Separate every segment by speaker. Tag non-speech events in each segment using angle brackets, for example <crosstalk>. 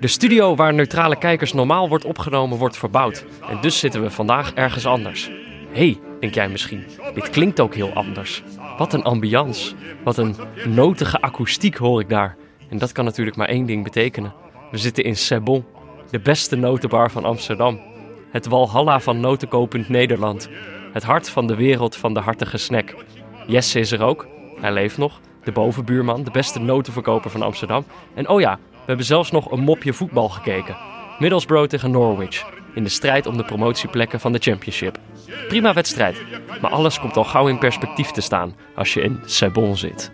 Speaker 1: De studio waar neutrale kijkers normaal wordt opgenomen wordt verbouwd. En dus zitten we vandaag ergens anders. Hé, hey, denk jij misschien. Dit klinkt ook heel anders. Wat een ambiance. Wat een notige akoestiek hoor ik daar. En dat kan natuurlijk maar één ding betekenen. We zitten in Sebon, de beste notenbar van Amsterdam. Het Walhalla van notenkopend Nederland. Het hart van de wereld van de hartige snack. Jesse is er ook. Hij leeft nog. De bovenbuurman, de beste notenverkoper van Amsterdam. En oh ja, we hebben zelfs nog een mopje voetbal gekeken. Middlesbrough tegen Norwich. In de strijd om de promotieplekken van de Championship. Prima wedstrijd. Maar alles komt al gauw in perspectief te staan als je in Sebon zit.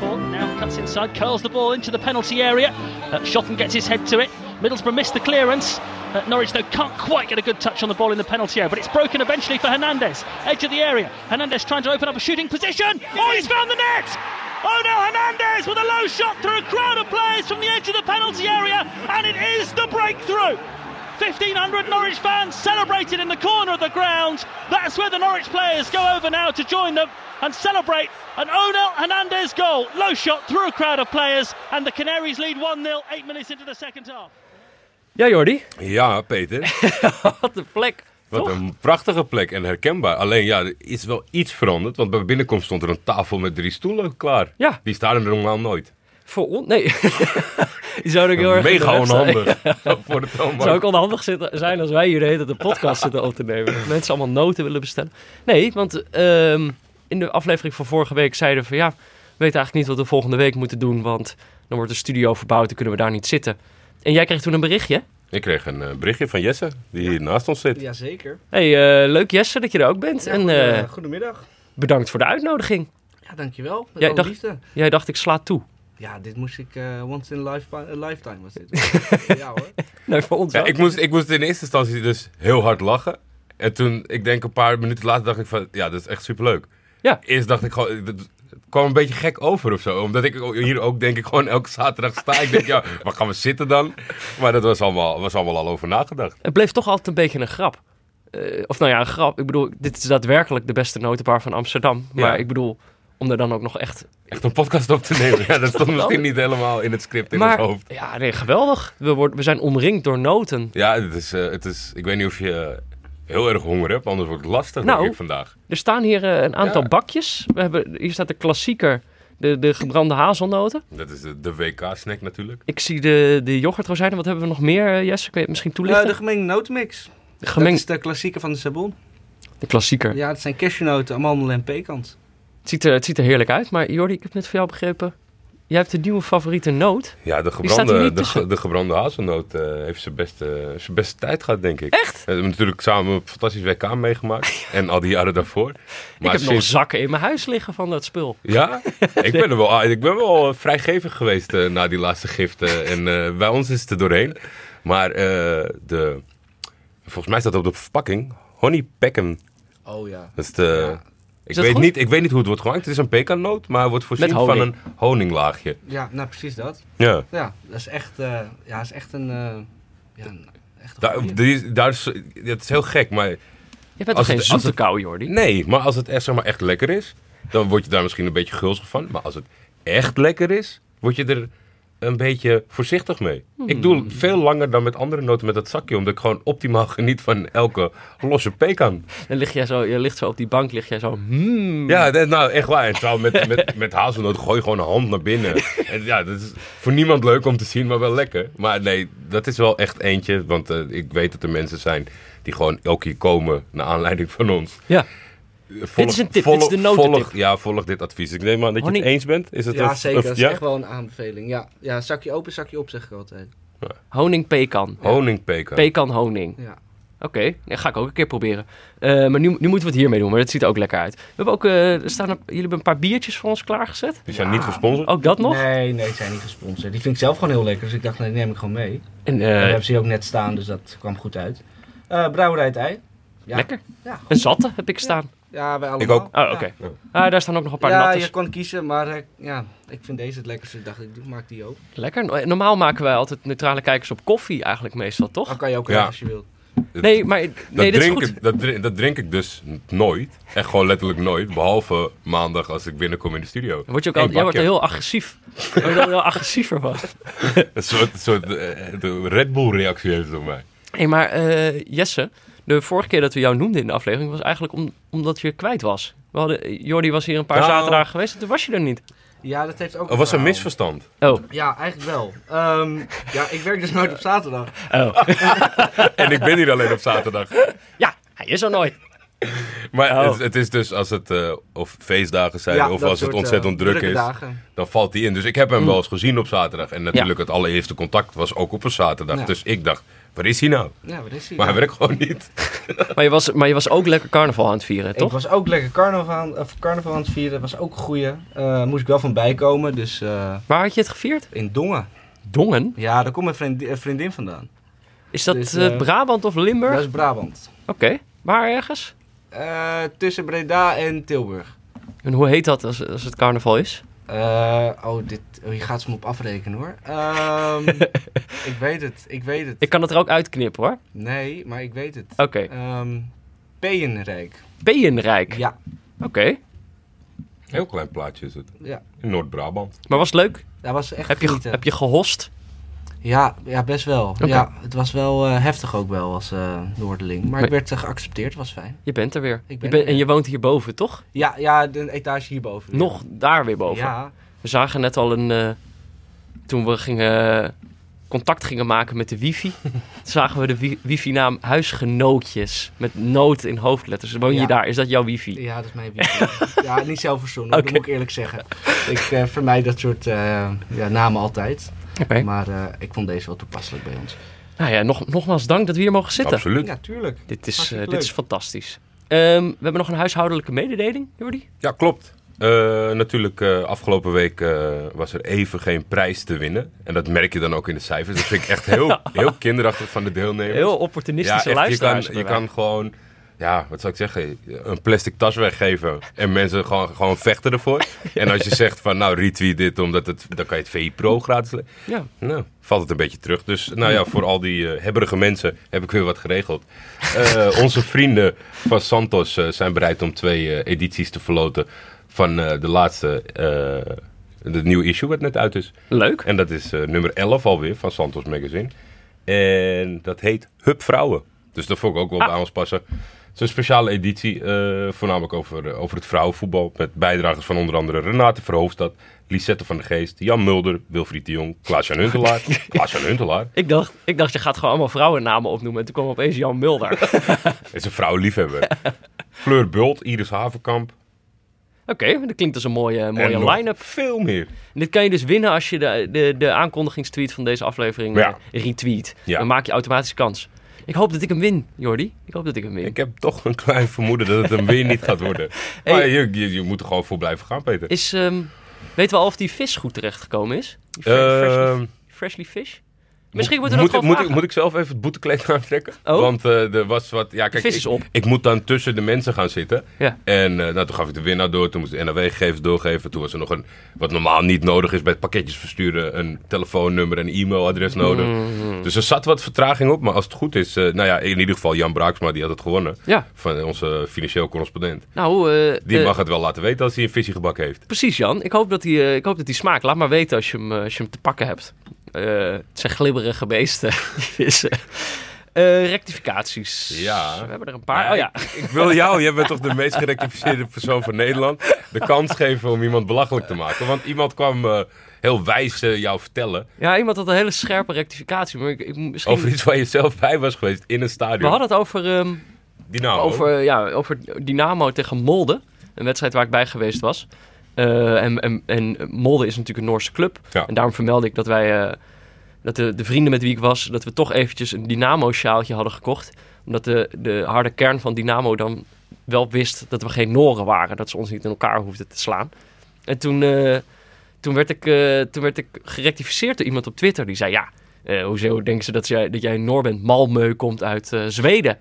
Speaker 2: Ball now cuts inside, curls the ball into the penalty area. Uh, Schoffen gets his head to it. Middlesbrough missed the clearance. Uh, Norwich, though, can't quite get a good touch on the ball in the penalty area, but it's broken eventually for Hernandez. Edge of the area. Hernandez trying to open up a shooting position. Oh, he's found the net! Oh no, Hernandez with a low shot through a crowd of players from the edge of the penalty area, and it is the breakthrough. 1500 Norwich fans celebrated in the corner of the ground. That's where the Norwich players go over now to join them and celebrate an Onel Hernandez goal. Low shot through a crowd of players, and the Canaries lead 1 0, eight minutes into the second half.
Speaker 1: Ja, Jordi. <laughs>
Speaker 3: Ja, Peter.
Speaker 1: Wat een plek.
Speaker 3: Wat een prachtige plek en herkenbaar. Alleen ja, er is wel iets veranderd. Want bij binnenkomst stond er een tafel met drie stoelen klaar.
Speaker 1: Ja.
Speaker 3: Die staan er normaal nooit.
Speaker 1: Voor ons? Nee. <laughs> Die zouden ook heel erg... in de
Speaker 3: Mega
Speaker 1: weg zijn. <laughs>
Speaker 3: onhandig. <laughs> voor de toonbank.
Speaker 1: zou ook onhandig zitten, zijn als wij hier de hele tijd een podcast zitten op te nemen. Dat mensen allemaal noten willen bestellen. Nee, want ehm, in de aflevering van vorige week zeiden we van ja, we weten eigenlijk niet wat we volgende week moeten doen. Want dan wordt de studio verbouwd en kunnen we daar niet zitten. En jij kreeg toen een berichtje.
Speaker 3: Ik kreeg een eh, berichtje van Jesse, die hier naast ons zit.
Speaker 4: Jazeker.
Speaker 1: hey, eh, leuk Jesse dat je er ook bent. en eh,
Speaker 4: eh, goedemiddag.
Speaker 1: bedankt voor de uitnodiging.
Speaker 4: Ja, dankjewel. Met
Speaker 1: Jij
Speaker 4: alle
Speaker 1: dacht-
Speaker 4: liefde.
Speaker 1: Jij dacht ik sla toe.
Speaker 4: Ja, dit moest ik eh, once in a life- a lifetime was <laughs> dit. ja hoor.
Speaker 1: Nee, voor ons
Speaker 3: Ja,
Speaker 1: ook.
Speaker 3: ik, moest, ik moest in eerste instantie dus heel hard lachen. En toen, ik denk een paar minuten later, dacht ik van, ja, dat is echt superleuk.
Speaker 1: Ja.
Speaker 3: Eerst dacht ik gewoon, dat- het kwam een beetje gek over of zo. Omdat ik hier ook, denk ik, gewoon elke zaterdag sta. Ik denk,
Speaker 1: <laughs>
Speaker 3: ja, waar gaan we zitten dan? Maar dat was allemaal, was allemaal al over nagedacht.
Speaker 1: Het bleef toch altijd een beetje een grap. Eh, of nou ja, een grap. Ik bedoel, dit is daadwerkelijk de beste notenbar van Amsterdam. Maar
Speaker 3: Ja.
Speaker 1: ik bedoel, om er dan ook nog echt
Speaker 3: Echt een podcast op te nemen. Ja, dat stond misschien niet helemaal in het script in
Speaker 1: maar,
Speaker 3: ons hoofd.
Speaker 1: Ja, nee, geweldig. We, worden, we zijn omringd door noten.
Speaker 3: Ja, het is, eh, het is, ik weet niet of je eh, heel erg honger hebt, anders wordt het lastig
Speaker 1: Nou.
Speaker 3: denk ik vandaag.
Speaker 1: Er staan hier eh, een aantal
Speaker 3: Ja.
Speaker 1: bakjes. We hebben, hier staat de klassieker, de, de gebrande hazelnoten.
Speaker 3: Dat is de, de WK-snack natuurlijk.
Speaker 1: Ik zie de, de yoghurtrozijnen. Wat hebben we nog meer, eh, Jesse? Kun je het misschien
Speaker 4: Eh,
Speaker 1: toelichten?
Speaker 4: de gemengde notenmix. Dat
Speaker 1: Gemengd,
Speaker 4: is de klassieke van de Sabon.
Speaker 1: de klassieker.
Speaker 4: Ja, het zijn cashewnoten, amandelen en pekans.
Speaker 1: Het, ziet er, het ziet er heerlijk uit. Maar Jordi, ik heb net van jou begrepen... Jij hebt de nieuwe favoriete noot.
Speaker 3: Ja, de
Speaker 1: staat hier
Speaker 3: gebrande,
Speaker 1: niet
Speaker 3: de,
Speaker 1: tussen.
Speaker 3: ge- de gebrande hazelnoot eh, heeft zijn beste, zijn beste tijd gehad, denk ik. Echt? We hebben natuurlijk samen een fantastisch
Speaker 1: <laughs>
Speaker 3: WK meegemaakt. en al die jaren daarvoor.
Speaker 1: ik
Speaker 3: Maar
Speaker 1: heb nog
Speaker 3: sinds-
Speaker 1: zakken in mijn huis liggen van dat spul.
Speaker 3: Ja, ik ben, er wel, ik ben wel eh, vrijgevig geweest eh, na die laatste giften. En eh, bij ons is het er doorheen. Maar eh, de, volgens mij staat op de verpakking Honey Peckham.
Speaker 4: Oh ja.
Speaker 3: Dat is de, eh,
Speaker 4: Ja.
Speaker 3: ik,
Speaker 1: dat
Speaker 3: weet
Speaker 1: goed?
Speaker 3: niet, ik weet niet hoe het wordt gemaakt. Het is een pekannoot, maar wordt voorzien
Speaker 1: Met
Speaker 3: van
Speaker 1: honing.
Speaker 3: een honinglaagje.
Speaker 4: Ja, nou precies dat.
Speaker 3: Ja.
Speaker 4: Ja, dat is echt, eh, ja, is echt een... eh, ja, een echt een
Speaker 3: Daar,
Speaker 4: goeie.
Speaker 3: die is- daar is, dat is heel gek, maar
Speaker 1: Je bent
Speaker 3: Als
Speaker 1: toch
Speaker 3: het-
Speaker 1: geen
Speaker 3: als
Speaker 1: zoete
Speaker 3: het-
Speaker 1: kou, Jordi?
Speaker 3: nee. Maar als het echt, zeg maar, echt lekker is, dan word je daar misschien een beetje gulzig van. Maar als het echt lekker is, word je er een beetje voorzichtig mee. Ik doe veel langer dan met andere noten met dat zakje, omdat ik gewoon optimaal <laughs> geniet van elke losse pekan.
Speaker 1: Dan lig jij zo, je ligt zo op die bank, lig jij zo... hmm.
Speaker 3: Ja, dat- nou echt waar. En trouwens, met, met, met hazelnoot gooi je gewoon een hand naar binnen. En ja, dat is voor niemand leuk om te zien, maar wel lekker. Maar nee, dat is wel echt eentje. Want eh, ik weet dat er mensen zijn die gewoon elke keer komen naar aanleiding van ons.
Speaker 1: ja.
Speaker 3: Volg,
Speaker 1: is een tip, dit is de notentip.
Speaker 3: volg- ja, volg dit advies. Ik neem aan dat je
Speaker 1: Honing-
Speaker 3: het eens bent. Is het
Speaker 4: Ja,
Speaker 3: een-
Speaker 4: zeker.
Speaker 3: een-
Speaker 4: Dat is
Speaker 3: ja?
Speaker 4: echt wel een aanbeveling. Ja, ja zakje open, zakje op, zeg ik altijd.
Speaker 1: Honing pekan.
Speaker 3: Oh, Honingpekan.
Speaker 1: Pekan honing.
Speaker 4: Ja.
Speaker 1: Oké, dat ga ik ook een keer proberen. Eh, maar nu, nu moeten we het hiermee doen, maar dat ziet er ook lekker uit. We hebben ook, eh, er staan, op- jullie hebben een paar biertjes voor ons klaargezet.
Speaker 3: Die zijn niet gesponsord.
Speaker 1: Ook dat nog.
Speaker 4: Nee, nee, die zijn niet gesponsord. Die vind ik zelf gewoon heel lekker, dus ik dacht, nee, die neem ik gewoon mee.
Speaker 1: En, eh,
Speaker 4: We hebben ze hier ook net staan, dus dat kwam goed uit. Eh brouwerij het ei. Ja.
Speaker 1: Lekker.
Speaker 4: Ja,
Speaker 1: Een zatte heb ik staan.
Speaker 4: ja wij allemaal.
Speaker 3: Ik ook.
Speaker 1: Oh, oké. Ah, daar staan ook nog een
Speaker 4: Ja,
Speaker 1: paar
Speaker 4: ja
Speaker 1: nattes.
Speaker 4: je kon kiezen, maar eh, ja, ik vind deze het lekkerste. Ik dacht, ik doe- maak die ook.
Speaker 1: Lekker. Normaal maken wij altijd neutrale kijkers op koffie eigenlijk meestal, toch?
Speaker 4: Dan kan je ook
Speaker 3: Ja.
Speaker 4: als je wilt.
Speaker 1: Nee, maar
Speaker 3: Dat,
Speaker 1: nee, dit is
Speaker 3: drink
Speaker 1: goed.
Speaker 3: ik, dat, drink, dat drink ik dus n- nooit. Echt gewoon letterlijk nooit. Behalve maandag als ik binnenkom in de studio.
Speaker 1: Dan word je ook
Speaker 3: Eén
Speaker 1: al, jij wordt er
Speaker 3: bakje.
Speaker 1: heel agressief. Je wordt er heel agressiever van.
Speaker 3: Een soort, soort eh, de Red Bull reactie heeft het op mij.
Speaker 1: Hé, maar eh, Jesse, de vorige keer dat we jou noemden in de aflevering was eigenlijk om, omdat je kwijt was. We hadden, Jordi was hier een paar
Speaker 3: Nou.
Speaker 1: zaterdagen geweest en toen was je er niet.
Speaker 4: Ja, dat heeft ook.
Speaker 3: Er was een
Speaker 4: verhaal.
Speaker 3: misverstand. <laughs>
Speaker 1: Oh,
Speaker 4: Ja, eigenlijk wel. Ehm, ja, ik werk dus nooit op zaterdag.
Speaker 1: oh.
Speaker 3: En ik ben hier alleen op zaterdag.
Speaker 1: Ja, hij is er nooit.
Speaker 3: Maar
Speaker 1: Oh.
Speaker 3: het, het is dus als het eh, of feestdagen zijn
Speaker 4: Ja,
Speaker 3: of
Speaker 4: dat
Speaker 3: als het
Speaker 4: soort,
Speaker 3: ontzettend
Speaker 4: eh,
Speaker 3: druk
Speaker 4: drukke
Speaker 3: is,
Speaker 4: dagen.
Speaker 3: dan valt die in. Dus ik heb
Speaker 4: Mm.
Speaker 3: hem wel eens gezien op zaterdag. En natuurlijk het allereerste contact was ook op een zaterdag.
Speaker 4: Ja.
Speaker 3: Dus ik dacht, waar is hij nou?
Speaker 4: Ja, wat is die?
Speaker 3: Maar hij
Speaker 4: dan?
Speaker 3: werkt gewoon niet.
Speaker 1: Maar je, was, maar je was ook lekker carnaval aan het vieren,
Speaker 4: Ik
Speaker 1: toch?
Speaker 4: was ook lekker carnaval, aan- of carnaval aan het vieren. Was ook een goeie. Eh, moest ik wel van bijkomen. Dus eh,
Speaker 1: Waar had je het gevierd?
Speaker 4: in Dongen.
Speaker 1: Dongen?
Speaker 4: Ja, daar komt mijn vriend- eh, vriendin vandaan.
Speaker 1: Is dat
Speaker 4: Dus,
Speaker 1: eh,
Speaker 4: eh,
Speaker 1: Brabant of Limburg?
Speaker 4: Dat is Brabant.
Speaker 1: Oké, waar ergens?
Speaker 4: Eh, tussen Breda en Tilburg.
Speaker 1: En hoe heet dat als, als het carnaval is?
Speaker 4: Eh, oh, dit, oh, je gaat ze me op afrekenen hoor.
Speaker 1: <laughs>
Speaker 4: Ehm, ik weet het, ik weet het.
Speaker 1: Ik kan het er ook uitknippen hoor.
Speaker 4: Nee, maar ik weet het.
Speaker 1: Oké,
Speaker 4: Ehm Peenrijk.
Speaker 1: Beenrijk.
Speaker 4: Ja.
Speaker 1: Oké,
Speaker 3: Heel klein plaatje is het.
Speaker 4: ja.
Speaker 3: In Noord-Brabant.
Speaker 1: maar was het leuk?
Speaker 4: Dat was echt
Speaker 1: Heb je,
Speaker 4: genieten.
Speaker 1: heb je gehost?
Speaker 4: Ja, ja, best wel.
Speaker 1: Oké.
Speaker 4: Ja, het was wel eh, heftig ook wel als eh, Noorderling. Maar ik
Speaker 1: Maar-
Speaker 4: werd eh, geaccepteerd, was fijn.
Speaker 1: Je bent er weer.
Speaker 4: ben
Speaker 1: je
Speaker 4: er weer.
Speaker 1: En je woont hierboven, toch?
Speaker 4: Ja, ja, de etage hierboven.
Speaker 1: Nog daar weer boven.
Speaker 4: Ja,
Speaker 1: We zagen net al een. eh, toen we gingen, contact gingen maken met de
Speaker 4: <laughs>
Speaker 1: wifi, zagen we de wi- wifi-naam Huisgenootjes. Met noot in hoofdletters. Woon je
Speaker 4: Ja.
Speaker 1: daar? Is dat jouw wifi?
Speaker 4: ja, dat is mijn wifi. ja, niet zelfverzonnen,
Speaker 1: <laughs> Oké.
Speaker 4: dat moet ik eerlijk zeggen. Ik eh, vermijd dat soort eh, ja, namen altijd.
Speaker 1: Oké.
Speaker 4: Maar eh, ik vond deze wel toepasselijk bij ons.
Speaker 1: Nou ja, nog, nogmaals dank dat we hier mogen zitten.
Speaker 3: Absoluut.
Speaker 4: Ja, tuurlijk.
Speaker 1: Dit is,
Speaker 4: Hartstikke
Speaker 1: eh, dit is
Speaker 4: leuk.
Speaker 1: fantastisch. Ehm, we hebben nog een huishoudelijke mededeling, Jordi.
Speaker 3: Ja, klopt. Eh, natuurlijk, eh, afgelopen week eh, was er even geen prijs te winnen. En dat merk je dan ook in de cijfers. Dat vind ik echt
Speaker 4: <laughs>
Speaker 3: heel, heel kinderachtig van de deelnemers.
Speaker 1: Heel opportunistische
Speaker 3: echt,
Speaker 1: luisteraars.
Speaker 3: Je kan, je
Speaker 1: hebben
Speaker 3: kan gewoon, ja, wat zou ik zeggen, een plastic tas weggeven. En mensen gewoon, gewoon
Speaker 1: <laughs>
Speaker 3: vechten ervoor. En als je zegt van, nou, retweet dit, omdat het, dan kan je het VI Pro gratis... le-
Speaker 1: wij. Ja.
Speaker 3: Nou, valt het een beetje terug. Dus nou ja, voor al die eh, hebberige mensen heb ik weer wat geregeld. Eh, onze vrienden van Santos eh, zijn bereid om twee eh, edities te verloten van eh, de laatste, eh de nieuwe issue wat net uit is.
Speaker 1: Leuk.
Speaker 3: En dat is eh, nummer 11 alweer van Santos Magazine. En dat heet Hub Vrouwen. Dus dat vond ik
Speaker 1: Ah.
Speaker 3: ook wel bij ons passen. Het is een speciale editie, eh, voornamelijk over, eh, over het vrouwenvoetbal. Met bijdragers van onder andere Renate Verhoofdstad, Lisette van de Geest, Jan Mulder, Wilfried de Jong, Klaas-Jan
Speaker 1: <laughs>
Speaker 3: Huntelaar. Klaas-Jan Huntelaar
Speaker 1: Ik dacht, ik dacht, je gaat gewoon allemaal vrouwennamen opnoemen. En toen kwam opeens Jan
Speaker 3: <laughs>
Speaker 1: Mulder. Oké,
Speaker 3: is een vrouwenliefhebber. Fleur Bult, Iris Havenkamp.
Speaker 1: dat klinkt als een mooie,
Speaker 3: en nog
Speaker 1: mooie line-up.
Speaker 3: Veel meer.
Speaker 1: En dit kan je dus winnen als je de, de, de aankondigingstweet van deze aflevering
Speaker 3: Ja.
Speaker 1: eh, retweet.
Speaker 3: Ja.
Speaker 1: Dan maak je automatisch kans. Ik hoop dat ik hem win, Jordi. Ik hoop dat ik hem win.
Speaker 3: Ik heb toch een klein vermoeden dat het hem weer niet gaat worden.
Speaker 1: <laughs> Hey.
Speaker 3: Maar je, je, je moet er gewoon voor blijven gaan, Peter.
Speaker 1: Is, ehm, weten we al of die vis goed terechtgekomen is? Die fre-
Speaker 3: Ehm,
Speaker 1: freshly, freshly fish? Misschien moeten we
Speaker 3: moet,
Speaker 1: dat gewoon
Speaker 3: ik, moet, ik,
Speaker 1: vragen.
Speaker 3: moet ik zelf even het boetekleed <laughs> aantrekken?
Speaker 1: Oh.
Speaker 3: Want eh, er was wat... Ja, kijk,
Speaker 1: vis
Speaker 3: ik,
Speaker 1: is op.
Speaker 3: ik moet dan tussen de mensen gaan zitten.
Speaker 1: Ja.
Speaker 3: En eh, nou, toen gaf ik de winnaar door. Toen moest de NAW-gegevens doorgeven. Toen was er nog een... Wat normaal niet nodig is bij het pakketjes versturen. Een telefoonnummer en e-mailadres nodig.
Speaker 1: Mhm.
Speaker 3: Dus er zat wat vertraging op. Maar als het goed is... eh, nou ja, in ieder geval Jan Braaksma, die had het gewonnen.
Speaker 1: Ja,
Speaker 3: Van onze financieel correspondent.
Speaker 1: nou... eh,
Speaker 3: Die
Speaker 1: eh,
Speaker 3: mag het wel laten weten als hij een visje gebakken heeft.
Speaker 1: Precies, Jan. Ik hoop dat die, eh, ik hoop dat die smaakt. Laat maar weten als je hem, eh, als je hem te pakken hebt. Eh, het zijn glibberige beesten, <laughs> die vissen. Eh, rectificaties.
Speaker 3: Ja.
Speaker 1: We hebben er een paar. Oh ja.
Speaker 3: Ik wil jou, jij bent toch de meest gerectificeerde persoon van Nederland, de kans geven om iemand belachelijk te maken. Want iemand kwam eh, heel wijs eh, jou vertellen
Speaker 1: Ja, iemand had een hele scherpe rectificatie. Maar ik, ik, misschien...
Speaker 3: over iets waar je zelf bij was geweest in een
Speaker 1: We
Speaker 3: stadion.
Speaker 1: hadden het over, ehm,
Speaker 3: Dynamo.
Speaker 1: over, ja, over Dynamo tegen Molde. Een wedstrijd waar ik bij geweest was. Eh, en, en, en Molde is natuurlijk een Noorse club.
Speaker 3: Ja.
Speaker 1: En daarom vermeldde ik dat wij... eh, dat de, de vrienden met wie ik was... dat we toch eventjes een Dynamo-sjaaltje hadden gekocht. Omdat de, de harde kern van Dynamo dan wel wist... dat we geen Noren waren. Dat ze ons niet in elkaar hoefden te slaan. En toen... eh, toen werd, ik, eh, toen werd ik gerectificeerd door iemand op Twitter. Die zei, ja, eh, hoezo denken ze dat jij, dat jij Noor bent? Malmö komt uit eh, Zweden.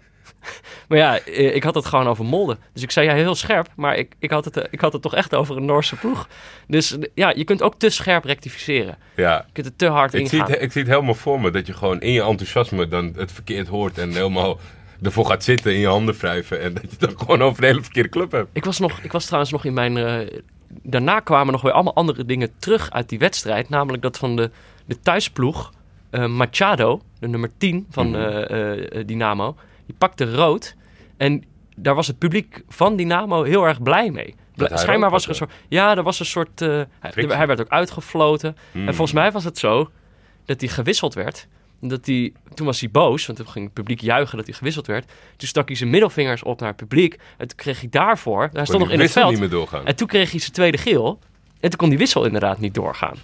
Speaker 1: Maar ja, eh, ik had het gewoon over Molde. Dus ik zei ja, heel scherp. Maar ik, ik, had het, eh, ik had het toch echt over een Noorse ploeg. Dus eh, ja, je kunt ook te scherp rectificeren.
Speaker 3: Ja.
Speaker 1: Je kunt het te hard
Speaker 3: Ik zie,
Speaker 1: ingaan.
Speaker 3: het, ik zie het helemaal voor me, dat je gewoon in je enthousiasme dan het verkeerd hoort en helemaal ervoor gaat zitten in je handen wrijven en dat je het dan gewoon over de hele verkeerde club hebt.
Speaker 1: Ik was, nog, ik was trouwens nog in mijn... eh, daarna kwamen nog weer allemaal andere dingen terug uit die wedstrijd. Namelijk dat van de, de thuisploeg, eh, Machado, de nummer 10 van
Speaker 3: Mhm.
Speaker 1: eh, eh, Dynamo. Die pakte rood. En daar was het publiek van Dynamo heel erg blij mee. Bla-
Speaker 3: hij
Speaker 1: Schijnbaar
Speaker 3: rood
Speaker 1: was er een
Speaker 3: pakte.
Speaker 1: soort... Ja, er was een soort... eh, hij,
Speaker 3: Frictie.
Speaker 1: hij werd ook uitgefloten.
Speaker 3: Hmm.
Speaker 1: En volgens mij was het zo dat hij gewisseld werd. Dat hij, toen was hij boos, want toen ging het publiek juichen dat hij gewisseld werd. Toen stak hij zijn middelvingers op naar het publiek. En toen kreeg hij daarvoor, hij stond nog
Speaker 3: die
Speaker 1: in het
Speaker 3: wissel
Speaker 1: veld.
Speaker 3: niet meer doorgaan.
Speaker 1: En toen kreeg hij zijn tweede geel. En toen kon die wissel inderdaad niet doorgaan.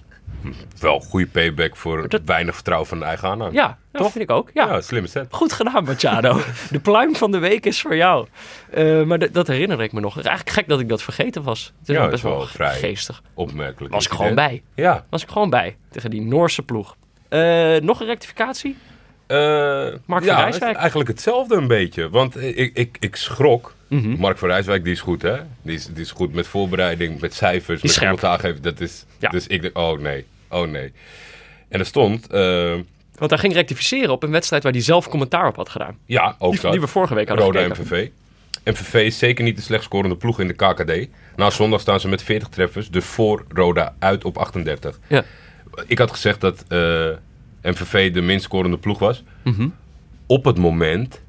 Speaker 3: Wel goede payback voor
Speaker 1: Dat-
Speaker 3: weinig vertrouwen van de eigen aanhang.
Speaker 1: Ja, dat
Speaker 3: Toch?
Speaker 1: vind ik ook. Ja.
Speaker 3: Ja, slimme set.
Speaker 1: Goed gedaan,
Speaker 3: <laughs>
Speaker 1: Machado. De pluim van de week is voor jou. Eh, maar dat- dat herinner ik me nog. Het is eigenlijk gek dat ik dat vergeten was. Het is
Speaker 3: Ja,
Speaker 1: ook
Speaker 3: het
Speaker 1: best
Speaker 3: is wel
Speaker 1: wel
Speaker 3: vrij.
Speaker 1: geestig.
Speaker 3: Opmerkelijk.
Speaker 1: Was ik gewoon bij.
Speaker 3: Ja.
Speaker 1: Was ik gewoon bij. Tegen die Noorse ploeg. Eh, nog een rectificatie?
Speaker 3: Eh,
Speaker 1: Mark van
Speaker 3: ja,
Speaker 1: Rijswijk.
Speaker 3: het is Eigenlijk hetzelfde een beetje. Want ik, ik, ik schrok.
Speaker 1: Mhm.
Speaker 3: Mark van Rijswijk, die is goed, hè? Die is, die is goed met voorbereiding, met cijfers, met
Speaker 1: scherp.
Speaker 3: commentaar geven. Dat is,
Speaker 1: Ja.
Speaker 3: Dus ik dacht, oh nee, oh nee. En er stond, eh,
Speaker 1: Want hij ging rectificeren op een wedstrijd waar hij zelf commentaar op had gedaan.
Speaker 3: ja, ook
Speaker 1: Die,
Speaker 3: dat.
Speaker 1: die we vorige week hadden
Speaker 3: Roda
Speaker 1: gekeken.
Speaker 3: MVV. MVV is zeker niet de slecht scorende ploeg in de KKD. Na zondag staan ze met 40 treffers, dus voor Roda uit op 38.
Speaker 1: Ja.
Speaker 3: Ik had gezegd dat eh, MVV de minst scorende ploeg was.
Speaker 1: Mhm.
Speaker 3: Op het moment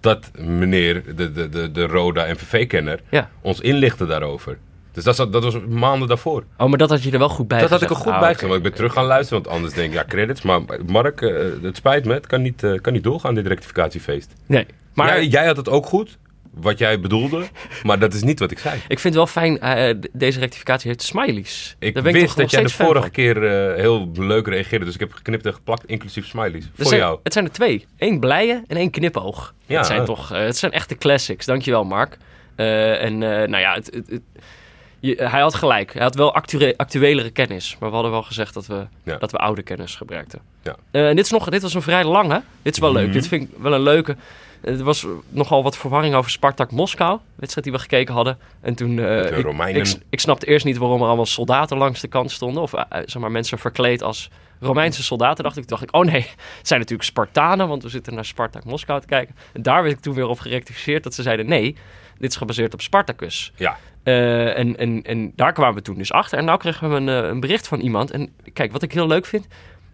Speaker 3: dat meneer, de, de, de, de Roda MVV-kenner,
Speaker 1: Ja.
Speaker 3: ons inlichtte daarover. Dus dat, zat- dat was maanden daarvoor.
Speaker 1: Oh, maar dat had je er wel goed bij
Speaker 3: Dat had ik er
Speaker 1: gezegd.
Speaker 3: goed
Speaker 1: Ah,
Speaker 3: bij
Speaker 1: oké.
Speaker 3: gezien. Want ik ben terug gaan luisteren, want anders denk ik, ja, credits. Maar Mark, eh, het spijt me, het kan niet, eh, kan niet doorgaan, dit rectificatiefeest.
Speaker 1: Nee, maar
Speaker 3: Jij, jij had het ook goed, wat jij bedoelde, maar dat is niet wat ik zei.
Speaker 1: ik vind wel fijn, eh, d- deze rectificatie heeft smileys.
Speaker 3: Ik
Speaker 1: Daar ben
Speaker 3: wist
Speaker 1: toch nog
Speaker 3: dat jij de
Speaker 1: steeds fan
Speaker 3: vorige
Speaker 1: van.
Speaker 3: keer eh, heel leuk reageerde, dus ik heb geknipt en geplakt, inclusief smileys.
Speaker 1: Er
Speaker 3: Voor
Speaker 1: zijn-
Speaker 3: jou.
Speaker 1: Het zijn er twee. Eén blije en één knipoog.
Speaker 3: Ja.
Speaker 1: het zijn toch, eh, het zijn echte classics. Dankjewel, Mark. Eh, en eh, nou ja, het, het- het- je- hij had gelijk. Hij had wel acture- actuelere kennis. Maar we hadden wel gezegd dat we,
Speaker 3: Ja.
Speaker 1: dat we oude kennis gebruikten.
Speaker 3: Ja.
Speaker 1: Eh, en dit, is nog, dit was een vrij lange. Dit is wel leuk.
Speaker 3: Mhm.
Speaker 1: Dit vind ik wel een leuke. Er was nogal wat verwarring over Spartak Moskou. Wedstrijd die we gekeken hadden. En toen... eh,
Speaker 3: de
Speaker 1: ik-
Speaker 3: Romeinen.
Speaker 1: Ik, ik snapte eerst niet waarom er allemaal soldaten langs de kant stonden. Of eh, eh, zeg maar mensen verkleed als Romeinse soldaten. Dacht ik, dacht ik, oh nee, het zijn natuurlijk Spartanen. Want we zitten naar Spartak Moskou te kijken. En daar werd ik toen weer op gerectificeerd. Dat ze zeiden, nee, dit is gebaseerd op Spartacus.
Speaker 3: Ja,
Speaker 1: Eh, en, en, en daar kwamen we toen dus achter. En nou kregen we een, eh, een bericht van iemand. En kijk, wat ik heel leuk vind,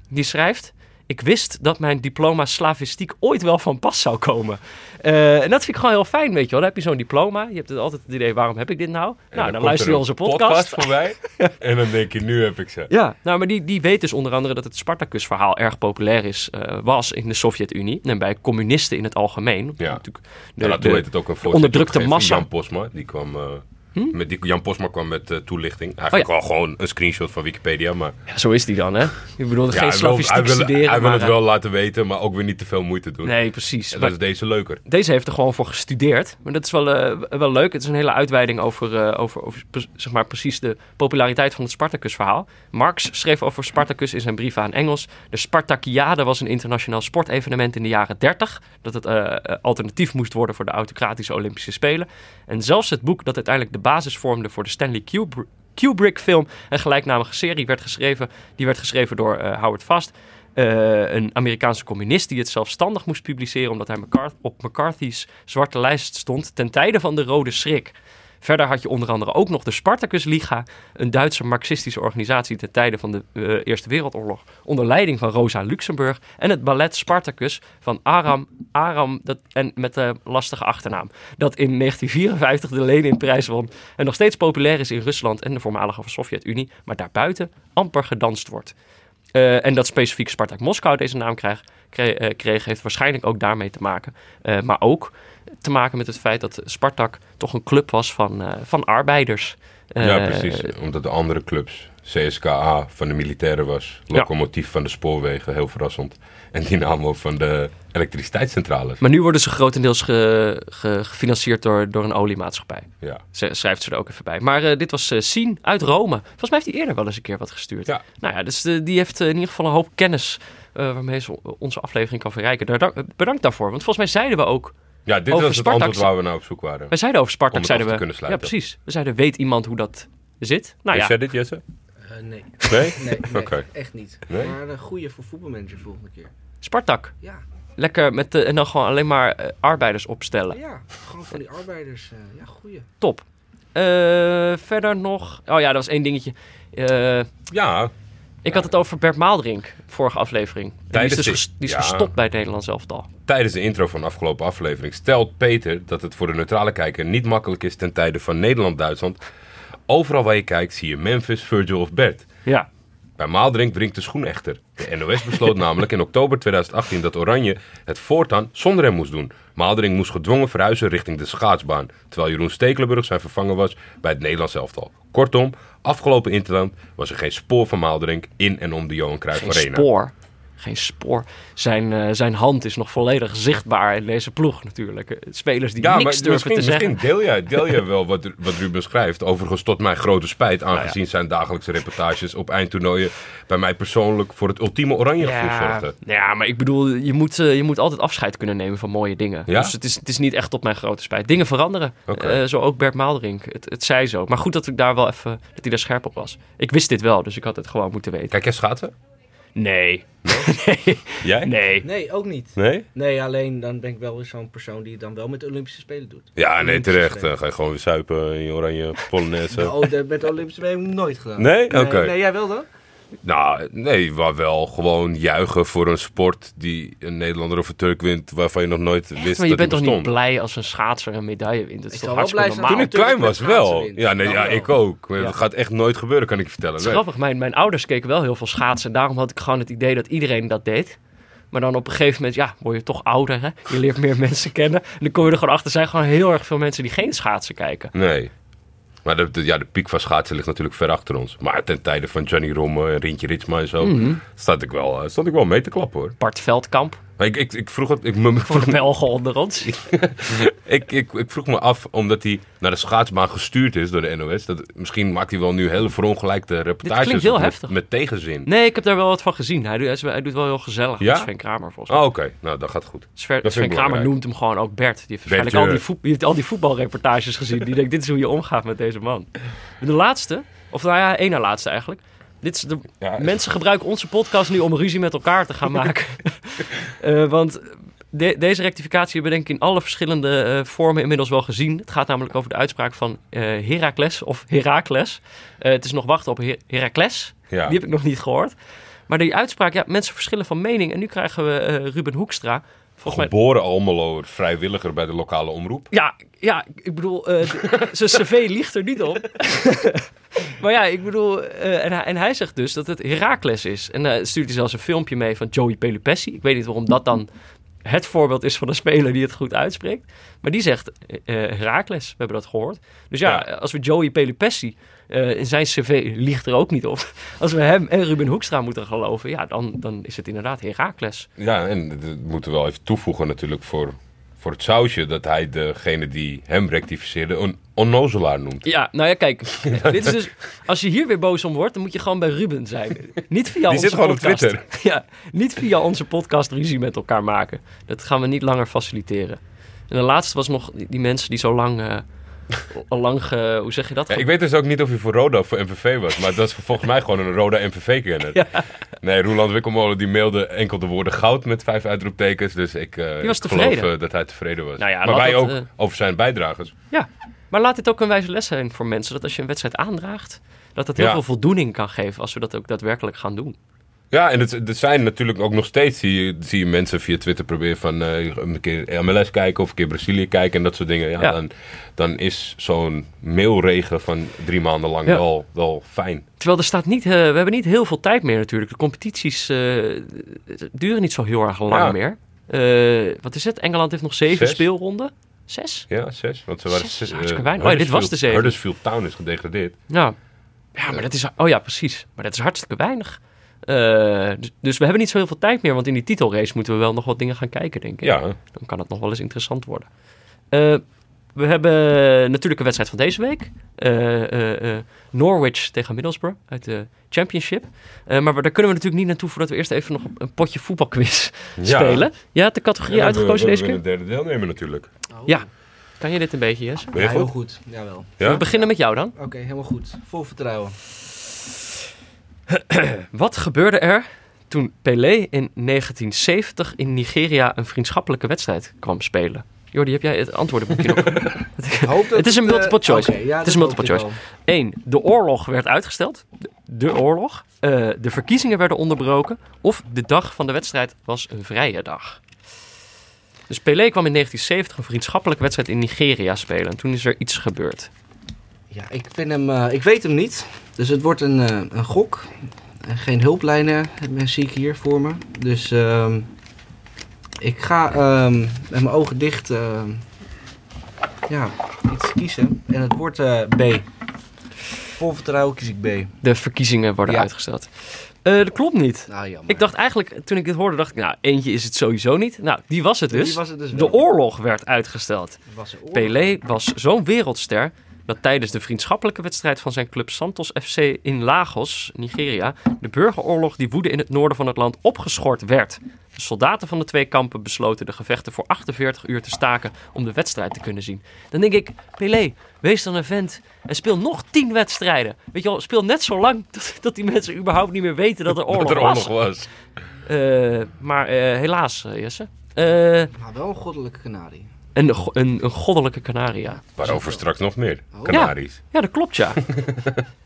Speaker 1: die schrijft... Ik wist dat mijn diploma slavistiek ooit wel van pas zou komen. Eh, en dat vind ik gewoon heel fijn, weet je wel. Dan heb je zo'n diploma. Je hebt het altijd het idee, waarom heb ik dit nou?
Speaker 3: En
Speaker 1: nou,
Speaker 3: dan
Speaker 1: dan
Speaker 3: komt
Speaker 1: luister
Speaker 3: er
Speaker 1: je
Speaker 3: een
Speaker 1: onze podcast. <laughs>
Speaker 3: voorbij en dan denk je, nu heb ik ze.
Speaker 1: Ja, nou, maar die, die weet dus onder andere dat het Spartacus-verhaal erg populair is, eh, was in de Sovjet-Unie. En bij communisten in het algemeen.
Speaker 3: Ja.
Speaker 1: Natuurlijk
Speaker 3: Ja, nou,
Speaker 1: de-
Speaker 3: toen
Speaker 1: de-
Speaker 3: heet het ook een voorzitter
Speaker 1: onderdrukte
Speaker 3: gegeven,
Speaker 1: massa. Hm?
Speaker 3: Jan Posma, die kwam... eh, Met die, Jan Posma kwam met eh, toelichting.
Speaker 1: Oh
Speaker 3: Eigenlijk wel gewoon een screenshot van Wikipedia, maar...
Speaker 1: Ja, zo is die dan, hè? Ik bedoel,
Speaker 3: Ja,
Speaker 1: geen
Speaker 3: hij wil, hij
Speaker 1: slavistiek
Speaker 3: wil,
Speaker 1: studeren.
Speaker 3: hij wil
Speaker 1: maar,
Speaker 3: het
Speaker 1: eh,
Speaker 3: wel laten weten, maar ook weer niet te veel moeite doen.
Speaker 1: Nee, precies.
Speaker 3: En
Speaker 1: Maar-
Speaker 3: dat is deze leuker.
Speaker 1: Deze heeft er gewoon voor gestudeerd. Maar dat is wel, eh, wel leuk. Het is een hele uitweiding over, eh, over, over pre- zeg maar precies de populariteit van het Spartacus-verhaal. Marx schreef over Spartacus in zijn brieven aan Engels. De Spartakiade was een internationaal sportevenement in de jaren 30. Dat het eh, eh, alternatief moest worden voor de autocratische Olympische Spelen. En zelfs het boek dat uiteindelijk de basis vormde voor de Stanley Kubrick. Kubrick-film, een gelijknamige serie, werd geschreven. Die werd geschreven door eh, Howard Fast. Eh, een Amerikaanse communist die het zelfstandig moest publiceren omdat hij McCar- op McCarthy's zwarte lijst stond ten tijde van de Rode Schrik. Verder had je onder andere ook nog de Spartacus Liga, een Duitse marxistische organisatie ten tijde van de eh, Eerste Wereldoorlog, onder leiding van Rosa Luxemburg en het ballet Spartacus van Aram, Aram dat, en met de lastige achternaam, dat in 1954 de Leninprijs won en nog steeds populair is in Rusland en de voormalige Sovjet-Unie, maar daarbuiten amper gedanst wordt. Eh, en dat specifiek Spartak Moskou deze naam kreeg, kreeg, eh, kreeg heeft waarschijnlijk ook daarmee te maken. Eh, maar ook te maken met het feit dat Spartak toch een club was van, eh, van arbeiders. Eh,
Speaker 3: ja, precies. Omdat de andere clubs, CSKA van de militairen was,
Speaker 1: Ja.
Speaker 3: locomotief van de spoorwegen, heel verrassend. En Dynamo van de elektriciteitscentrales.
Speaker 1: Maar nu worden ze grotendeels ge- ge- gefinancierd door, door een oliemaatschappij.
Speaker 3: Ja.
Speaker 1: Ze- Schrijft ze er ook even bij. Maar eh, dit was eh Sien uit Rome. Volgens mij heeft hij eerder wel eens een keer wat gestuurd.
Speaker 3: Ja.
Speaker 1: Nou ja, dus eh, die heeft eh, in ieder geval een hoop kennis eh, waarmee ze o- onze aflevering kan verrijken. Daar dank- bedankt daarvoor. Want volgens mij zeiden we ook
Speaker 3: Ja,
Speaker 1: Over
Speaker 3: dit
Speaker 1: Nou
Speaker 3: was het
Speaker 1: Spartak-
Speaker 3: antwoord waar we naar op zoek waren.
Speaker 1: We zeiden over
Speaker 3: Om
Speaker 1: Spartak,
Speaker 3: het
Speaker 1: zeiden
Speaker 3: af te
Speaker 1: we.
Speaker 3: kunnen
Speaker 1: Ja,
Speaker 3: sluiten.
Speaker 1: precies. We zeiden, weet iemand hoe dat zit? Nou
Speaker 3: Is
Speaker 1: ja,
Speaker 3: jij dit, Jesse?
Speaker 4: Eh, nee, <laughs>
Speaker 3: Nee?
Speaker 4: nee,
Speaker 1: <laughs>
Speaker 3: <laughs>
Speaker 4: nee
Speaker 3: Oké.
Speaker 4: echt niet.
Speaker 3: Nee?
Speaker 4: Maar een goede voor voetbalmanager volgende keer.
Speaker 1: Spartak.
Speaker 4: Ja,
Speaker 1: Lekker met de, en dan gewoon alleen maar eh, arbeiders opstellen.
Speaker 4: ja gewoon van die arbeiders. eh, ja, goeie.
Speaker 1: Top. Eh, verder nog. Oh ja, dat was één dingetje. Eh,
Speaker 3: Ja,
Speaker 1: ik had het over Bert Maaldrink, vorige aflevering. En Die is
Speaker 3: Tijdens
Speaker 1: dus
Speaker 3: de-
Speaker 1: ges- die is
Speaker 3: ja.
Speaker 1: gestopt bij het Nederlands elftal.
Speaker 3: tijdens de intro van de afgelopen aflevering stelt Peter dat het voor de neutrale kijker niet makkelijk is ten tijde van Nederland-Duitsland. Overal waar je kijkt zie je Memphis, Virgil of Bert.
Speaker 1: Ja.
Speaker 3: Bij Maaldrink drinkt de schoen echter. De NOS
Speaker 4: <laughs>
Speaker 3: besloot namelijk in oktober 2018 dat Oranje het voortaan zonder hem moest doen. Maaldrink moest gedwongen verhuizen richting de schaatsbaan, terwijl Jeroen Stekelenburg zijn vervanger was bij het Nederlands elftal. Kortom, afgelopen interland was er geen spoor van Maaldrink in en om de Johan Cruijff
Speaker 1: Geen
Speaker 3: Arena.
Speaker 1: spoor. Geen spoor. Zijn, eh, zijn hand is nog volledig zichtbaar in deze ploeg natuurlijk. Eh, Spelers die
Speaker 3: Ja, maar
Speaker 1: niks durven
Speaker 3: misschien,
Speaker 1: te zeggen.
Speaker 3: misschien deel jij, deel jij wel wat, wat Ruben schrijft. Overigens tot mijn grote spijt,
Speaker 1: Nou
Speaker 3: aangezien zijn dagelijkse reportages op eindtoernooien bij mij persoonlijk voor het ultieme oranje gevoel
Speaker 1: Ja,
Speaker 3: zorgden.
Speaker 1: Nou ja, maar ik bedoel, je moet, eh, je moet altijd afscheid kunnen nemen van mooie dingen.
Speaker 3: Ja?
Speaker 1: Dus het is, het is niet echt tot mijn grote spijt. Dingen veranderen.
Speaker 3: Oké.
Speaker 1: Eh, zo ook Bert Maalderink. Het, het zei zo. Maar goed dat ik daar wel even, dat hij daar scherp op was. Ik wist dit wel, dus ik had het gewoon moeten weten.
Speaker 3: Kijk jij schaatsen?
Speaker 1: Nee. Nee.
Speaker 3: Jij?
Speaker 1: <laughs> nee.
Speaker 4: Nee, ook niet.
Speaker 3: Nee?
Speaker 4: Nee, alleen dan ben ik wel weer zo'n persoon die het dan wel met de Olympische Spelen doet.
Speaker 3: Ja, nee,
Speaker 4: Olympische
Speaker 3: terecht.
Speaker 4: Spelen.
Speaker 3: Eh, ga je gewoon weer suipen in je oranje <laughs> polonaise.
Speaker 4: Nou, oh, dat- met de Olympische Spelen heb ik nooit gedaan.
Speaker 3: Nee? Oké.
Speaker 4: Nee, jij wel dan?
Speaker 3: Nou, nee, maar wel gewoon juichen voor een sport die een Nederlander of een Turk wint, waarvan je nog nooit wist
Speaker 1: Maar
Speaker 3: dat
Speaker 1: je
Speaker 3: die
Speaker 1: bent toch niet
Speaker 3: bestond.
Speaker 1: blij als een schaatser een medaille wint? Dat is
Speaker 4: Ik
Speaker 1: toch
Speaker 4: zou wel blij
Speaker 1: hartstikke
Speaker 4: zijn
Speaker 1: normaal?
Speaker 3: Toen ik
Speaker 4: Turk
Speaker 3: klein
Speaker 4: met
Speaker 3: was, wel.
Speaker 4: schaatsen wint.
Speaker 3: Ja, nee,
Speaker 4: Dan
Speaker 3: ja,
Speaker 4: wel.
Speaker 3: ik ook. Het
Speaker 1: Nou, Ja.
Speaker 3: gaat echt nooit gebeuren, kan ik je vertellen.
Speaker 1: Het is grappig, mijn, mijn ouders keken wel heel veel schaatsen. Daarom had ik gewoon het idee dat iedereen dat deed. Maar dan op een gegeven moment, ja, word je toch ouder, hè? Je leert meer <laughs> mensen kennen. En dan kom je er gewoon achter, er zijn gewoon heel erg veel mensen die geen schaatsen kijken.
Speaker 3: Nee. Maar de, de- ja, de piek van schaatsen ligt natuurlijk ver achter ons. Maar ten tijde van Johnny Romme en Rintje Ritsma en zo...
Speaker 1: Mhm.
Speaker 3: Stond, ik wel, eh, stond ik wel mee te klappen, hoor.
Speaker 1: Bart Veldkamp,
Speaker 3: Maar ik, ik, ik, vroeg het, ik, me- me-
Speaker 1: voor <laughs>
Speaker 3: vroeg, <laughs>
Speaker 1: de Belgen onder ons.
Speaker 3: ik, ik, ik vroeg me af, omdat hij naar de schaatsbaan gestuurd is door de NOS... Dat, misschien maakt hij wel nu hele verongelijkte reportages
Speaker 1: klinkt heel
Speaker 3: met,
Speaker 1: heftig.
Speaker 3: met tegenzin.
Speaker 1: Nee, ik heb daar wel wat van gezien. Hij doet, hij is- hij doet wel heel gezellig
Speaker 3: Ja?
Speaker 1: met Sven Kramer, volgens mij.
Speaker 3: Oh, oké. Nou, dat gaat goed.
Speaker 1: Sven,
Speaker 3: Dat vind
Speaker 1: Sven
Speaker 3: ik
Speaker 1: Kramer
Speaker 3: belangrijk.
Speaker 1: noemt hem gewoon ook Bert. Die heeft waarschijnlijk
Speaker 3: Bertje.
Speaker 1: al die, voet- die heeft al die voetbalreportages gezien. Die denkt, dit is hoe je omgaat met deze man. De laatste, of nou ja, één na laatste eigenlijk. Dit is de,
Speaker 3: Ja, is-
Speaker 1: mensen gebruiken onze podcast nu om ruzie met elkaar te gaan maken. Eh, want de- deze rectificatie hebben we denk ik in alle verschillende eh, vormen inmiddels wel gezien. Het gaat namelijk over de uitspraak van eh Herakles of Herakles. Eh, het is nog wachten op Her- Herakles.
Speaker 3: Ja.
Speaker 1: Die heb ik nog niet gehoord. Maar die uitspraak, ja, mensen verschillen van mening. En nu krijgen we eh, Ruben Hoekstra. Volgens mij
Speaker 3: Geboren Almelo, vrijwilliger bij de lokale omroep.
Speaker 1: ja, ja, ik bedoel, eh, d- zijn cv ligt er niet op. <laughs> maar ja, ik bedoel, eh, en, hij, en hij zegt dus dat het Herakles is. En eh stuurt hij zelfs een filmpje mee van Joey Pelupessi. Ik weet niet waarom dat dan het voorbeeld is van een speler die het goed uitspreekt. Maar die zegt eh, eh, Herakles, we hebben dat gehoord. Dus ja,
Speaker 3: Ja.
Speaker 1: als we Joey Pelupessi, eh, in zijn cv ligt er ook niet op. Als we hem en Ruben Hoekstra moeten geloven, ja, dan, dan is het inderdaad Herakles.
Speaker 3: Ja, en dat moeten we wel even toevoegen natuurlijk voor, voor het sausje... dat hij degene die hem rectificeerde een onnozelaar noemt.
Speaker 1: Ja, nou ja, kijk.
Speaker 3: <laughs>
Speaker 1: dit is dus, als je hier weer boos om wordt, dan moet je gewoon bij Ruben zijn. Niet via
Speaker 3: Die
Speaker 1: onze
Speaker 3: zit gewoon op
Speaker 1: podcast. <laughs> Ja, niet via onze podcast ruzie met elkaar maken. Dat gaan we niet langer faciliteren. En de laatste was nog die, die mensen die zo lang... eh, al lang ge- hoe zeg je dat?
Speaker 3: Ja, ik weet dus ook niet of hij voor Roda of voor MVV was, maar dat is volgens mij gewoon een Roda MVV-kenner. Nee, Roeland Wikkelmolen die mailde enkel de woorden goud met vijf uitroeptekens, dus ik, eh,
Speaker 1: was
Speaker 3: ik geloof
Speaker 1: tevreden.
Speaker 3: eh, dat hij tevreden was.
Speaker 1: Nou ja,
Speaker 3: maar
Speaker 1: laat
Speaker 3: wij
Speaker 1: dat,
Speaker 3: ook
Speaker 1: eh,
Speaker 3: over zijn bijdragers.
Speaker 1: Ja, maar laat dit ook een wijze les zijn voor mensen. Dat als je een wedstrijd aandraagt, dat dat heel
Speaker 3: Ja.
Speaker 1: veel voldoening kan geven als we dat ook daadwerkelijk gaan doen.
Speaker 3: Ja, en het, er zijn natuurlijk ook nog steeds, zie je, zie je mensen via Twitter proberen van eh, een keer MLS kijken of een keer Brazilië kijken en dat soort dingen. Ja,
Speaker 1: Ja.
Speaker 3: Dan, dan is zo'n mailregen van drie maanden lang
Speaker 1: Ja.
Speaker 3: wel, wel fijn.
Speaker 1: Terwijl er staat niet, eh, we hebben niet heel veel tijd meer natuurlijk. De competities eh, duren niet zo heel erg lang
Speaker 3: Ja.
Speaker 1: meer. Eh, wat is het? Engeland heeft nog zeven
Speaker 3: Zes.
Speaker 1: speelronden. Zes?
Speaker 3: Ja, zes. Want ze waren
Speaker 1: Zes,
Speaker 3: zes, eh,
Speaker 1: hartstikke weinig. Oh ja, dit was de zeven.
Speaker 3: Huddersfield Town is gedegradeerd.
Speaker 1: Ja. Ja, maar dat is... Oh ja, precies. Maar dat is hartstikke weinig. Eh, dus, dus we hebben niet zo heel veel tijd meer. Want in die titelrace moeten we wel nog wat dingen gaan kijken, denk ik.
Speaker 3: Ja,
Speaker 1: Dan kan het nog wel eens interessant worden. Eh, We hebben natuurlijk een wedstrijd van deze week. Eh, eh, eh, Norwich tegen Middlesbrough uit de Championship. Eh, maar we- daar kunnen we natuurlijk niet naartoe voordat we eerst even nog een potje voetbalquiz spelen. Jij hebt de categorie
Speaker 3: Ja,
Speaker 1: uitgekozen deze keer?
Speaker 3: We willen de derde deelnemen natuurlijk.
Speaker 4: Oh.
Speaker 1: Ja. Kan je dit een beetje, Jesse?
Speaker 3: Ben je
Speaker 4: Ja, heel
Speaker 3: goed?
Speaker 4: goed. Jawel.
Speaker 1: We
Speaker 3: Ja?
Speaker 1: beginnen met jou dan.
Speaker 4: Oké, helemaal goed. Vol vertrouwen.
Speaker 1: Wat gebeurde er toen Pelé in 1970 in Nigeria een vriendschappelijke wedstrijd kwam spelen? Jordi, heb jij het antwoordenboekje nog?
Speaker 4: Hoop
Speaker 1: <laughs>
Speaker 4: dat
Speaker 1: Het is een
Speaker 4: eh,
Speaker 1: multiple choice.
Speaker 4: oké, ja,
Speaker 1: Het is
Speaker 4: dat
Speaker 1: multiple
Speaker 4: hoop ik
Speaker 1: choice. 1. De oorlog werd uitgesteld. De, de oorlog. Eh, de verkiezingen werden onderbroken. Of de dag van de wedstrijd was een vrije dag. Dus Pelé kwam in 1970 een vriendschappelijke wedstrijd in Nigeria spelen. En toen is er iets gebeurd.
Speaker 4: wel. Ja, ik, vind hem, eh, ik weet hem niet. Dus het wordt een, eh, een gok. En geen hulplijnen eh, zie ik hier voor me. Dus ehm, ik ga ehm, met mijn ogen dicht ehm, ja, iets kiezen. En het wordt eh, B. Vol vertrouwen kies ik B.
Speaker 1: De verkiezingen worden
Speaker 4: Ja.
Speaker 1: uitgesteld. Eh, dat klopt niet.
Speaker 4: Nou, jammer.
Speaker 1: Ik dacht eigenlijk, toen ik dit hoorde, dacht ik, nou, eentje is het sowieso niet. Nou, die was het dus.
Speaker 4: Die was het dus
Speaker 1: De oorlog werd uitgesteld.
Speaker 4: oorlog.
Speaker 1: Pelé was zo'n wereldster dat tijdens de vriendschappelijke wedstrijd van zijn club Santos FC in Lagos, Nigeria, de burgeroorlog die woedde in het noorden van het land opgeschort werd. De soldaten van de twee kampen besloten de gevechten voor 48 uur te staken om de wedstrijd te kunnen zien. Dan denk ik, Pelé, wees dan een vent en speel nog 10 wedstrijden. Weet je wel, speel net zo lang dat, dat die mensen überhaupt niet meer weten dat er oorlog
Speaker 3: Dat er
Speaker 1: was.
Speaker 3: oorlog was.
Speaker 1: Eh, maar eh, helaas, eh, Jesse. Eh,
Speaker 4: Maar Nou, wel een goddelijke kanarie.
Speaker 1: een, go- een, een goddelijke kanaria.
Speaker 3: Waarover straks nog meer.
Speaker 4: Oh.
Speaker 3: Canaries.
Speaker 1: Ja, dat klopt, ja.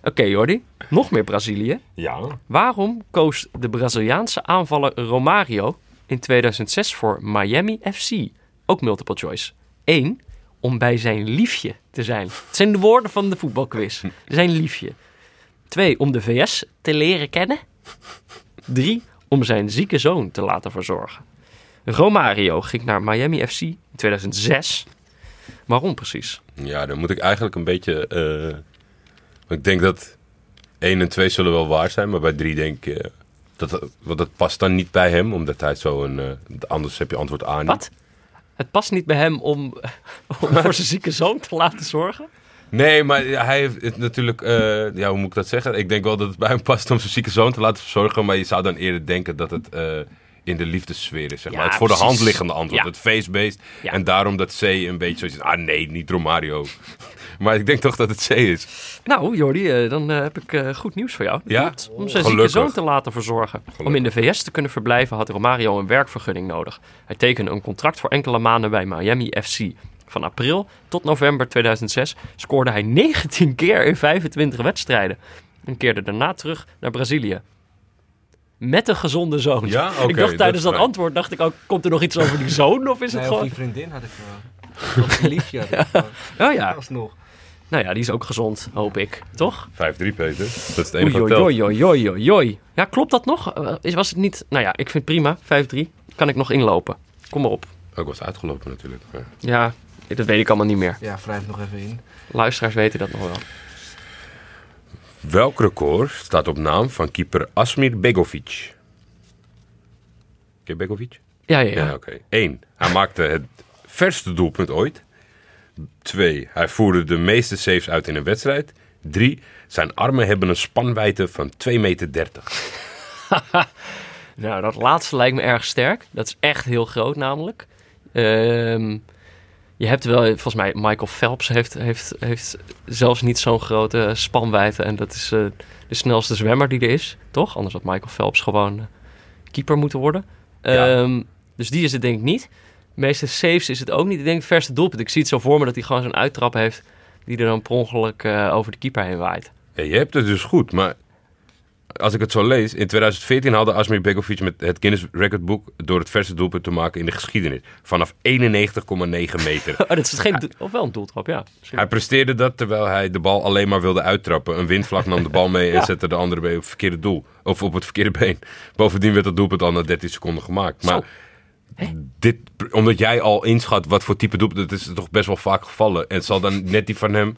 Speaker 1: Oké, Jordi. Nog meer Brazilië.
Speaker 3: Ja.
Speaker 1: Waarom koos de Braziliaanse aanvaller Romario in 2006 voor Miami FC? Ook multiple choice. 1. Om bij zijn liefje te zijn. Het zijn de woorden van de voetbalquiz. Zijn liefje. 2. Om de VS te leren kennen. 3. Om zijn zieke zoon te laten verzorgen. Romario ging naar Miami FC in 2006. Waarom precies?
Speaker 3: Ja, dan moet ik eigenlijk een beetje. eh, want ik denk dat 1 en 2 zullen wel waar zijn, maar bij 3 denk ik. eh, dat, want dat past dan niet bij hem, omdat hij zo'n. eh, anders heb je antwoord A. niet.
Speaker 1: Wat? Het past niet bij hem om, <laughs> om voor zijn zieke zoon te laten zorgen.
Speaker 3: Nee, maar hij heeft het natuurlijk. eh, ja, hoe moet ik dat zeggen? Ik denk wel dat het bij hem past om zijn zieke zoon te laten verzorgen, maar je zou dan eerder denken dat het. eh, in de liefdessfeer is, zeg
Speaker 1: Ja,
Speaker 3: maar. Het voor de
Speaker 1: precies.
Speaker 3: hand liggende antwoord.
Speaker 1: Ja.
Speaker 3: Het feestbeest.
Speaker 1: Ja.
Speaker 3: En daarom dat C een beetje zo is. Ah nee, niet Romario. <laughs> maar ik denk toch dat het C is.
Speaker 1: Nou, Jordi, eh, dan eh, heb ik eh, goed nieuws voor jou. Dat
Speaker 3: Ja?
Speaker 1: klopt. Om zijn
Speaker 3: Gelukkig.
Speaker 1: zieke zoon te laten verzorgen. Om in de VS te kunnen verblijven had Romario een werkvergunning nodig. Hij tekende een contract voor enkele maanden bij Miami FC. Van april tot november 2006 scoorde hij 19 keer in 25 wedstrijden. En keerde daarna terug naar Brazilië. Met een gezonde zoon.
Speaker 3: Ja?
Speaker 1: ik
Speaker 3: Oké,
Speaker 1: dacht tijdens
Speaker 3: dat
Speaker 1: dat,
Speaker 3: is fijn.
Speaker 1: antwoord, dacht ik ook, komt er nog iets over die zoon? Of is het
Speaker 4: Nee, of
Speaker 1: gewoon...
Speaker 4: die vriendin had ik wel. Of die liefje had ik wel.
Speaker 1: Oh <laughs> ja,
Speaker 4: Alsnog.
Speaker 1: nou ja, die is ook gezond, hoop ik. Toch?
Speaker 3: 5-3, Peter. Dat is het enige
Speaker 1: Oei,
Speaker 3: wat
Speaker 1: oei,
Speaker 3: telt.
Speaker 1: oei, oei, oei, oei, oei. Ja, klopt dat nog? Eh, Is, was het niet... Nou ja, ik vind prima. 5-3. Kan ik nog inlopen. Kom maar op.
Speaker 3: Ook was uitgelopen natuurlijk. Ja.
Speaker 1: Ja, dat weet ik allemaal niet meer.
Speaker 4: Ja, wrijf nog even in.
Speaker 1: Luisteraars weten dat nog wel.
Speaker 3: Welk record staat op naam van keeper Asmir Begovic? Ken je Begovic?
Speaker 1: Ja, ja, ja.
Speaker 3: Ja, oké. 1. Hij maakte het verste doelpunt ooit. 2. Hij voerde de meeste saves uit in een wedstrijd. 3. Zijn armen hebben een spanwijdte van 2,30 meter.
Speaker 1: Nou, dat laatste lijkt me erg sterk. Dat is echt heel groot namelijk. Ehm, je hebt wel... Volgens mij, Michael Phelps heeft, heeft, heeft zelfs niet zo'n grote spanwijdte. En dat is eh, de snelste zwemmer die er is, toch? Anders had Michael Phelps gewoon eh, keeper moeten worden.
Speaker 3: Ja.
Speaker 1: Ehm, dus die is het denk ik niet. De meeste saves is het ook niet. Ik denk het verste doelpunt. Ik zie het zo voor me dat hij gewoon zo'n uittrap heeft... die er dan per ongeluk eh, over de keeper heen waait.
Speaker 3: Ja, je hebt het dus goed, maar als ik het zo lees... In 2014 haalde Asmir Begovic met het Guinness Recordboek... door het verste doelpunt te maken in de geschiedenis. Vanaf 91,9 meter.
Speaker 1: Oh, dat is geen... doel- Of wel een doeltrap, ja.
Speaker 3: Hij presteerde dat terwijl hij de bal alleen maar wilde uittrappen. Een windvlag nam de bal mee en zette de andere been op het verkeerde doel. Of op het verkeerde been. Bovendien werd dat doelpunt al na 13 seconden gemaakt. Maar
Speaker 1: Zo.
Speaker 3: dit, omdat jij al inschat wat voor type doelpunt, dat is toch best wel vaak gevallen. En zal dan net die van hem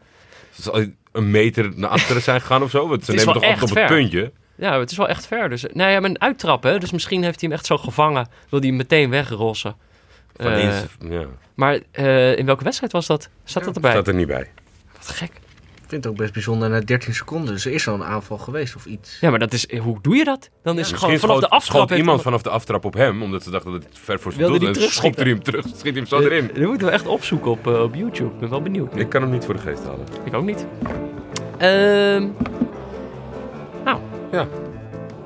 Speaker 3: zal een meter naar achteren zijn gegaan of zo? Want ze
Speaker 1: Het is
Speaker 3: nemen toch
Speaker 1: wel
Speaker 3: altijd op
Speaker 1: echt
Speaker 3: het
Speaker 1: ver.
Speaker 3: puntje.
Speaker 1: Ja, het is wel echt ver. Dus, nou ja, maar een uittrap, hè. Dus misschien heeft hij hem echt zo gevangen. Wil hij hem meteen wegrossen.
Speaker 3: Van
Speaker 1: Eh,
Speaker 3: eens- ja,
Speaker 1: maar eh, in welke wedstrijd was dat? Staat dat erbij?
Speaker 3: staat er niet bij.
Speaker 1: Wat gek.
Speaker 4: Ik vind het ook best bijzonder na 13 seconden. Dus er is al een aanval geweest of iets.
Speaker 1: Ja, maar dat is, eh, hoe doe je dat? Dan is het gewoon
Speaker 3: Misschien
Speaker 1: vanaf de
Speaker 3: schoot-
Speaker 1: aftrap...
Speaker 3: schoot
Speaker 1: heeft
Speaker 3: iemand vanaf de aftrap op hem, omdat ze dachten dat het ver voor zijn
Speaker 1: Wilde
Speaker 3: doel
Speaker 1: die
Speaker 3: was. Schopt
Speaker 1: terugschieten?
Speaker 3: hij hem terug, schiet hij hem zo
Speaker 1: iemand-
Speaker 3: erin.
Speaker 1: Eh, Dat moeten we echt opzoeken op, eh, op YouTube. Ik ben wel benieuwd.
Speaker 3: Ik kan hem niet voor de geest halen.
Speaker 1: Ik ook niet. Ehm nou.
Speaker 3: Ja.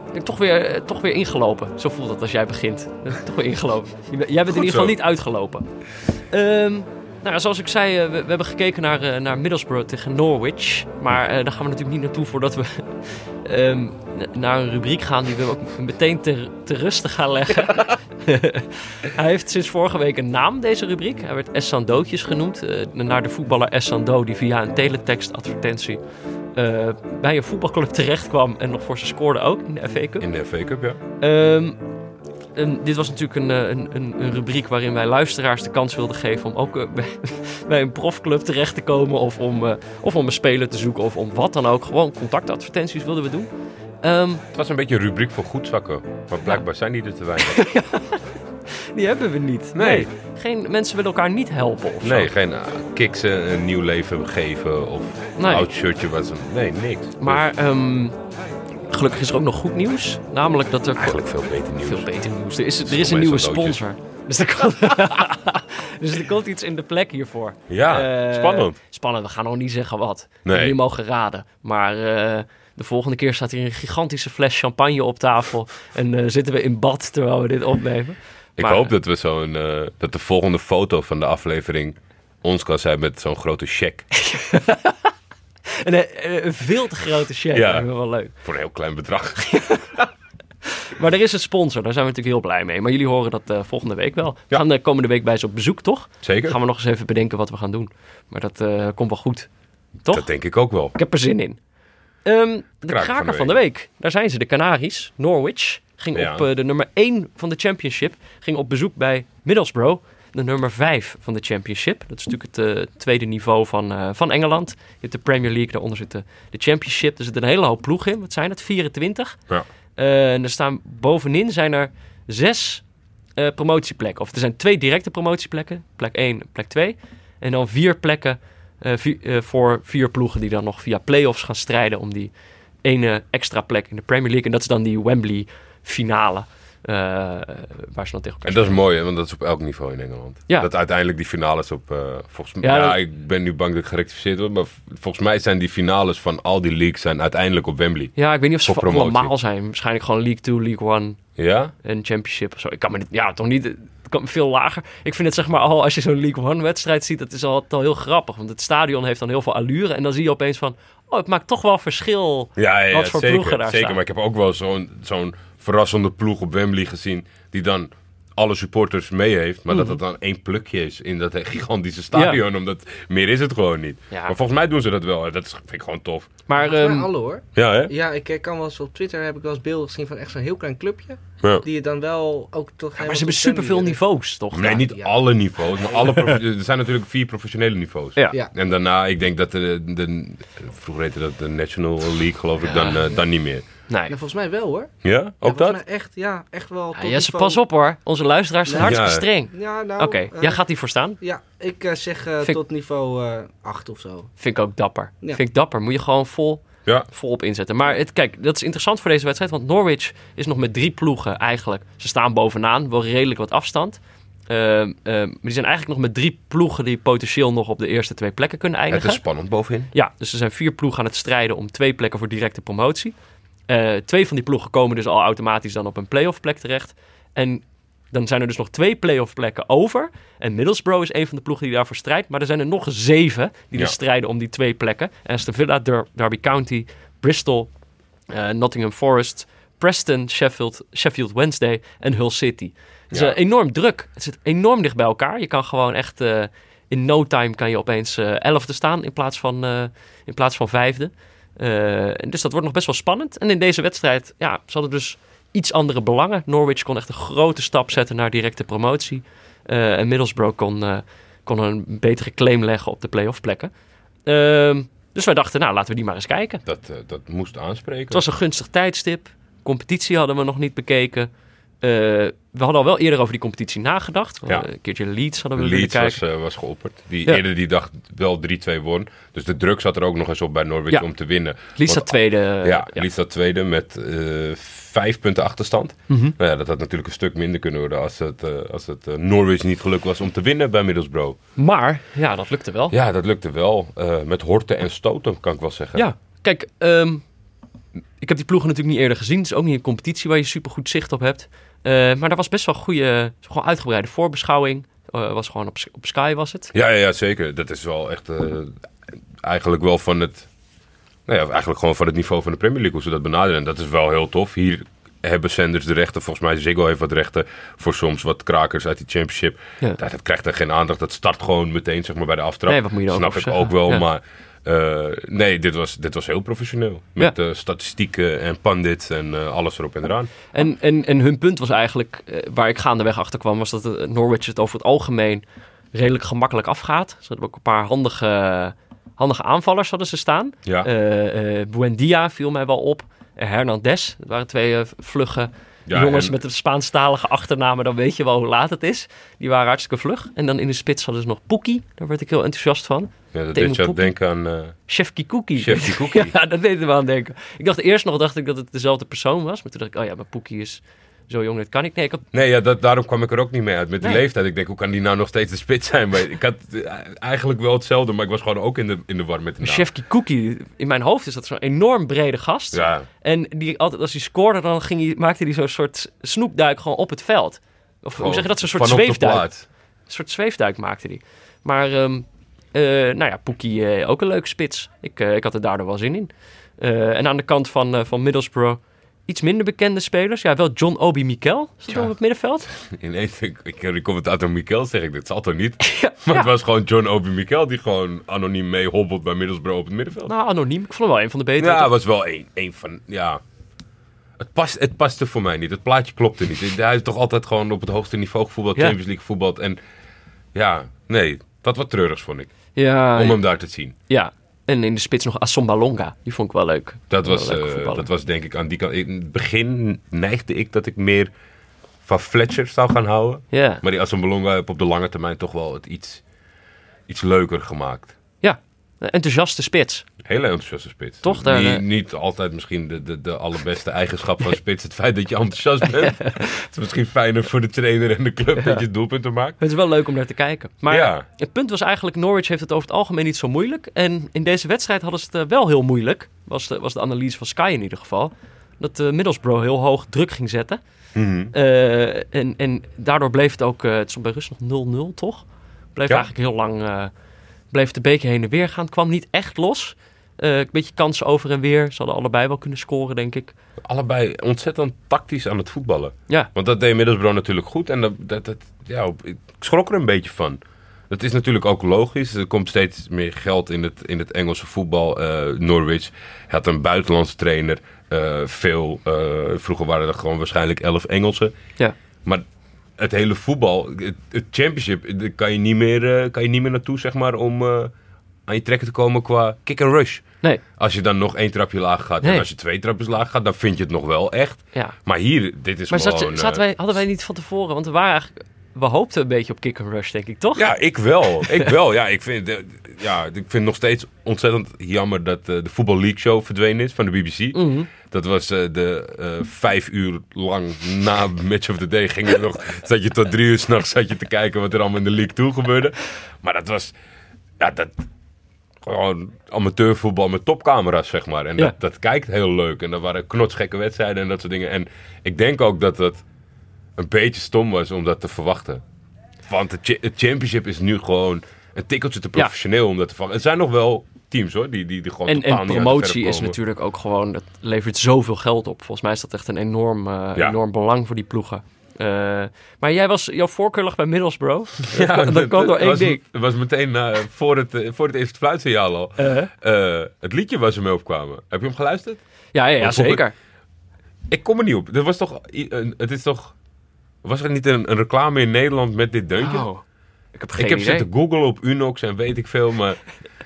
Speaker 1: Ik ben toch weer, eh, toch weer ingelopen. Zo voelt dat als jij begint. <laughs> Eh, toch weer ingelopen. Je bent- Jij bent in ieder geval
Speaker 3: zo.
Speaker 1: niet uitgelopen. Ehm, nou, ja, zoals ik zei, eh, we, we hebben gekeken naar, eh, naar Middlesbrough tegen Norwich. Maar eh, daar gaan we natuurlijk niet naartoe voordat we ehm, n- naar een rubriek gaan die we ook meteen ter, ter ruste gaan leggen. Hij heeft sinds vorige week een naam, deze rubriek. Hij werd Essandootjes genoemd. eh, naar de voetballer Essando, die via een teletextadvertentie eh, bij een voetbalclub terecht kwam. En nog voor ze scoorde ook in de FA Cup.
Speaker 3: In de FA Cup, ja.
Speaker 1: Ehm, en dit was natuurlijk een, eh, een, een, een rubriek waarin wij luisteraars de kans wilden geven om ook eh, <laughs> bij, bij een profclub terecht te komen. Of om, eh, of om een speler te zoeken of om wat dan ook. Gewoon contactadvertenties wilden we doen. Ehm,
Speaker 3: Het was een beetje een rubriek voor goedzakken. Maar blijkbaar zijn die er te
Speaker 1: <laughs>
Speaker 3: weinig.
Speaker 1: die hebben we niet.
Speaker 3: Nee.
Speaker 1: Geen, mensen willen elkaar niet helpen of zo.
Speaker 3: Nee, geen eh, kiksen een nieuw leven geven of een
Speaker 1: Nee.
Speaker 3: oud shirtje. Wat ze- nee, niks.
Speaker 1: Maar ehm, gelukkig is er ook nog goed nieuws. Namelijk dat er...
Speaker 3: Eigenlijk veel beter nieuws.
Speaker 1: Veel beter nieuws. Er is, er is
Speaker 3: Stomme
Speaker 1: een nieuwe
Speaker 3: Essandootjes.
Speaker 1: sponsor. <laughs> Dus er, komt, dus er komt iets in de plek hiervoor.
Speaker 3: Ja,
Speaker 1: Eh,
Speaker 3: Ah, spannend.
Speaker 1: Spannend, we gaan nog niet zeggen wat.
Speaker 3: Nee.
Speaker 1: Jullie mogen raden. Maar eh, de volgende keer staat hier een gigantische fles champagne op
Speaker 3: <laughs>
Speaker 1: tafel. En eh, zitten we in bad terwijl we dit opnemen.
Speaker 3: Ik
Speaker 1: Maar-
Speaker 3: hoop dat we zo'n eh, dat de volgende foto van de aflevering ons kan zijn met zo'n grote check
Speaker 1: En, eh, eh, een veel te grote check.
Speaker 3: Ja.
Speaker 1: Ja. Dat is wel leuk.
Speaker 3: voor een heel klein bedrag.
Speaker 1: Maar er is een sponsor, daar zijn we natuurlijk heel blij mee. Maar jullie horen dat eh, volgende week wel. We
Speaker 3: Ja.
Speaker 1: gaan de komende week bij ze op bezoek, toch?
Speaker 3: Zeker.
Speaker 1: Gaan we nog eens even bedenken wat we gaan doen. Maar dat eh, komt wel goed. Toch?
Speaker 3: Dat denk ik ook wel.
Speaker 1: Ik heb er zin in. Ehm, de kraker, van, de week. Daar zijn ze, de Canaries. Norwich ging
Speaker 3: Ja.
Speaker 1: op eh, de nummer 1 van de championship. Ging op bezoek bij Middlesbrough. De nummer 5 van de championship. Dat is natuurlijk het eh, tweede niveau van, eh, van Engeland. Je hebt de Premier League, daaronder zit de, de championship. Er zit een hele hoop ploegen in. Wat zijn het? 24.
Speaker 3: Ja.
Speaker 1: Eh, en er staan bovenin zijn er zes eh, promotieplekken. Of er zijn twee directe promotieplekken. Plek 1 en plek 2. En dan vier plekken eh, vi- eh, voor vier ploegen die dan nog via play-offs gaan strijden om die ene extra plek in de Premier League. En dat is dan die Wembley finale. eh, waar ze dan tegen elkaar
Speaker 3: En dat is mooi, hè, want dat is op elk niveau in Engeland.
Speaker 1: Ja.
Speaker 3: Dat uiteindelijk die finales op... eh, volgens mij,
Speaker 1: Ja,
Speaker 3: ja,
Speaker 1: dat-
Speaker 3: ik ben nu bang dat ik gerectificeerd word, maar v- volgens mij zijn die finales van al die leagues zijn uiteindelijk op Wembley.
Speaker 1: Ja, ik weet niet of ze
Speaker 3: Voor
Speaker 1: voor
Speaker 3: promotie.
Speaker 1: allemaal zijn. Waarschijnlijk gewoon League 2, League 1
Speaker 3: Ja?
Speaker 1: en Championship of zo. Ik kan me dit, ja, toch niet... Het kan veel lager. Ik vind het zeg maar al, als je zo'n League 1 wedstrijd ziet, dat is altijd al heel grappig. Want het stadion heeft dan heel veel allure. En dan zie je opeens van, oh, het maakt toch wel verschil.
Speaker 3: Ja, ja, ja,
Speaker 1: Wat voor
Speaker 3: zeker.
Speaker 1: ploegen daar
Speaker 3: zeker.
Speaker 1: staan.
Speaker 3: Maar ik heb ook wel zo'n zo'n verrassende ploeg op Wembley gezien. Die dan alle supporters mee heeft. Maar
Speaker 1: Mhm.
Speaker 3: dat dat dan één plukje is in dat gigantische stadion. Omdat meer is het gewoon niet.
Speaker 1: Ja.
Speaker 3: Maar volgens mij doen ze dat wel. Dat is- vind ik gewoon tof.
Speaker 1: Maar,
Speaker 4: Maar
Speaker 1: ehm,
Speaker 4: alle hoor.
Speaker 3: Ja, hè?
Speaker 4: Ja, ik eh, kan wel eens op Twitter heb ik wel eens beelden gezien van echt zo'n heel klein clubje.
Speaker 3: Ja.
Speaker 4: Die het dan wel ook toch. helemaal
Speaker 1: maar ze
Speaker 4: tot
Speaker 1: hebben superveel
Speaker 4: Premier League-
Speaker 1: niveaus, toch?
Speaker 3: Nee, niet
Speaker 4: Ja.
Speaker 3: alle niveaus. Maar alle profe- <laughs> er zijn natuurlijk vier professionele niveaus.
Speaker 1: Ja.
Speaker 4: Ja.
Speaker 3: En daarna, ik denk dat de, de- vroeger heette dat de National League, geloof ik, dan, eh, dan niet meer.
Speaker 1: Nee.
Speaker 4: Ja, volgens mij wel hoor. Ja,
Speaker 3: Ja, ook
Speaker 4: volgens
Speaker 3: dat?
Speaker 4: mij echt, ja, echt wel.
Speaker 1: Ja,
Speaker 4: tot
Speaker 1: Jesse,
Speaker 4: niveau-
Speaker 1: pas op hoor. Onze luisteraars zijn
Speaker 3: Ja.
Speaker 1: hartstikke
Speaker 3: Ja.
Speaker 1: streng.
Speaker 4: Ja, nou.
Speaker 1: Oké,
Speaker 4: eh,
Speaker 1: jij gaat hiervoor staan.
Speaker 4: Ja, ik eh, zeg eh,
Speaker 1: Vind-
Speaker 4: tot niveau 8 of zo.
Speaker 1: Vind ik ook dapper.
Speaker 4: Ja.
Speaker 1: Vind ik dapper. Moet je gewoon vol,
Speaker 3: Ja.
Speaker 1: volop inzetten. Maar het, kijk, dat is interessant voor deze wedstrijd. Want Norwich is nog met drie ploegen eigenlijk. Ze staan bovenaan, wel redelijk wat afstand. Ehm, ehm, maar die zijn eigenlijk nog met drie ploegen die potentieel nog op de eerste twee plekken kunnen eindigen.
Speaker 3: Het is spannend bovenin.
Speaker 1: Ja, dus er zijn vier ploegen aan het strijden om twee plekken voor directe promotie. Eh, twee van die ploegen komen dus al automatisch dan op een playoff plek terecht. En dan zijn er dus nog twee playoff plekken over. En Middlesbrough is een van de ploegen die daarvoor strijdt. Maar er zijn er nog zeven die
Speaker 3: Ja.
Speaker 1: dus strijden om die twee plekken. En Aston Villa, Der- Derby County, Bristol, eh, Nottingham Forest, Preston, Sheffield, Sheffield Wednesday en Hull City. Het is
Speaker 3: Ja.
Speaker 1: eh, enorm druk. Het zit enorm dicht bij elkaar. Je kan gewoon echt... eh, in no time kan je opeens eh, elfde staan in plaats van, eh, in plaats van vijfde. Eh, en dus dat wordt nog best wel spannend. En in deze wedstrijd, ja, ze hadden dus iets andere belangen. Norwich kon echt een grote stap zetten naar directe promotie. Eh, en Middlesbrough kon, eh, kon een betere claim leggen op de play-off plekken. Ehm, dus wij dachten, nou, laten we die maar eens kijken.
Speaker 3: Dat, eh, dat moest aanspreken.
Speaker 1: Het was een gunstig tijdstip. Competitie hadden we nog niet bekeken. Eh, eh, we hadden al wel eerder over die competitie nagedacht. We
Speaker 3: Ja.
Speaker 1: hadden Een keertje Leeds hadden we willen
Speaker 3: Leeds
Speaker 1: kijken.
Speaker 3: was, eh, was geopperd. Die
Speaker 1: Ja.
Speaker 3: eerder die dag wel 3-2 won. Dus de druk zat er ook nog eens op bij Norwich
Speaker 1: Ja.
Speaker 3: om te winnen.
Speaker 1: Leeds staat
Speaker 3: Want-
Speaker 1: tweede. eh,
Speaker 3: ja, Leeds staat tweede met eh, vijf punten achterstand.
Speaker 1: Mhm.
Speaker 3: Nou ja, dat had natuurlijk een stuk minder kunnen worden als het, eh, als het eh, Norwich niet gelukt was om te winnen bij Middlesbrough.
Speaker 1: Maar, ja, dat lukte wel. Ja,
Speaker 3: Ja, dat lukte wel. eh, met horten en stoten, kan ik wel zeggen.
Speaker 1: kijk, ehm, ik heb die ploegen natuurlijk niet eerder gezien. Het is ook niet een competitie waar je super goed zicht op hebt. Eh, maar daar was best wel een goede, gewoon uitgebreide voorbeschouwing. Eh, was gewoon op, op Sky was het.
Speaker 3: Ja, ja, ja, zeker. Dat is wel echt eh, eigenlijk wel van het... Nou ja, eigenlijk gewoon van het niveau van de Premier League, hoe ze dat benaderen. En dat is wel heel tof. Hier hebben zenders de rechten. Volgens mij Ziggo heeft wat rechten voor soms wat krakers uit die championship.
Speaker 1: Ja.
Speaker 3: Nou, dat krijgt er geen aandacht. Dat start gewoon meteen zeg maar, bij de aftrap.
Speaker 1: Nee, wat moet je daar ook
Speaker 3: Snap
Speaker 1: over
Speaker 3: ik
Speaker 1: zeggen?
Speaker 3: ook wel,
Speaker 1: Ja.
Speaker 3: maar... eh, nee, dit was, dit was heel professioneel. Met eh, statistieken en pandits en eh, alles erop en eraan.
Speaker 1: En, en, en hun punt was eigenlijk, eh, waar ik gaandeweg achter kwam, was dat eh, Norwich het over het algemeen redelijk gemakkelijk afgaat. Ze hadden ook een paar handige, handige aanvallers hadden ze staan.
Speaker 3: Ja,
Speaker 1: Eh, eh, Buendia viel mij wel op. Eh, Hernandez, dat waren twee eh, vlugge
Speaker 3: Ja,
Speaker 1: jongens
Speaker 3: en-
Speaker 1: met een Spaanstalige achternamen. Dan weet je wel hoe laat het is. Die waren hartstikke vlug. En dan in de spits hadden ze nog Poekie. Daar werd ik heel enthousiast van.
Speaker 3: ja dat
Speaker 1: Timo
Speaker 3: deed je aan
Speaker 1: Poepie.
Speaker 3: denken aan... eh,
Speaker 1: Chefki Cookie. <laughs>
Speaker 3: Chefki Cookie.
Speaker 1: ja, dat deed er wel aan denken. Ik dacht eerst nog dacht ik dat het dezelfde persoon was. Maar toen dacht ik, oh ja, maar Poekie is zo jong, dat kan ik. Nee, ik had
Speaker 3: Nee, ja, dat, daarom kwam ik er ook niet mee uit met die
Speaker 1: Nee.
Speaker 3: leeftijd. Ik denk, hoe kan die nou nog steeds de spits zijn? Maar ik had eh, eigenlijk wel hetzelfde, maar ik was gewoon ook in de, in de war met de naam.
Speaker 1: Chefki Cookie. In mijn hoofd is dat zo'n enorm brede gast.
Speaker 3: Ja,
Speaker 1: En die altijd, als hij scoorde, dan ging hij, maakte hij zo'n soort snoekduik gewoon op het veld. Of hoe zeg je dat? Zo'n soort
Speaker 3: Oh, van op de
Speaker 1: zweefduik.
Speaker 3: plaat.
Speaker 1: Een soort zweefduik maakte hij. Maar, ehm, eh, nou ja, Poekie eh, ook een leuke spits. Ik, eh, ik had er daardoor wel zin in. Eh, en aan de kant van, eh, van Middlesbrough iets minder bekende spelers. Ja, wel John Obi Mikel. Is dat
Speaker 3: Ja.
Speaker 1: op het middenveld?
Speaker 3: Ineens, ik, ik, ik kom het uit aan Mikel, zeg ik, dit zal toch
Speaker 1: <laughs>
Speaker 3: niet?
Speaker 1: ja,
Speaker 3: Maar
Speaker 1: ja.
Speaker 3: het was gewoon John Obi Mikel die gewoon anoniem mee hobbelt bij Middlesbrough op het middenveld.
Speaker 1: Nou, anoniem. Ik vond hem wel een van de betere.
Speaker 3: ja, het was wel een, een van, ja... Het, past, het paste voor mij niet. Het plaatje klopte niet. Hij heeft toch altijd gewoon op het hoogste niveau gevoetbald,
Speaker 1: Ja.
Speaker 3: Champions League voetbald. En ja, nee, dat wat treurigs vond ik.
Speaker 1: ja,
Speaker 3: Om hem daar te zien.
Speaker 1: ja. En in de spits nog Assomba Longa. Die vond ik wel leuk.
Speaker 3: Dat
Speaker 1: Wel
Speaker 3: was,
Speaker 1: een leuke
Speaker 3: eh,
Speaker 1: voetballer.
Speaker 3: dat was denk ik aan die kant. In het begin neigde ik dat ik meer van Fletcher zou gaan houden.
Speaker 1: Ja.
Speaker 3: Maar die Assembelonga heb op de lange termijn toch wel het iets, iets leuker gemaakt.
Speaker 1: Ja, een enthousiaste spits.
Speaker 3: Hele enthousiaste spits.
Speaker 1: Toch, daar,
Speaker 3: niet,
Speaker 1: eh,
Speaker 3: niet altijd misschien de, de, de allerbeste
Speaker 1: <laughs>
Speaker 3: eigenschap van spits. Het feit dat je enthousiast bent. Het is misschien fijner voor de trainer en de club dat je doelpunten maakt.
Speaker 1: Het is wel leuk om naar te kijken. Maar
Speaker 3: Ja.
Speaker 1: het punt was eigenlijk, Norwich heeft het over het algemeen niet zo moeilijk. En in deze wedstrijd hadden ze het eh, wel heel moeilijk. Was de, was de analyse van Sky in ieder geval. Dat eh Middlesbrough heel hoog druk ging zetten.
Speaker 3: Mhm.
Speaker 1: Eh, en, en daardoor bleef het ook, eh, het stond bij rust nog 0-0 toch? Bleef
Speaker 3: Ja.
Speaker 1: eigenlijk heel lang, eh, bleef de beker heen en weer gaan. Kwam niet echt los. Eh, een beetje kansen over en weer. Ze hadden allebei wel kunnen scoren, denk ik.
Speaker 3: Allebei ontzettend tactisch aan het voetballen.
Speaker 1: Ja,
Speaker 3: Want dat deed Middlesbrough natuurlijk goed. En dat, dat, dat- ja, op- ik schrok er een beetje van. Dat is natuurlijk ook logisch. Er komt steeds meer geld in het, in het Engelse voetbal. Eh, Norwich had een buitenlandse trainer. Eh, veel, eh, vroeger waren er gewoon waarschijnlijk elf Engelsen.
Speaker 1: ja.
Speaker 3: Maar het hele voetbal, het, het championship, daar kan je niet meer, eh, kan je niet meer naartoe zeg maar, om eh, aan je trekken te komen qua kick and rush.
Speaker 1: Nee,
Speaker 3: Als je dan nog één trapje laag gaat
Speaker 1: Nee.
Speaker 3: en als je twee trapjes laag gaat, dan vind je het nog wel echt.
Speaker 1: ja.
Speaker 3: Maar hier, dit is
Speaker 1: Maar zat-
Speaker 3: gewoon... eh,
Speaker 1: zaten wij, hadden wij niet van tevoren? Want we waren eigenlijk... We hoopten een beetje op kick and rush, denk ik, toch?
Speaker 3: Ja, ik wel. Ik wel. Ja, ik vind, eh, ja, ik vind het nog steeds ontzettend jammer dat eh, de Voetbal League Show verdwenen is van de BBC.
Speaker 1: Mhm.
Speaker 3: Dat was eh, de eh, vijf uur lang na Match of the Day ging er nog, zat je tot drie uur s'nachts te kijken wat er allemaal in de league toe gebeurde. Maar dat was, ja, dat, gewoon amateurvoetbal met topcamera's, zeg maar. En dat,
Speaker 1: Ja.
Speaker 3: dat kijkt heel leuk. En dat waren knotsgekke wedstrijden en dat soort dingen. En ik denk ook dat dat een beetje stom was om dat te verwachten. Want de cha- het championship is nu gewoon een tikkeltje te professioneel om dat te vangen. Er zijn nog wel teams, hoor, die, die, die gewoon
Speaker 1: En,
Speaker 3: totaal
Speaker 1: en
Speaker 3: niet uit de
Speaker 1: promotie
Speaker 3: verf
Speaker 1: is
Speaker 3: komen.
Speaker 1: natuurlijk ook gewoon... Dat levert zoveel geld op. Volgens mij is dat echt een enorm, eh,
Speaker 3: Ja.
Speaker 1: enorm belang voor die ploegen. Eh, maar jij was jouw voorkeurig bij Middlesbrough.
Speaker 3: <laughs> Ja,
Speaker 1: dat, kwam door één
Speaker 3: was,
Speaker 1: ding.
Speaker 3: Het was meteen eh, voor, het, eh, voor het eerste fluitsignaal al. Eh, het liedje waar ze mee opkwamen. Heb je hem geluisterd?
Speaker 1: Ja, ja, ja
Speaker 3: Want vond ik-
Speaker 1: zeker.
Speaker 3: Ik kom er niet op. Er was toch, i- een- het is toch... Was er niet een, een reclame in Nederland met dit deuntje?
Speaker 1: Oh, ik heb geen
Speaker 3: ik heb
Speaker 1: idee.
Speaker 3: zitten googlen op Unox en weet ik veel, maar...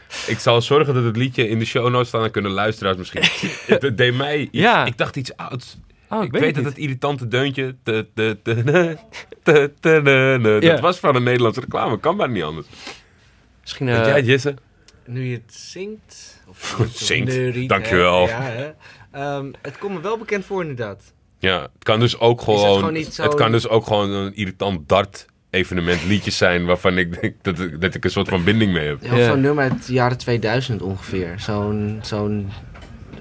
Speaker 3: <laughs> Ik zal
Speaker 1: <laughs>
Speaker 3: zorgen dat het liedje in de show notes staat en kunnen luisteraars misschien. Het deed mij iets.
Speaker 1: Ja.
Speaker 3: Ik dacht iets ouds.
Speaker 1: Oh, ik,
Speaker 3: Ik
Speaker 1: weet,
Speaker 3: weet,
Speaker 1: het
Speaker 3: dat
Speaker 1: niet.
Speaker 3: het irritante deuntje. te- te- te- te- te- te- te- te-
Speaker 1: Ja.
Speaker 3: Dat was van een Nederlandse reclame, kan maar niet anders.
Speaker 1: Misschien...
Speaker 3: Weet
Speaker 1: eh,
Speaker 3: jij, Jesse?
Speaker 4: Nu je het zingt.
Speaker 3: <laughs>
Speaker 4: Of
Speaker 3: Zingt,
Speaker 4: neuriet, hè.
Speaker 3: dankjewel.
Speaker 4: Ja, hè. Ehm, het komt me wel bekend voor, inderdaad.
Speaker 3: Ja, het kan dus ook gewoon. Het,
Speaker 4: gewoon niet zo'n-
Speaker 3: kan dus ook gewoon een irritant dart evenement liedjes zijn waarvan ik denk dat, ik- dat ik een soort van binding mee heb.
Speaker 4: Ja, of
Speaker 1: Ja.
Speaker 4: Zo'n nummer uit de jaren 2000 ongeveer. Zo'n zo'n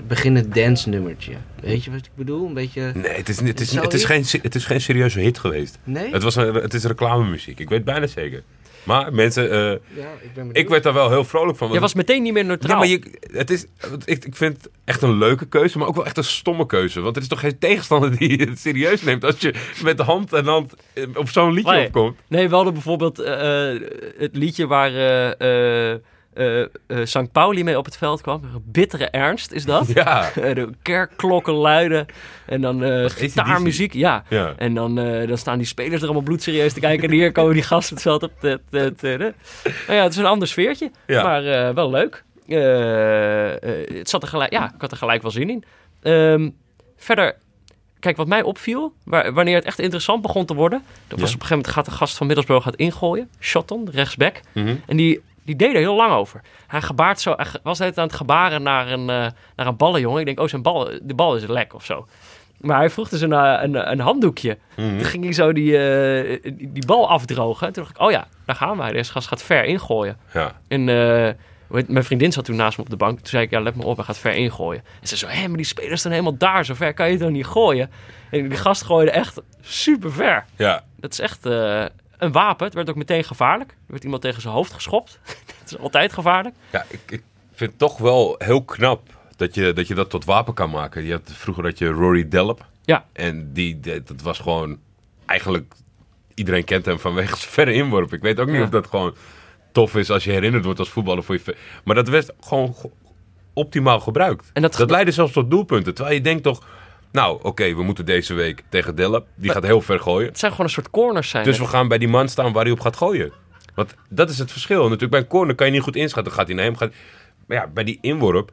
Speaker 4: beginnend dance nummertje. Weet je wat ik bedoel? Een beetje...
Speaker 3: Nee, het is, niet- het is,
Speaker 4: Zou
Speaker 3: niet- het is,
Speaker 4: ik-
Speaker 3: geen, se- het is geen serieuze hit geweest.
Speaker 4: Nee?
Speaker 3: Het, was een, het is reclamemuziek, ik weet bijna zeker. Maar mensen, eh,
Speaker 4: Ja, ik ben benieuwd.
Speaker 3: ik werd daar wel heel vrolijk van.
Speaker 1: Jij
Speaker 3: want-
Speaker 1: was meteen niet meer neutraal.
Speaker 3: Ja, maar je, het is, ik, ik vind het echt een leuke keuze, maar ook wel echt een stomme keuze. Want er is toch geen tegenstander die het serieus neemt als je met hand en hand eh, op zo'n liedje
Speaker 1: Nee.
Speaker 3: opkomt.
Speaker 1: Nee, we hadden bijvoorbeeld eh, eh, het liedje waar eh eh, eh, eh, St. Pauli mee op het veld kwam. Bittere ernst is dat.
Speaker 3: <laughs>
Speaker 1: Eh,
Speaker 3: Ja,
Speaker 1: De kerkklokken luiden en dan eh,
Speaker 3: AC/DC.
Speaker 1: gitaarmuziek. Ja.
Speaker 3: ja.
Speaker 1: En dan, eh, dan staan die spelers er allemaal bloedserieus te kijken. En hier komen die gasten het veld op. Te, te, te, te. Nou ja, het is een ander sfeertje.
Speaker 3: Ja.
Speaker 1: Maar eh, wel leuk. Eh, eh, het zat er gelijk, ja, ik had er gelijk wel zin in. Ehm, verder, kijk, wat mij opviel, wa- wanneer het echt interessant begon te worden. Dat was op een gegeven moment gaat de gast van Middlesbrough gaat ingooien. Shotton, rechtsback.
Speaker 3: Mhm.
Speaker 1: En die, die deed er heel lang over. Hij, gebaart zo, hij ge- was net aan het gebaren naar een, eh, naar een ballenjongen. Ik denk, oh, zijn bal, de bal is lek of zo. Maar hij vroeg dus een, eh, een, een handdoekje. Toen ging hij zo die, eh, die, die bal afdrogen. En toen dacht ik, oh ja, daar gaan wij. Deze gast gaat ver ingooien.
Speaker 3: ja.
Speaker 1: En eh, weet- mijn vriendin zat toen naast me op de bank. Toen zei ik, ja, let me op, hij gaat ver ingooien. En ze zo, hé, maar die spelers staan helemaal daar. Zo ver kan je toch niet gooien? En die gast gooide echt super ver.
Speaker 3: ja.
Speaker 1: Dat is echt eh, een wapen. Het werd ook meteen gevaarlijk. Er werd iemand tegen zijn hoofd geschopt. <laughs> dat is altijd gevaarlijk.
Speaker 3: Ja, ik, ik vind het toch wel heel knap dat je dat, je dat tot wapen kan maken. Je had, vroeger had je Rory Delp.
Speaker 1: Ja.
Speaker 3: En die, die- dat was gewoon... Eigenlijk, iedereen kent hem vanwege zijn verre inworp. Ik weet ook niet
Speaker 1: Ja.
Speaker 3: of dat gewoon tof is als je herinnerd wordt als voetballer. Voor je ver- maar dat werd gewoon go- optimaal gebruikt.
Speaker 1: En dat
Speaker 3: dat,
Speaker 1: ge-
Speaker 3: leidde zelfs tot doelpunten. Terwijl je denkt toch... Nou, oké, we moeten deze week tegen Delp. Die gaat heel ver gooien.
Speaker 1: Het zijn gewoon een soort corners zijn.
Speaker 3: Dus
Speaker 1: het.
Speaker 3: we gaan bij die man staan waar hij op gaat gooien. Want dat is het verschil. Natuurlijk, bij een corner kan je niet goed inschatten. Dan gaat hij naar hem. Gaat... Maar ja, bij die inworp.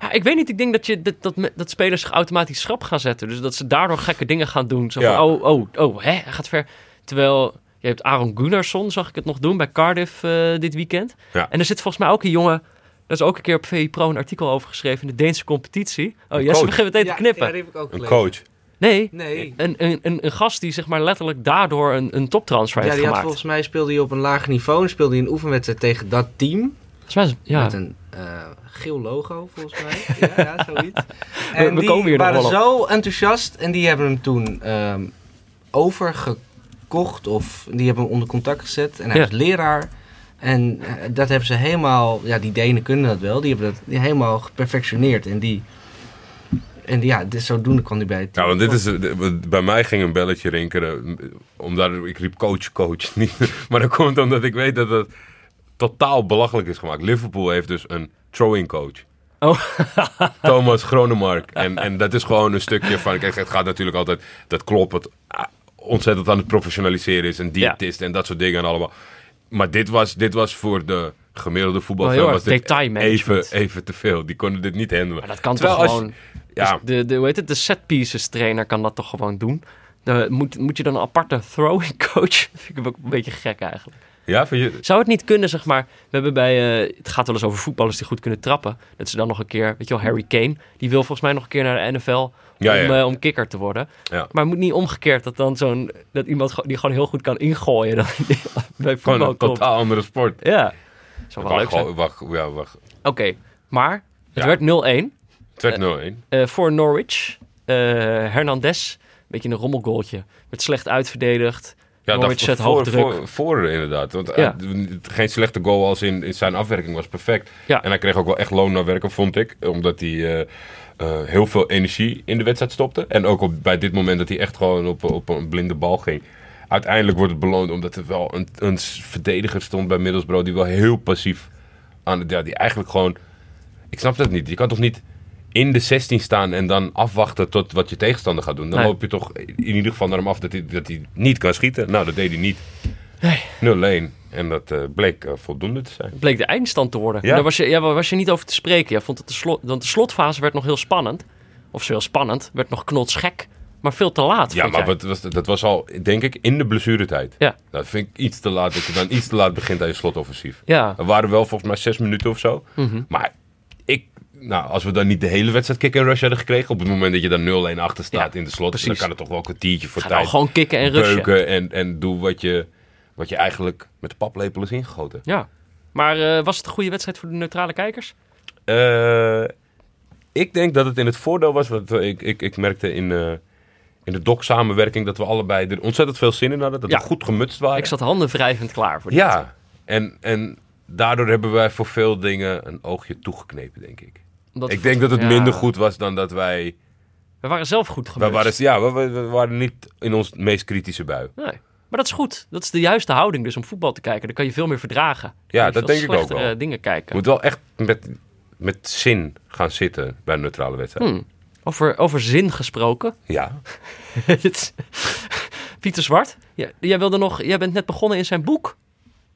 Speaker 1: ja, ik weet niet, ik denk dat, je, dat, dat, me- dat spelers zich automatisch schrap gaan zetten. Dus dat ze daardoor gekke dingen gaan doen. Zo
Speaker 3: Ja.
Speaker 1: van, oh, oh, oh, hè, hij gaat ver. Terwijl, je hebt Aaron Gunnarsson, zag ik het nog doen, bij Cardiff eh, dit weekend.
Speaker 3: Ja.
Speaker 1: En er zit volgens mij ook een jongen... Dat is ook een keer op VI Pro een artikel over geschreven in de Deense competitie. Oh,
Speaker 3: Een
Speaker 1: Jesse
Speaker 3: coach.
Speaker 1: begint meteen
Speaker 4: Ja,
Speaker 1: te knippen.
Speaker 4: ja, die heb ik ook
Speaker 3: Een
Speaker 4: gelezen.
Speaker 3: coach.
Speaker 1: Nee,
Speaker 4: Nee.
Speaker 1: een, een, een, een gast die zeg maar letterlijk daardoor een, een toptransfer
Speaker 4: Ja,
Speaker 1: heeft
Speaker 4: die had
Speaker 1: gemaakt.
Speaker 4: volgens mij speelde hij op een laag niveau en speelde hij een oefenwedstrijd tegen dat team.
Speaker 1: Volgens mij is- ja.
Speaker 4: Met een eh, geel logo, volgens <laughs> mij. ja, ja, zoiets.
Speaker 1: we
Speaker 4: die
Speaker 1: komen hier nog
Speaker 4: waren
Speaker 1: wel
Speaker 4: zo enthousiast en die hebben hem toen ehm, overgekocht of die hebben hem onder contact gezet. En hij
Speaker 1: Ja.
Speaker 4: is leraar. En eh, dat hebben ze helemaal, ja, die Denen kunnen dat wel. Die hebben dat helemaal geperfectioneerd. En die, en die, ja, dus zodoende kwam hij bij het
Speaker 3: Ja,
Speaker 4: team.
Speaker 3: Nou, want dit is, bij mij ging een belletje rinkelen. Omdat ik riep coach, coach. <laughs> Niet. Maar dat komt omdat ik weet dat het totaal belachelijk is gemaakt. Liverpool heeft dus een throwing
Speaker 1: <laughs>
Speaker 3: coach.
Speaker 1: Oh. <laughs>
Speaker 3: Thomas Gronemark. En, en dat is gewoon een stukje van... Kijk, het gaat natuurlijk altijd... Dat klopt, het ah, ontzettend aan het professionaliseren is. En diëtist en dat soort dingen en allemaal. Maar dit was, dit was voor de gemiddelde voetbalfan...
Speaker 1: heel
Speaker 3: was
Speaker 1: erg
Speaker 3: dit even,
Speaker 1: detailmanagement.
Speaker 3: even te veel. Die konden dit niet handelen.
Speaker 1: Maar dat kan
Speaker 3: Terwijl
Speaker 1: toch
Speaker 3: als-
Speaker 1: gewoon...
Speaker 3: Ja,
Speaker 1: Dus de, de, hoe heet het? De set pieces trainer kan dat toch gewoon doen? De, moet, moet je dan een aparte throwing coach? <laughs> Dat vind ik ook een beetje gek eigenlijk.
Speaker 3: ja, vind je...
Speaker 1: Zou het niet kunnen, zeg maar... We hebben bij... eh, het gaat wel eens over voetballers die goed kunnen trappen. Dat ze dan nog een keer... Weet je wel, Harry Kane. Die wil volgens mij nog een keer naar de NFL...
Speaker 3: Ja,
Speaker 1: om,
Speaker 3: ja.
Speaker 1: eh, om kikker te worden.
Speaker 3: Ja.
Speaker 1: Maar moet niet omgekeerd dat dan zo'n... Dat iemand gewoon- die gewoon heel goed kan ingooien... Dan, <laughs> bij
Speaker 3: Gewoon een
Speaker 1: voetbal komt.
Speaker 3: totaal andere sport.
Speaker 1: Ja. Zou wel leuk zijn.
Speaker 3: Wacht, wacht, ja, wacht.
Speaker 1: Oké, maar het
Speaker 3: Ja.
Speaker 1: werd 0-1
Speaker 3: Het werd 0-1.
Speaker 1: eh, voor Norwich. Eh, Hernandez, een beetje een rommelgoaltje. Werd slecht uitverdedigd.
Speaker 3: Ja,
Speaker 1: Norwich zet hoog
Speaker 3: voor,
Speaker 1: druk.
Speaker 3: voor, voor inderdaad. Want
Speaker 1: Ja.
Speaker 3: eh, geen slechte goal als in, in zijn afwerking was perfect.
Speaker 1: Ja.
Speaker 3: En hij kreeg ook wel echt loon naar werken, vond ik. Omdat hij eh, eh, heel veel energie in de wedstrijd stopte. En ook op, bij dit moment dat hij echt gewoon op, op een blinde bal ging. Uiteindelijk wordt het beloond omdat er wel een, een verdediger stond bij Middlesbrough... die wel heel passief aan het... Ja, die eigenlijk gewoon... Ik snap dat niet. Je kan toch niet in de 16 staan en dan afwachten tot wat je tegenstander gaat doen. Dan
Speaker 1: Nee.
Speaker 3: loop je toch in ieder geval naar hem af dat hij, dat hij niet kan schieten. Nou, dat deed hij niet. 0-1. En dat eh, bleek eh, voldoende te zijn.
Speaker 1: Bleek de eindstand te worden.
Speaker 3: Ja.
Speaker 1: En Daar was je, ja, waar was je niet over te spreken. Ja, vond dat de, slot, want de slotfase werd nog heel spannend. of zo heel spannend. Werd nog knotsgek, maar veel te laat.
Speaker 3: Ja,
Speaker 1: vond
Speaker 3: maar
Speaker 1: jij.
Speaker 3: wat was, dat was al, denk ik, in de blessuretijd.
Speaker 1: Ja.
Speaker 3: Dat vind ik iets te laat. Dat je dan iets te laat begint aan je slotoffensief.
Speaker 1: Ja. Mhm.
Speaker 3: Er waren wel volgens mij zes minuten of zo. Maar ik, nou, als we dan niet de hele wedstrijd kick en rush hadden gekregen. Op het moment dat je dan 0-1 achter staat
Speaker 1: Ja,
Speaker 3: in de slot.
Speaker 1: precies.
Speaker 3: Dan kan het toch wel een kwartiertje voor
Speaker 1: Ga nou
Speaker 3: tijd.
Speaker 1: gewoon kicken en rushen.
Speaker 3: beuken en, en doe wat je, wat je eigenlijk met de paplepel is ingegoten.
Speaker 1: Ja. Maar eh, was het een goede wedstrijd voor de neutrale kijkers?
Speaker 3: Eh, ik denk dat het in het voordeel was. Want eh, ik, ik, ik merkte in, eh, in de doc-samenwerking dat we allebei er ontzettend veel zin in hadden. Dat
Speaker 1: Ja.
Speaker 3: we goed gemutst waren.
Speaker 1: Ik zat handen wrijvend klaar voor dit.
Speaker 3: Ja, en, en daardoor hebben wij voor veel dingen een oogje toegeknepen, denk ik.
Speaker 1: Omdat-
Speaker 3: ik denk dat het
Speaker 1: ja.
Speaker 3: minder goed was dan dat wij...
Speaker 1: We waren zelf goed
Speaker 3: wij
Speaker 1: gebeurd.
Speaker 3: waren, ja, we, we- we waren niet in ons meest kritische bui.
Speaker 1: Nee. Maar dat is goed. Dat is de juiste houding dus om voetbal te kijken. Dan kan je veel meer verdragen. Dan
Speaker 3: Ja,
Speaker 1: kan je
Speaker 3: dat
Speaker 1: veel
Speaker 3: denk ik ook
Speaker 1: slechtere
Speaker 3: wel.
Speaker 1: dingen
Speaker 3: Je
Speaker 1: kijken.
Speaker 3: moet wel echt met, met zin gaan zitten bij een neutrale wedstrijd.
Speaker 1: Hmm. Over, over zin gesproken. <laughs>
Speaker 3: Ja.
Speaker 1: Dit is- Pieter Zwart, ja, jij, wilde nog, jij bent net begonnen in zijn boek.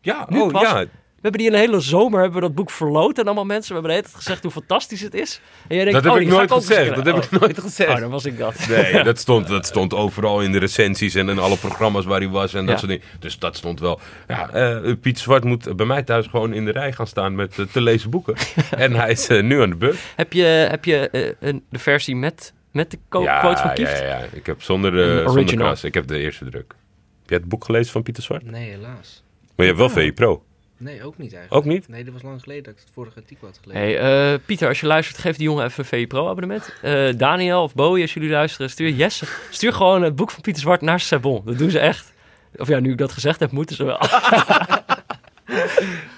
Speaker 3: Ja,
Speaker 1: Nu
Speaker 3: oh
Speaker 1: pas.
Speaker 3: ja.
Speaker 1: We hebben die een hele zomer hebben we dat boek verloot aan allemaal mensen. We hebben de hele tijd gezegd hoe fantastisch het is. En jij denkt,
Speaker 3: Dat heb
Speaker 1: oh,
Speaker 3: ik
Speaker 1: die ga
Speaker 3: nooit
Speaker 1: ook eens
Speaker 3: gezegd.
Speaker 1: kunnen.
Speaker 3: Dat heb ik nooit
Speaker 1: oh, oh,
Speaker 3: gezegd.
Speaker 1: dan was ik dat.
Speaker 3: Nee, dat stond, dat stond overal in de recensies en in alle programma's waar hij was en dat
Speaker 1: Ja.
Speaker 3: soort dingen. Dus dat stond wel. Ja, eh, Piet Zwart moet bij mij thuis gewoon in de rij gaan staan met eh, te
Speaker 1: <laughs>
Speaker 3: lezen boeken. en hij is eh, nu aan de beurt.
Speaker 1: Heb je, heb je eh, een, de versie met, met de co- quote van Kieft?
Speaker 3: ja, ja, ja. Ik heb zonder,
Speaker 1: Een
Speaker 3: eh zonder
Speaker 1: original.
Speaker 3: kras, ik heb de eerste druk. Heb jij het boek gelezen van Pieter Zwart?
Speaker 4: Nee, helaas.
Speaker 3: Maar je hebt wel VE Pro.
Speaker 4: Nee, ook niet eigenlijk.
Speaker 3: Ook niet?
Speaker 4: Nee, dat was lang geleden dat ik het vorige artikel had gelezen.
Speaker 1: Hey, eh, Pieter, als je luistert, geef die jongen even een VE Pro abonnement. Eh, Daniel of Bowie, als jullie luisteren, stuur Jesse. Stuur gewoon het boek van Pieter Zwart naar Sabon. Dat doen ze echt. Of ja, nu ik dat gezegd heb, moeten ze wel. <laughs> ja,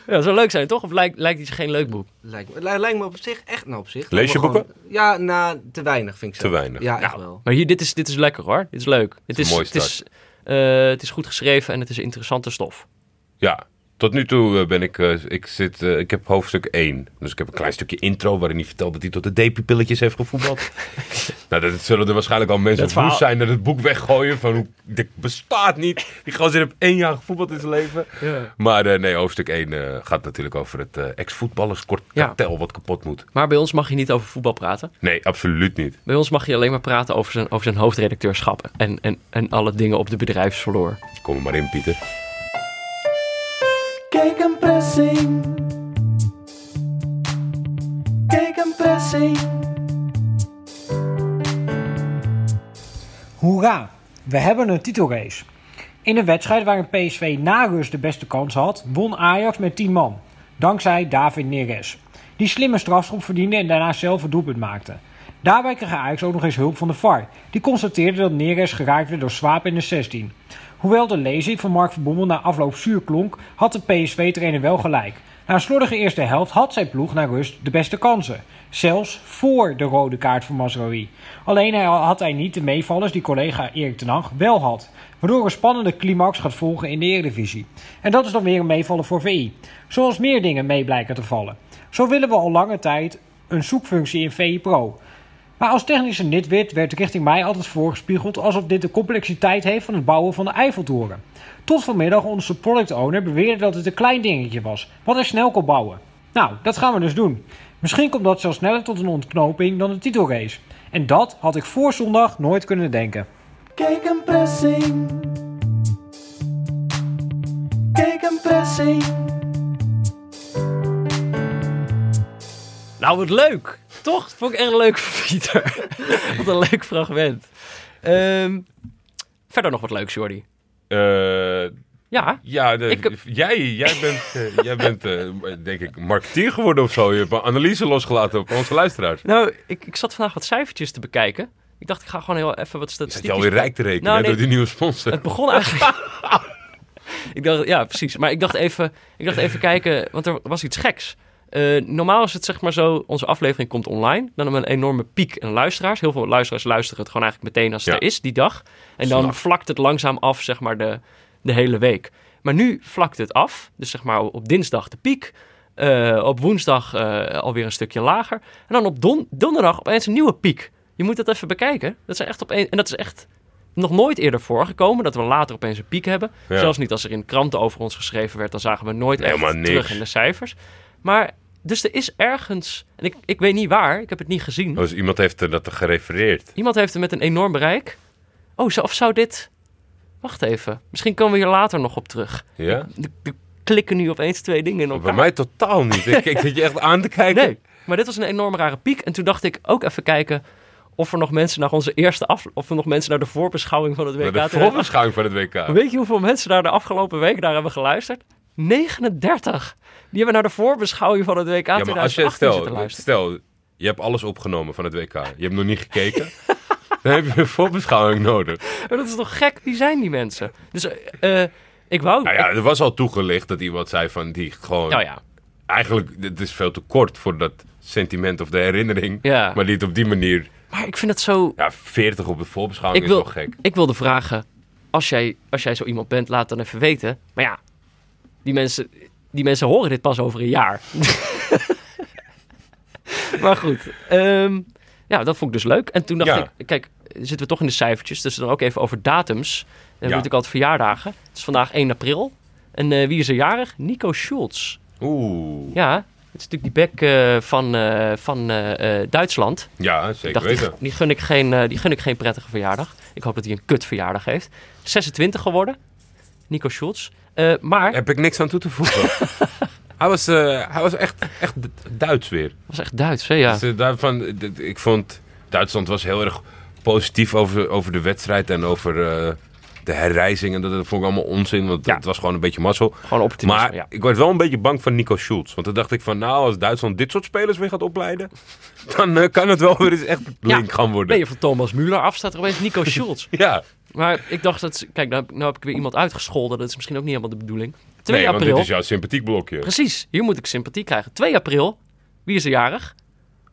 Speaker 1: dat zou leuk zijn, toch? Of lijkt, lijkt iets geen leuk boek?
Speaker 4: Lijkt, me, li- lijkt me op zich echt nou op zich.
Speaker 3: Lees je
Speaker 4: Lijkt me gewoon- Ja, nou, te weinig vind ik
Speaker 3: Te
Speaker 4: zelf.
Speaker 3: weinig.
Speaker 4: Ja, echt wel.
Speaker 1: Maar hier, dit is, dit is lekker hoor. Dit is leuk. Het
Speaker 3: een
Speaker 1: is,
Speaker 3: mooie
Speaker 1: het is, eh, het is goed geschreven en het is interessante stof.
Speaker 3: Ja, tot nu toe eh, ben ik, eh, ik zit, eh, ik heb hoofdstuk 1. Dus ik heb een klein stukje intro waarin hij vertelt dat hij tot de D-pupilletjes heeft
Speaker 1: <laughs>
Speaker 3: gevoetbald. nou, dat zullen er waarschijnlijk al mensen
Speaker 1: Dat
Speaker 3: woest
Speaker 1: verhaal-
Speaker 3: zijn dat het boek weggooien van hoe, dit bestaat niet. Die gozer heeft één jaar gevoetbald in zijn leven. Maar eh, nee, hoofdstuk 1 eh, gaat natuurlijk over het eh
Speaker 1: Ja.
Speaker 3: ex-voetballerskartel wat kapot moet.
Speaker 1: Maar bij ons mag je niet over voetbal praten.
Speaker 3: Nee, absoluut niet.
Speaker 1: Bij ons mag je alleen maar praten over zijn, over zijn hoofdredacteurschap en, en, en alle dingen op de bedrijfsverloor.
Speaker 3: Kom er maar in, Pieter.
Speaker 5: Kijk een pressing. Kijk een pressing.
Speaker 6: Hoera, we hebben een titelrace. In een wedstrijd waarin PSV na rust de beste kans had, won Ajax met 10 man. Dankzij David Neres. Die slimme strafschop verdiende en daarna zelf het doelpunt maakte. Daarbij kreeg Ajax ook nog eens hulp van de VAR. Die constateerde dat Neres geraakt werd door Swaap in de 16. Hoewel de lezing van Mark Verbommel na afloop zuur klonk, had de PSV-trainer wel gelijk. Na een slordige eerste helft had zijn ploeg naar rust de beste kansen. Zelfs voor de rode kaart van Masraoui. Alleen hij- had hij niet de meevallers die collega Erik ten Hag wel had. Waardoor een spannende climax gaat volgen in de Eredivisie. En dat is dan weer een meevaller voor VI. Zoals meer dingen mee blijken te vallen. Zo willen we al lange tijd een zoekfunctie in VI Pro. Maar als technische nitwit werd richting mij altijd voorgespiegeld alsof dit de complexiteit heeft van het bouwen van de Eiffeltoren. Tot vanmiddag onze product owner beweerde dat het een klein dingetje was, wat hij snel kon bouwen. Nou, dat gaan we dus doen. Misschien komt dat zelfs sneller tot een ontknoping dan de titelrace. En dat had ik voor zondag nooit kunnen denken.
Speaker 5: Kijk een pressing. Kijk een pressing.
Speaker 1: Nou, wat leuk. Toch? Dat vond ik echt leuk van Pieter. <laughs> wat een leuk fragment. Ehm, verder nog wat leuks, Jordi.
Speaker 3: Eh,
Speaker 1: Ja,
Speaker 3: ja, de-
Speaker 1: Ik heb-
Speaker 3: jij, jij bent, eh, jij bent eh, denk ik, marketeer geworden of zo. Je hebt een analyse losgelaten op onze luisteraars.
Speaker 1: nou, ik, ik zat vandaag wat cijfertjes te bekijken. Ik dacht, ik ga gewoon heel even wat
Speaker 3: Zit
Speaker 1: statistieken...
Speaker 3: je alweer rijk te rekenen
Speaker 1: Nou,
Speaker 3: hè,
Speaker 1: nee.
Speaker 3: door die nieuwe sponsor?
Speaker 1: Het begon eigenlijk... <laughs> ik dacht, ja, precies. Maar ik dacht, even, ik dacht even kijken, want er was iets geks. Eh, normaal is het zeg maar zo, onze aflevering komt online. Dan hebben we een enorme piek aan luisteraars. Heel veel luisteraars luisteren het gewoon eigenlijk meteen als het
Speaker 3: Ja.
Speaker 1: er is, die dag. En dan
Speaker 3: Snap.
Speaker 1: vlakt het langzaam af, zeg maar, de, de hele week. Maar nu vlakt het af. Dus zeg maar op dinsdag de piek. eh, op woensdag eh, alweer een stukje lager. En dan op don- donderdag opeens een nieuwe piek. Je moet dat even bekijken. Dat zijn echt opeen- en dat is echt nog nooit eerder voorgekomen dat we later opeens een piek hebben.
Speaker 3: Ja.
Speaker 1: Zelfs niet als er in kranten over ons geschreven werd, dan zagen we nooit
Speaker 3: Nee,
Speaker 1: echt
Speaker 3: helemaal niks.
Speaker 1: terug in de cijfers. Maar Dus er is ergens, en ik, ik weet niet waar, ik heb het niet gezien.
Speaker 3: Dus iemand heeft eh, dat gerefereerd.
Speaker 1: Iemand heeft er met een enorm bereik. Oh, zo, of zou dit... Wacht even, misschien komen we hier later nog op terug.
Speaker 3: Ja?
Speaker 1: Er- er klikken nu opeens twee dingen in
Speaker 3: Bij
Speaker 1: elkaar.
Speaker 3: mij totaal niet. Ik, ik zit je echt aan te kijken.
Speaker 1: Nee, maar dit was een enorm rare piek. En toen dacht ik ook even kijken of er nog mensen naar onze eerste af... Of er nog mensen naar de voorbeschouwing van het WK...
Speaker 3: Naar de
Speaker 1: toe hebben
Speaker 3: voorbeschouwing van het WK.
Speaker 1: Weet je hoeveel mensen daar de afgelopen week naar hebben geluisterd? 39. Die hebben naar de voorbeschouwing van het WK
Speaker 3: Ja, maar als
Speaker 1: 2018
Speaker 3: je,
Speaker 1: zitten
Speaker 3: stel,
Speaker 1: luisteren.
Speaker 3: stel, je hebt alles opgenomen van het WK. Je hebt nog niet gekeken. Dan heb je een voorbeschouwing nodig.
Speaker 1: Maar dat is toch gek? Wie zijn die mensen? Dus eh, eh, ik wou...
Speaker 3: Nou ja, er was al toegelicht dat iemand zei van die gewoon...
Speaker 1: ik- nou ja.
Speaker 3: Eigenlijk, het is veel te kort voor dat sentiment of de herinnering.
Speaker 1: Ja.
Speaker 3: Maar niet op die manier.
Speaker 1: Maar ik vind het zo...
Speaker 3: Ja, 40 op de voorbeschouwing
Speaker 1: Ik, wil,
Speaker 3: is wel gek.
Speaker 1: ik wilde vragen, als jij, als jij zo iemand bent, laat dan even weten. Maar ja, die mensen, die mensen horen dit pas over een jaar. <laughs> maar goed, ehm, ja, dat vond ik dus leuk. En toen dacht
Speaker 3: Ja.
Speaker 1: ik, kijk, zitten we toch in de cijfertjes, dus dan ook even over datums. Dan hebben we
Speaker 3: Ja.
Speaker 1: natuurlijk altijd verjaardagen. Het is vandaag 1 april. En eh, wie is er jarig? Nico Schulz.
Speaker 3: Oeh.
Speaker 1: Ja, het is natuurlijk die bek eh, van, eh, van eh, eh, Duitsland.
Speaker 3: Ja,
Speaker 1: Ik
Speaker 3: zeker
Speaker 1: dacht, die,
Speaker 3: weten.
Speaker 1: die gun ik geen, eh, die gun ik geen prettige verjaardag. Ik hoop dat hij een kut verjaardag heeft. 26 geworden, Nico Schulz. Eh, maar
Speaker 3: Heb ik niks aan toe te
Speaker 1: <laughs>
Speaker 3: voegen. hij was, eh, hij was echt, echt Duits weer.
Speaker 1: was echt Duits, hè? Ja.
Speaker 3: Dus, eh, daarvan, eh, dit- ik vond Duitsland was heel erg positief over, over de wedstrijd en over eh, de herrijzing. En dat, dat vond ik allemaal onzin, want
Speaker 1: Ja.
Speaker 3: het was gewoon een beetje mazzel.
Speaker 1: Gewoon optimisme,
Speaker 3: Maar
Speaker 1: ja.
Speaker 3: ik werd wel een beetje bang van Nico Schulz. Want toen dacht ik van, nou, als Duitsland dit soort spelers weer gaat opleiden, <laughs> dan eh, kan het wel weer eens echt link gaan worden.
Speaker 1: Nee, van Thomas Müller af staat er opeens
Speaker 3: <laughs>
Speaker 1: Nico Schulz.
Speaker 3: Ja,
Speaker 1: Maar ik dacht, dat, ze- kijk, nou, heb- nou heb ik weer iemand uitgescholden. Dat is misschien ook niet helemaal de bedoeling. 2
Speaker 3: nee, want dit
Speaker 1: april.
Speaker 3: is jouw sympathiek blokje.
Speaker 1: Precies, hier moet ik sympathie krijgen. 2 april, wie is er jarig?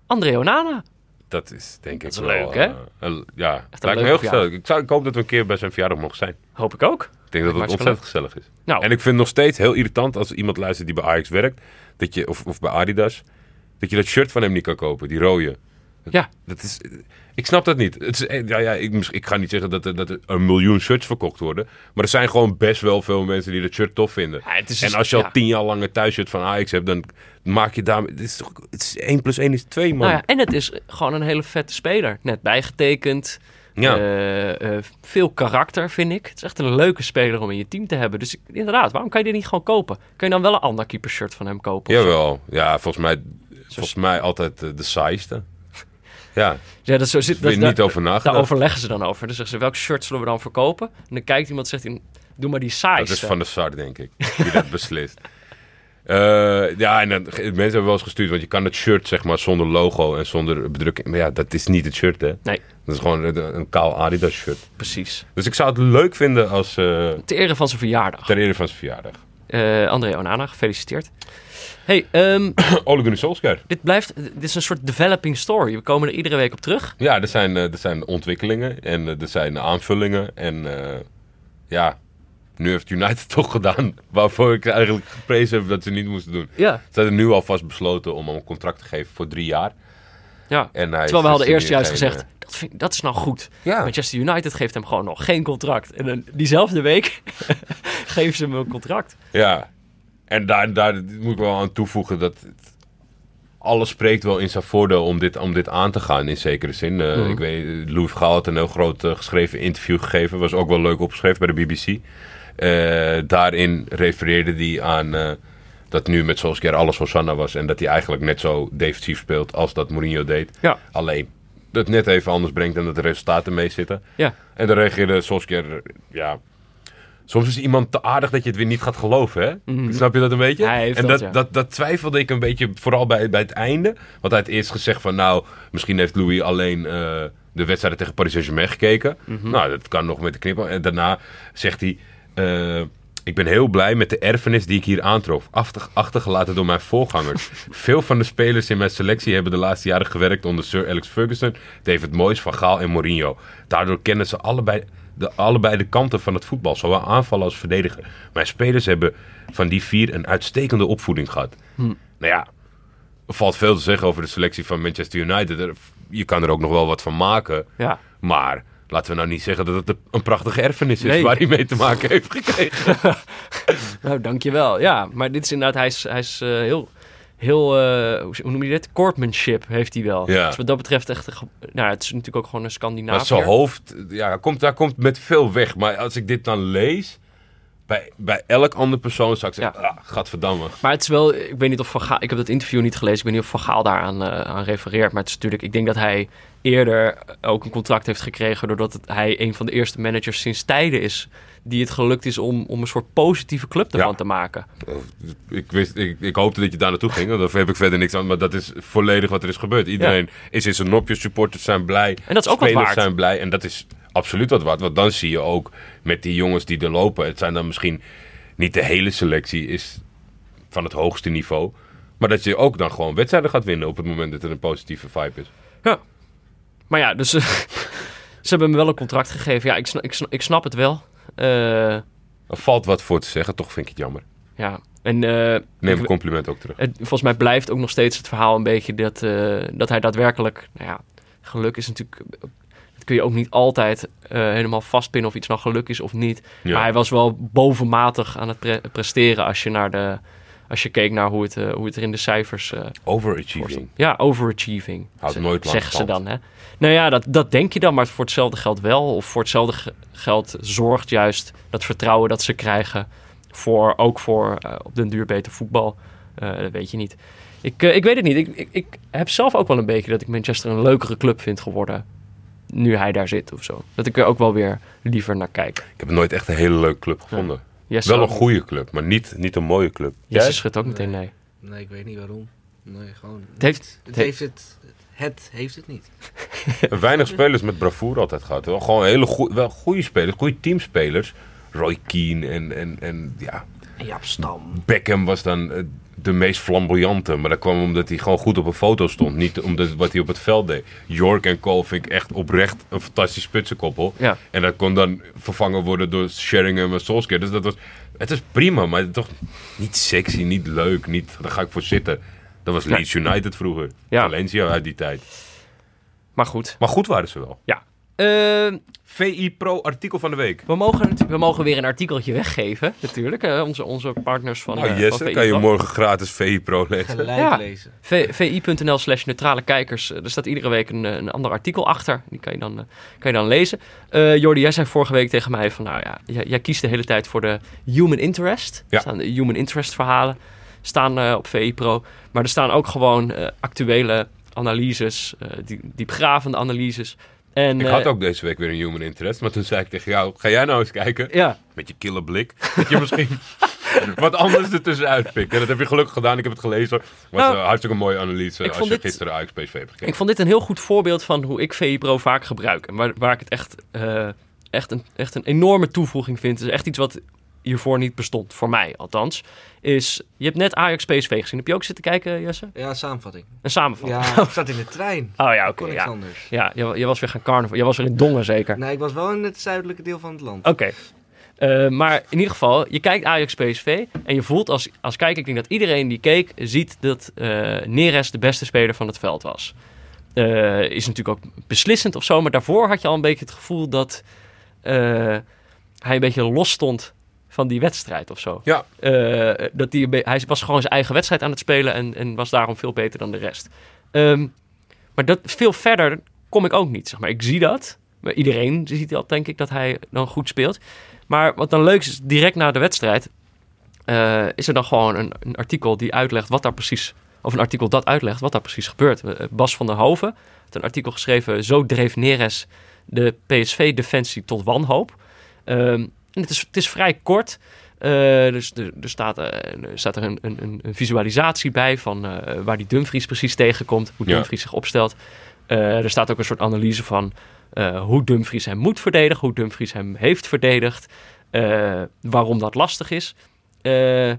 Speaker 1: André Onana.
Speaker 3: Dat is denk ik
Speaker 1: is
Speaker 3: wel,
Speaker 1: leuk, hè?
Speaker 3: eh, een- ja,
Speaker 1: Echt een
Speaker 3: lijkt
Speaker 1: leuke
Speaker 3: me heel
Speaker 1: verjaardag.
Speaker 3: gezellig. Ik, zou, ik hoop dat we een keer bij zijn verjaardag mogen zijn.
Speaker 1: Hoop ik ook.
Speaker 3: Ik denk dat het
Speaker 1: Lijkt me
Speaker 3: ontzettend gezellig is.
Speaker 1: Nou.
Speaker 3: En ik vind het nog steeds heel irritant als iemand luistert die bij Ajax werkt, dat je, of, of bij Adidas, dat je dat shirt van hem niet kan kopen, die rode.
Speaker 1: Ja,
Speaker 3: Dat is, ik snap dat niet. Het is, eh, ja, ja, ik, mis- ik ga niet zeggen dat er, dat er een miljoen shirts verkocht worden, maar er zijn gewoon best wel veel mensen die dat shirt tof vinden.
Speaker 1: Ja, het is
Speaker 3: en
Speaker 1: dus-
Speaker 3: als je
Speaker 1: ja.
Speaker 3: al tien jaar lang een thuisshirt van Ajax hebt, dan maak je daarmee... Het is toch, het is 1 plus 1 is 2, man.
Speaker 1: nou ja, en het is gewoon een hele vette speler. Net bijgetekend.
Speaker 3: ja.
Speaker 1: Eh, eh, veel karakter, vind ik. Het is echt een leuke speler om in je team te hebben. Dus ik- inderdaad, waarom kan je dit niet gewoon kopen? Kun je dan wel een ander keeper shirt van hem kopen? of zo?
Speaker 3: Jawel. Ja, volgens mij, volgens mij altijd eh, de
Speaker 1: <laughs>
Speaker 3: saaiste. Ja,
Speaker 1: Ja, dat zo zit
Speaker 3: Weer
Speaker 1: daar-
Speaker 3: niet over nagedacht.
Speaker 1: Daar overleggen ze dan over. Dan zeggen ze, welk shirt zullen we dan verkopen? En dan kijkt iemand en zegt, hij, doe maar die
Speaker 3: dat
Speaker 1: saaiste.
Speaker 3: is van de Sar, denk
Speaker 1: <laughs>
Speaker 3: ik, die dat beslist. Eh, ja, en dan, mensen hebben wel eens gestuurd, want je kan het shirt zeg maar zonder logo en zonder bedrukking. Maar ja, dat is niet het shirt, hè?
Speaker 1: Nee,
Speaker 3: Dat is gewoon een, een kaal Adidas shirt.
Speaker 1: precies.
Speaker 3: Dus ik zou het leuk vinden als eh,
Speaker 1: Ter ere van zijn verjaardag.
Speaker 3: ter ere van zijn verjaardag. <clears throat>
Speaker 1: Eh, André Onana, gefeliciteerd. hey, ehm,
Speaker 3: Ole Gunnar Solskjaer.
Speaker 1: dit blijft... Dit is een soort developing story. We komen er iedere week op terug.
Speaker 3: Ja, er zijn, eh, er zijn ontwikkelingen en eh, er zijn aanvullingen. En eh, ja, nu heeft United <laughs> toch gedaan waarvoor ik eigenlijk geprezen heb dat ze niet moesten doen.
Speaker 1: Ja.
Speaker 3: Ze hadden nu alvast besloten om hem een contract te geven voor drie jaar.
Speaker 1: ja.
Speaker 3: En hij
Speaker 1: Terwijl we
Speaker 3: is
Speaker 1: hadden
Speaker 3: dus
Speaker 1: eerst juist
Speaker 3: geen,
Speaker 1: gezegd,
Speaker 3: eh,
Speaker 1: dat, vind, dat is nou goed.
Speaker 3: Ja.
Speaker 1: Manchester United geeft hem gewoon nog geen contract. En dan diezelfde week <laughs> geven ze hem een contract.
Speaker 3: ja, en daar, daar moet ik wel aan toevoegen dat het- alles spreekt wel in zijn voordeel om dit, om dit aan te gaan in zekere zin. Eh, Ik weet, eh, Louis Gaal had een heel groot eh, geschreven interview gegeven. Was ook wel leuk opgeschreven bij de BBC. Eh, daarin refereerde hij aan eh, dat nu met Solskjaer alles Hosanna was. En dat hij eigenlijk net zo defensief speelt als dat Mourinho deed.
Speaker 1: Ja.
Speaker 3: Alleen dat net even anders brengt en dat de resultaten mee zitten.
Speaker 1: Ja.
Speaker 3: En dan reageerde Solskjaer, ja... Soms is iemand te aardig dat je het weer niet gaat geloven, hè? Snap je dat een beetje?
Speaker 1: Mhm. Hij heeft
Speaker 3: en
Speaker 1: dat,
Speaker 3: dat,
Speaker 1: ja.
Speaker 3: dat, dat twijfelde ik een beetje, vooral bij, bij het einde. Want hij had eerst gezegd van, nou, misschien heeft Louis alleen eh, de wedstrijden tegen Paris Saint-Germain gekeken.
Speaker 1: Mhm.
Speaker 3: Nou, dat kan nog met de knippen. En daarna zegt hij, eh, ik ben heel blij met de erfenis die ik hier aantrof. Achter, achtergelaten door mijn
Speaker 1: <laughs>
Speaker 3: voorgangers. Veel van de spelers in mijn selectie hebben de laatste jaren gewerkt onder Sir Alex Ferguson, David Moyes, Van Gaal en Mourinho. Daardoor kennen ze allebei de, allebei de kanten van het voetbal, zowel aanvallen als verdedigen. Mijn spelers hebben van die vier een uitstekende opvoeding gehad.
Speaker 1: Hm.
Speaker 3: Nou ja, er valt veel te zeggen over de selectie van Manchester United. Er- Je kan er ook nog wel wat van maken.
Speaker 1: Ja.
Speaker 3: Maar laten we nou niet zeggen dat het een prachtige erfenis is
Speaker 1: Nee.
Speaker 3: waar hij mee te maken heeft gekregen.
Speaker 1: Nou, dankjewel. Ja, maar dit is inderdaad, hij is, hij is eh, heel... heel, eh, hoe hoe noem je dit? Courtmanship heeft hij wel.
Speaker 3: Ja.
Speaker 1: Dus wat dat betreft echt, een ge- nou, het is natuurlijk ook gewoon een Scandinaviër.
Speaker 3: Maar zijn hoofd, ja, hij komt, daar komt met veel weg. Maar als ik dit dan lees, bij, bij elk ander persoon zou ik zeggen,
Speaker 1: Ja.
Speaker 3: ah, gadverdamme.
Speaker 1: Maar het is wel, ik weet niet of Van Gaal, ik heb dat interview niet gelezen, ik weet niet of Van Gaal daaraan eh, aan refereert. Maar het is natuurlijk, ik denk dat hij eerder ook een contract heeft gekregen doordat het, hij een van de eerste managers sinds tijden is die het gelukt is om, om een soort positieve club ervan
Speaker 3: Ja.
Speaker 1: te maken.
Speaker 3: Ik, wist, ik, ik hoopte dat je daar naartoe ging, want daar heb ik verder niks aan. Maar dat is volledig wat er is gebeurd. Iedereen is in zijn nopjes, supporters zijn blij.
Speaker 1: En dat is ook wat
Speaker 3: spelers
Speaker 1: waard.
Speaker 3: zijn blij. En dat is absoluut wat waard. Want dan zie je ook met die jongens die er lopen. Het zijn dan misschien niet de hele selectie is van het hoogste niveau. Maar dat je ook dan gewoon wedstrijden gaat winnen op het moment dat er een positieve vibe is.
Speaker 1: Maar ja, dus <laughs> eh, ze hebben hem wel een contract gegeven. Ja, ik snap, ik snap, ik snap het wel. Eh,
Speaker 3: Er valt wat voor te zeggen, toch vind ik het jammer.
Speaker 1: ja, en eh,
Speaker 3: Neem
Speaker 1: ik-
Speaker 3: het compliment ook terug.
Speaker 1: het- volgens mij blijft ook nog steeds het verhaal een beetje dat, eh, dat hij daadwerkelijk, nou ja, geluk is natuurlijk, dat kun je ook niet altijd eh, helemaal vastpinnen of iets nou geluk is of niet.
Speaker 3: Ja.
Speaker 1: Maar hij was wel bovenmatig aan het pre- presteren als je naar de, als je keek naar hoe het, eh, hoe het er in de cijfers eh, voor stond.
Speaker 3: Overachieving.
Speaker 1: Ja, overachieving.
Speaker 3: Houdt
Speaker 1: Ze-
Speaker 3: nooit lang
Speaker 1: Zeggen ze
Speaker 3: stand.
Speaker 1: dan, hè? Nou ja, dat, dat denk je dan, maar voor hetzelfde geld wel. Of voor hetzelfde ge- geld zorgt juist dat vertrouwen dat ze krijgen. Voor, ook voor eh, op den duur beter voetbal. Eh, dat weet je niet. Ik, eh, ik weet het niet. Ik, ik, ik heb zelf ook wel een beetje dat ik Manchester een leukere club vind geworden. Nu hij daar zit of zo. Dat ik er ook wel weer liever naar kijk.
Speaker 3: Ik heb nooit echt een hele leuke club gevonden.
Speaker 1: Jesse,
Speaker 3: Wel een goede club, maar niet, niet een mooie club.
Speaker 1: Jesse
Speaker 3: Jij?
Speaker 1: schudt ook meteen nee.
Speaker 4: Nee, ik weet niet waarom. Nee, gewoon.
Speaker 1: Het heeft,
Speaker 4: Het
Speaker 1: het heeft-
Speaker 4: heeft het. Het heeft het niet.
Speaker 3: Weinig spelers met bravoure altijd gehad. Wel gewoon hele goe- wel goede spelers, goede teamspelers. Roy Keane en, en, en ja,
Speaker 4: Ja, stam.
Speaker 3: Beckham was dan eh, de meest flamboyante. Maar dat kwam omdat hij gewoon goed op een foto stond. Niet omdat wat hij op het veld deed. York en Cole vind ik echt oprecht een fantastisch spitsenkoppel.
Speaker 1: Ja.
Speaker 3: En dat kon dan vervangen worden door Sheringham en Solskjaer. Dus dat was, het is prima, maar toch niet sexy, niet leuk. Niet, daar ga ik voor zitten. Dat was Leeds United vroeger.
Speaker 1: Ja.
Speaker 3: Valencia uit die tijd.
Speaker 1: maar goed.
Speaker 3: Maar goed waren ze wel.
Speaker 1: Ja. Eh,
Speaker 3: VI Pro artikel van de week.
Speaker 1: We mogen, natu- we mogen weer een artikeltje weggeven, natuurlijk. eh, onze, onze partners van,
Speaker 3: Nou,
Speaker 1: eh,
Speaker 3: Jesse,
Speaker 1: van VI
Speaker 3: kan je
Speaker 1: Pro.
Speaker 3: morgen gratis VI Pro lezen.
Speaker 4: Gelijk
Speaker 1: Ja.
Speaker 4: lezen.
Speaker 1: V- VI.nl slash neutrale kijkers. eh, Er staat iedere week een, eh, een ander artikel achter. Die kan je dan, eh, kan je dan lezen. Eh Jordi, jij zei vorige week tegen mij van... Nou ja, jij, jij kiest de hele tijd voor de human interest.
Speaker 3: Ja.
Speaker 1: Er staan de human interest verhalen. Staan eh, op VI Pro. Maar er staan ook gewoon eh, actuele analyses. eh die, diepgravende analyses. En,
Speaker 3: Ik had
Speaker 1: eh,
Speaker 3: ook deze week weer een human interest, maar toen zei ik tegen jou, ga jij nou eens kijken?
Speaker 1: Ja,
Speaker 3: Met je kille blik, dat je misschien
Speaker 1: <laughs>
Speaker 3: wat anders ertussen uitpikt. En dat heb je gelukkig gedaan, ik heb het gelezen. Was
Speaker 1: Nou,
Speaker 3: een hartstikke mooie analyse
Speaker 1: ik
Speaker 3: als je
Speaker 1: vond dit-
Speaker 3: gisteren Ajax PSV hebt gekeken.
Speaker 1: Ik vond dit een heel goed voorbeeld van hoe ik VI Pro vaak gebruik. En waar, waar ik het echt, eh, echt, een, echt een enorme toevoeging vind. Het is echt iets wat hiervoor niet bestond, voor mij althans. Is, je hebt net Ajax PSV gezien. Heb je ook zitten kijken, Jesse?
Speaker 4: Ja, samenvatting.
Speaker 1: Een samenvatting. <laughs>
Speaker 4: Ja, ik zat in de trein.
Speaker 1: Oh ja, oké.
Speaker 4: Kon niks
Speaker 1: ja,
Speaker 4: anders.
Speaker 1: ja je, je was weer gaan carnaval. Je was weer in Dongen zeker.
Speaker 4: Nee, ik was wel in het zuidelijke deel van het land.
Speaker 1: Oké. Eh, maar in ieder geval, je kijkt Ajax PSV en je voelt als, als kijker, ik denk dat iedereen die keek, ziet dat eh, Neres de beste speler van het veld was. Eh, is natuurlijk ook beslissend of zo, maar daarvoor had je al een beetje het gevoel dat eh, hij een beetje los stond van die wedstrijd of zo.
Speaker 3: Ja.
Speaker 1: Eh, dat die, een be- hij was gewoon zijn eigen wedstrijd aan het spelen en, en was daarom veel beter dan de rest. Ehm, maar dat, veel verder kom ik ook niet, zeg maar. Ik zie dat. Maar Iedereen ziet dat, denk ik, dat hij dan goed speelt. Maar wat dan leuk is, direct na de wedstrijd... eh, is er dan gewoon een, een artikel die uitlegt wat daar precies... of een artikel dat uitlegt wat daar precies gebeurt. Eh, Bas van der Hoven had een artikel geschreven... Zo dreef Neres de PSV-defensie tot wanhoop. Ehm, en het is, het is vrij kort... Eh, dus er, er staat, eh, er staat er een, een, een- een visualisatie bij van eh, waar die Dumfries precies tegenkomt, hoe
Speaker 3: Ja.
Speaker 1: Dumfries zich opstelt. Eh, er staat ook een soort analyse van eh, hoe Dumfries hem moet verdedigen, hoe Dumfries hem heeft verdedigd, eh, waarom dat lastig is. Eh,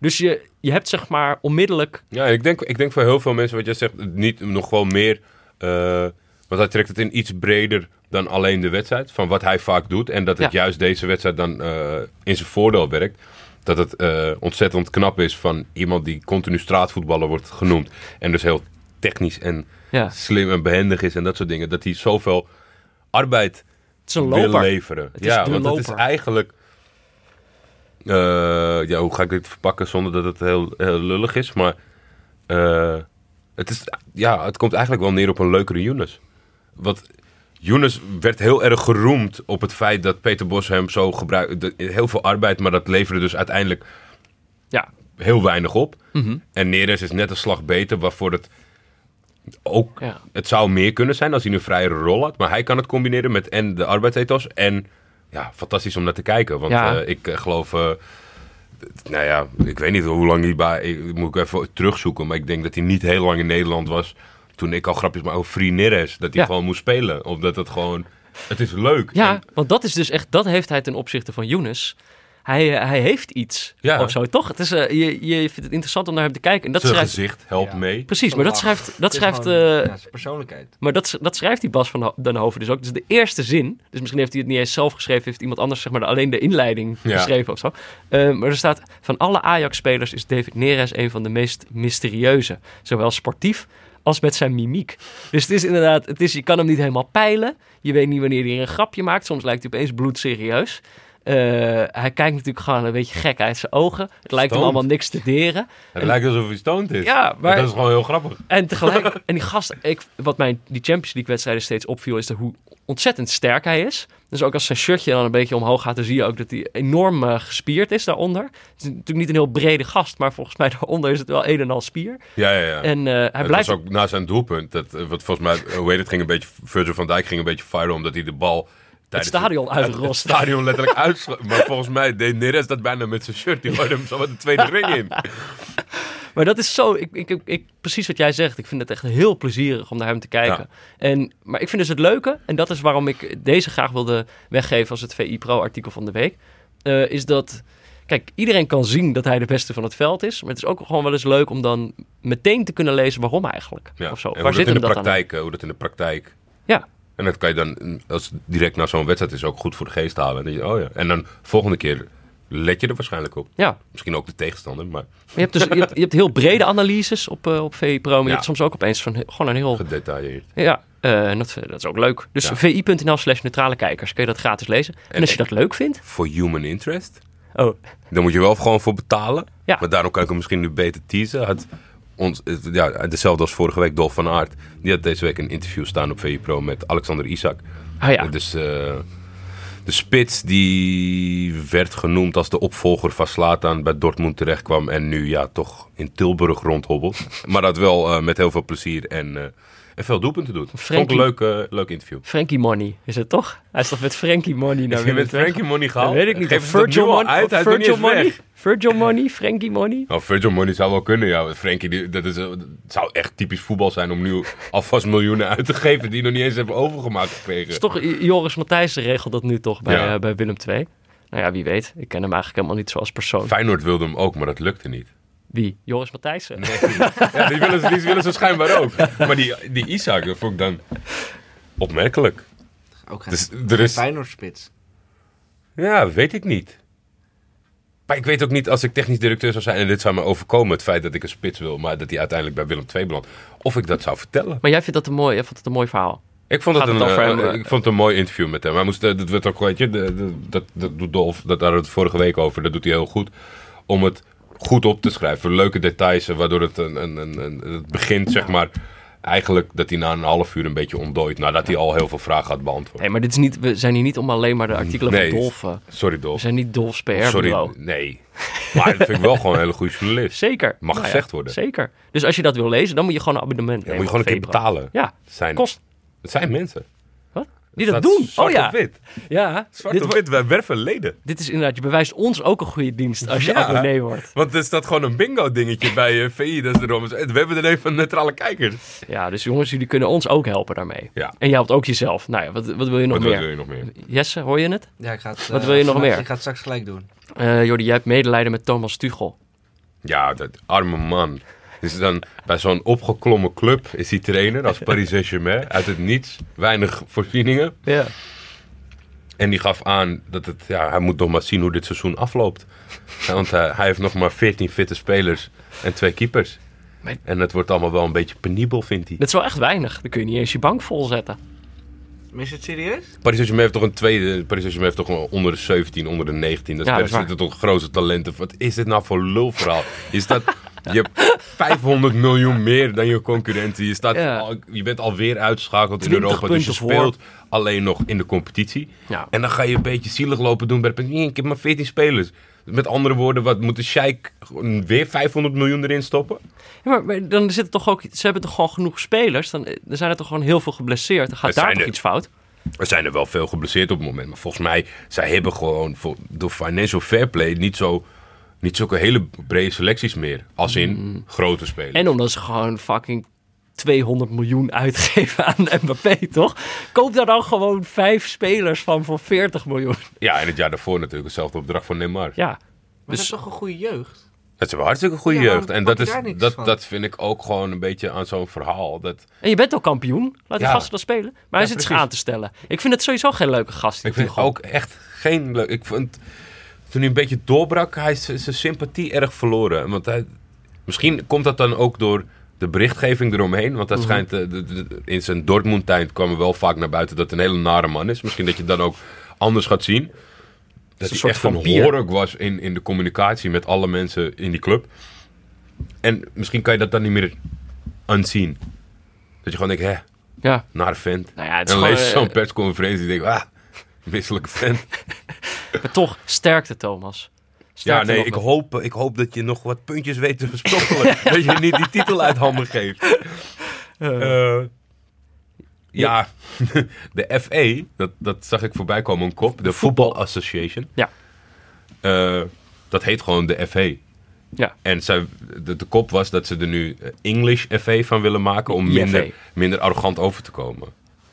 Speaker 1: dus je, je hebt zeg maar onmiddellijk.
Speaker 3: Ja, ik denk, ik denk voor heel veel mensen wat jij zegt, niet nog wel meer. eh, want hij trekt het in iets breder dan alleen de wedstrijd. Van wat hij vaak doet. En dat het
Speaker 1: Ja.
Speaker 3: juist deze wedstrijd dan eh, in zijn voordeel werkt. Dat het eh, ontzettend knap is van iemand die continu straatvoetballer wordt genoemd. En dus heel technisch en
Speaker 1: Ja, het
Speaker 3: slim en behendig is en dat soort dingen. Dat hij zoveel arbeid
Speaker 1: is een
Speaker 3: wil
Speaker 1: loper.
Speaker 3: leveren.
Speaker 1: Het is
Speaker 3: ja,
Speaker 1: de
Speaker 3: want het is
Speaker 1: loper.
Speaker 3: eigenlijk. eh, ja, hoe ga ik dit verpakken zonder dat het heel, heel lullig is? Maar eh, Eh, het, is, ja, het komt eigenlijk wel neer op een leukere Younes. Want Younes werd heel erg geroemd op het feit dat Peter Bos hem zo gebruikte. Heel veel arbeid, maar dat leverde dus uiteindelijk
Speaker 1: Ja,
Speaker 3: heel weinig op.
Speaker 1: Mhm.
Speaker 3: En Neres is net een slag beter, waarvoor het ook...
Speaker 1: Ja.
Speaker 3: Het zou meer kunnen zijn als hij een vrijere rol had. Maar hij kan het combineren met en de arbeidsethos en... Ja, fantastisch om naar te kijken. Want
Speaker 1: Ja.
Speaker 3: eh, ik eh, geloof... eh, d- nou ja, ik weet niet hoe lang hij bij... Ik, moet ik even terugzoeken. Maar ik denk dat hij niet heel lang in Nederland was... Toen ik al grapjes maar over Free Neres. Dat hij
Speaker 1: Ja.
Speaker 3: gewoon moest spelen. Omdat het gewoon... Het is leuk.
Speaker 1: ja
Speaker 3: En-
Speaker 1: want dat is dus echt, dat heeft hij ten opzichte van Younes. Hij, eh, hij heeft iets
Speaker 3: Ja.
Speaker 1: of zo, toch? Het is, eh, je, je vindt het interessant om naar hem te kijken. En dat
Speaker 3: zijn
Speaker 1: schrijft,
Speaker 3: gezicht helpt
Speaker 4: Ja.
Speaker 3: mee.
Speaker 1: precies, maar dat
Speaker 4: Lach.
Speaker 1: schrijft, dat
Speaker 4: Het is
Speaker 1: schrijft
Speaker 4: gewoon,
Speaker 1: eh,
Speaker 4: ja, zijn persoonlijkheid.
Speaker 1: Maar dat, dat schrijft die Bas van Ho- den Hoven dus ook. Dus de eerste zin, dus misschien heeft hij het niet eens zelf geschreven, heeft iemand anders zeg maar, alleen de inleiding
Speaker 3: Ja.
Speaker 1: geschreven of zo. Eh, maar er staat: van alle Ajax-spelers is David Neres een van de meest mysterieuze, zowel sportief als met zijn mimiek. Dus het is inderdaad, het is, je kan hem niet helemaal peilen. Je weet niet wanneer hij een grapje maakt. Soms lijkt hij opeens bloedserieus. Eh, hij kijkt natuurlijk gewoon een beetje gek uit zijn ogen. Het lijkt hem
Speaker 3: Stoned.
Speaker 1: allemaal niks te deren.
Speaker 3: Het lijkt alsof hij stoned is.
Speaker 1: Ja, maar
Speaker 3: Dat is gewoon heel grappig.
Speaker 1: en tegelijk, en die gast, ik, wat mij die Champions League wedstrijden steeds opviel, is de, hoe ontzettend sterk hij is. Dus ook als zijn shirtje dan een beetje omhoog gaat, dan zie je ook dat hij enorm eh, gespierd is daaronder. Het is natuurlijk niet een heel brede gast, maar volgens mij daaronder is het wel een en al spier.
Speaker 3: Ja, ja, ja.
Speaker 1: En eh, hij
Speaker 3: het
Speaker 1: blijft...
Speaker 3: was ook na zijn doelpunt. Dat, eh, wat volgens mij, hoe heet het, ging een beetje, Virgil van Dijk ging een beetje viral omdat hij de bal tijdens
Speaker 1: stadion
Speaker 3: het- het-
Speaker 1: uitrost.
Speaker 3: Het stadion letterlijk uitsloot. Maar volgens mij deed Neres dat bijna met zijn shirt. Die gooide hem zo met de tweede ring
Speaker 1: <laughs>
Speaker 3: in.
Speaker 1: Maar dat is zo, ik, ik, ik- ik, precies wat jij zegt. Ik vind het echt heel plezierig om naar hem te kijken. En, maar ik vind dus het leuke, en dat is waarom ik deze graag wilde weggeven als het VI Pro-artikel van de week, eh, is dat, kijk, iedereen kan zien dat hij de beste van het veld is. Maar het is ook gewoon wel eens leuk om dan meteen te kunnen lezen waarom eigenlijk.
Speaker 3: Ja.
Speaker 1: Of zo.
Speaker 3: En
Speaker 1: Waar
Speaker 3: hoe,
Speaker 1: zit
Speaker 3: dat
Speaker 1: hem
Speaker 3: in de
Speaker 1: dat aan?
Speaker 3: praktijk, eh, hoe dat in de praktijk...
Speaker 1: Ja,
Speaker 3: En dat kan je dan, mm, als het direct na zo'n wedstrijd is, ook goed voor de geest halen. En, dan denk je, oh ja. en dan volgende keer let je er waarschijnlijk op.
Speaker 1: ja.
Speaker 3: Misschien ook de tegenstander, maar
Speaker 1: Maar je hebt dus je hebt, je hebt heel brede analyses op, eh, op VI Pro. Maar je
Speaker 3: Ja.
Speaker 1: hebt soms ook opeens van, gewoon een heel
Speaker 3: gedetailleerd.
Speaker 1: Ja, eh, en dat, dat is ook leuk. Dus
Speaker 3: Ja.
Speaker 1: vi.nl slash neutrale kijkers. Kun je dat gratis lezen. En, als je dat leuk vindt...
Speaker 3: Voor human interest...
Speaker 1: Oh,
Speaker 3: Dan moet je wel gewoon voor betalen.
Speaker 1: Ja.
Speaker 3: Maar daarom kan ik hem misschien nu beter teasen. Had ons, het- ja, dezelfde als vorige week, Dolf van Aert. Die had deze week een interview staan op VI Pro met Alexander Isak.
Speaker 1: ah ja.
Speaker 3: Dus eh, de spits die werd genoemd als de opvolger van Slatan bij Dortmund terechtkwam. En nu ja, toch in Tilburg rondhobbelt. <laughs> maar dat wel eh, met heel veel plezier en, eh, en veel doelpunten doet. Vond ik een leuk, eh, leuk interview.
Speaker 1: Frankie Money, is het toch? Hij is toch met Frankie Money naar
Speaker 3: Is <laughs> je met
Speaker 1: Willem II?
Speaker 3: Frankie Money
Speaker 1: Dat
Speaker 3: gehaald?
Speaker 1: weet ik niet.
Speaker 3: Geef
Speaker 1: Of
Speaker 3: ze dat
Speaker 1: Virgil
Speaker 3: nu al
Speaker 1: Money,
Speaker 3: uit,
Speaker 1: of
Speaker 3: hij is nog niet
Speaker 1: Virgil
Speaker 3: eens weg.
Speaker 1: Money,
Speaker 3: <laughs>
Speaker 1: Virgil Money, Frankie Money.
Speaker 3: Nou, Virgil Money zou wel kunnen, ja. Frenkie, die- dat, is, eh, dat zou echt typisch voetbal zijn om nu alvast miljoenen uit te geven die nog niet eens hebben overgemaakt gekregen.
Speaker 1: Is toch I- Joris Matthijssen regelt dat nu toch bij,
Speaker 3: Ja.
Speaker 1: eh, bij Willem II? Nou ja, wie weet. Ik ken hem eigenlijk helemaal niet zoals persoon.
Speaker 3: Feyenoord wilde hem ook, maar dat lukte niet.
Speaker 1: Wie? Joris Matthijssen?
Speaker 3: Ja, die, willen, ze- die willen ze schijnbaar ook. Maar die, die Isaac, dat vond ik dan opmerkelijk.
Speaker 1: Oh,
Speaker 4: Ook geen
Speaker 3: Dus er is...
Speaker 4: Feyenoord-spits.
Speaker 3: Ja, weet ik niet. Maar ik weet ook niet, als ik technisch directeur zou zijn en dit zou me overkomen, het feit dat ik een spits wil, maar dat hij uiteindelijk bij Willem II belandt, of ik dat zou vertellen.
Speaker 1: Maar jij vindt dat een mooi, jij vond het een mooi verhaal.
Speaker 3: Ik vond
Speaker 1: Gaat
Speaker 3: het, een,
Speaker 1: het over
Speaker 3: eh,
Speaker 1: hem,
Speaker 3: eh,
Speaker 1: eh,
Speaker 3: ik vond het een mooi interview met hem. Hij moest, eh, dat werd ook, weet je, de- de- dat, dat doet Dolf, dat hadden we het vorige week over. Dat doet hij heel goed. Om het goed op te schrijven. Leuke details, eh, waardoor het, een, een, een, een- het begint, zeg maar, eigenlijk dat hij na een half uur een beetje ontdooit. Nadat hij al heel veel vragen had beantwoord.
Speaker 1: Nee, maar dit is niet, we zijn hier niet om alleen maar de artikelen
Speaker 3: Nee.
Speaker 1: van Dolfen.
Speaker 3: Sorry,
Speaker 1: We
Speaker 3: Dolf.
Speaker 1: zijn niet Dolfs PR-bureau.
Speaker 3: Sorry, nee. Maar dat vind ik wel gewoon een hele goede
Speaker 1: <laughs>
Speaker 3: journalist.
Speaker 1: Zeker. Nou
Speaker 3: Mag gezegd worden.
Speaker 1: Zeker. Dus als je dat wil lezen, dan moet je gewoon een abonnement
Speaker 3: Ja,
Speaker 1: nemen.
Speaker 3: moet je gewoon een
Speaker 1: op
Speaker 3: keer
Speaker 1: Vepro.
Speaker 3: betalen.
Speaker 1: Ja,
Speaker 3: Zijn,
Speaker 1: kost.
Speaker 3: het zijn mensen.
Speaker 1: Wat? Die dat
Speaker 3: Staat
Speaker 1: doen.
Speaker 3: Zwart
Speaker 1: Oh ja.
Speaker 3: op wit.
Speaker 1: Ja,
Speaker 3: Zwart
Speaker 1: dit,
Speaker 3: op
Speaker 1: wo-
Speaker 3: wit, wij werven leden.
Speaker 1: dit is inderdaad, je bewijst ons ook een goede dienst als je
Speaker 3: Ja.
Speaker 1: abonnee wordt.
Speaker 3: Want er staat gewoon een bingo-dingetje bij eh, VI. Dat is de Romans. We hebben er een van neutrale kijkers.
Speaker 1: Ja, dus jongens, jullie kunnen ons ook helpen daarmee.
Speaker 3: Ja.
Speaker 1: En jij helpt ook jezelf. Nou ja, wat, wat wil je nog
Speaker 3: Wat
Speaker 1: meer?
Speaker 3: wil je nog meer?
Speaker 1: Jesse, hoor je het?
Speaker 4: Ja, ik ga het,
Speaker 1: Wat
Speaker 4: eh,
Speaker 1: wil je nog
Speaker 4: straks-
Speaker 1: meer?
Speaker 4: <laughs> Ik ga het straks gelijk doen.
Speaker 1: Eh Jordi, jij hebt medelijden met Thomas Tuchel.
Speaker 3: Ja, dat arme man. Dus dan bij zo'n opgeklommen club is hij trainer als
Speaker 1: <laughs>
Speaker 3: Paris Saint-Germain. Uit het niets, weinig voorzieningen.
Speaker 1: Ja.
Speaker 3: En die gaf aan dat het, ja, hij moet nog maar zien hoe dit seizoen
Speaker 1: <laughs>
Speaker 3: afloopt. Ja, Want eh, hij, hij heeft nog maar 14 fitte spelers en twee keepers.
Speaker 1: Maar-
Speaker 3: En dat wordt allemaal wel een beetje penibel, vindt hij.
Speaker 1: Dat is wel echt weinig. Dan kun je niet eens je bank volzetten.
Speaker 4: Is het serieus?
Speaker 3: Paris Saint-Germain heeft toch een tweede. Paris Saint-Germain heeft toch een onder de 17, onder de 19. Dat
Speaker 1: Ja,
Speaker 3: is
Speaker 1: dat is <laughs>
Speaker 3: zitten toch grote talenten. Wat is dit nou voor lulverhaal? Is dat Je hebt 500 miljoen meer dan je concurrenten. Je, staat
Speaker 1: Ja.
Speaker 3: al- je bent alweer uitgeschakeld in
Speaker 1: 20
Speaker 3: Europa. Dus je
Speaker 1: punten
Speaker 3: speelt alleen nog in de competitie.
Speaker 1: Ja.
Speaker 3: En dan ga je een beetje zielig lopen doen bij de punt. Ik heb maar 14 spelers. Met andere woorden, wat moet de Scheik gewoon weer 500 miljoen erin stoppen?
Speaker 1: Ja, maar, maar dan zit het toch ook, ze hebben toch gewoon genoeg spelers. Dan, eh, dan zijn er toch gewoon heel veel geblesseerd. Dan gaat
Speaker 3: Het
Speaker 1: daar
Speaker 3: zijn
Speaker 1: toch
Speaker 3: er-
Speaker 1: iets fout?
Speaker 3: Er zijn er wel veel geblesseerd op het moment. Maar volgens mij, zij hebben gewoon voor, door financial fair play niet, zo, niet zulke hele brede selecties meer. Als in
Speaker 4: Mm.
Speaker 3: grote spelers.
Speaker 1: En omdat ze gewoon fucking 200 miljoen uitgeven aan Mbappé, toch? Koop daar dan gewoon vijf spelers van voor 40 miljoen.
Speaker 3: Ja, en het jaar daarvoor natuurlijk hetzelfde opdracht van Neymar.
Speaker 1: Ja,
Speaker 4: Maar
Speaker 1: Dus-
Speaker 4: dat is toch een goede jeugd?
Speaker 3: Dat is een hartstikke goede
Speaker 4: Ja,
Speaker 3: jeugd. En
Speaker 4: waarom
Speaker 3: dat,
Speaker 4: pak
Speaker 3: is,
Speaker 4: je daar niks
Speaker 3: dat,
Speaker 4: van?
Speaker 3: dat vind ik ook gewoon een beetje aan zo'n verhaal. Dat,
Speaker 1: en je bent al kampioen. Laat die
Speaker 3: Ja.
Speaker 1: gasten dan spelen. Maar hij
Speaker 3: Ja,
Speaker 1: zit zich
Speaker 3: precies.
Speaker 1: aan te stellen. Ik vind het sowieso geen leuke gast.
Speaker 3: ik vind
Speaker 1: Hugo.
Speaker 3: ook echt geen leuk. Ik vond, toen hij een beetje doorbrak, hij is zijn sympathie erg verloren. Want hij, misschien komt dat dan ook door de berichtgeving eromheen. Want hij
Speaker 1: Mhm.
Speaker 3: schijnt, eh, de- de- de- in zijn Dortmund-tijd kwam er wel vaak naar buiten dat hij een hele nare man is. Misschien dat je het dan ook anders gaat zien. Dat
Speaker 1: een
Speaker 3: hij
Speaker 1: soort
Speaker 3: echt een
Speaker 1: vampier.
Speaker 3: hork was in, in de communicatie met alle mensen in die club. En misschien kan je dat dan niet meer aanzien. Dat je gewoon denkt, hè,
Speaker 1: Ja.
Speaker 3: naar vent.
Speaker 1: Nou ja, het is
Speaker 3: en
Speaker 1: gewoon,
Speaker 3: dan lees je
Speaker 1: eh,
Speaker 3: zo'n persconferentie en denk ah, misselijke
Speaker 1: <laughs>
Speaker 3: vent.
Speaker 1: Maar toch, sterkte Thomas.
Speaker 3: Ja,
Speaker 1: Sterkte
Speaker 3: nee,
Speaker 1: nog
Speaker 3: ik
Speaker 1: met-
Speaker 3: hoop, ik hoop dat je nog wat puntjes weet te
Speaker 1: <laughs>
Speaker 3: verstoppelen. dat je niet die titel uit handen geeft. Eh, ja, <laughs> de FA, dat, dat zag ik voorbij komen, een kop. De Football Association.
Speaker 1: Ja.
Speaker 3: Eh, dat heet gewoon de FA.
Speaker 1: Ja.
Speaker 3: En zij, de, de kop was dat ze er nu eh, English FA van willen maken om
Speaker 1: IFA.
Speaker 3: minder, minder arrogant over te komen.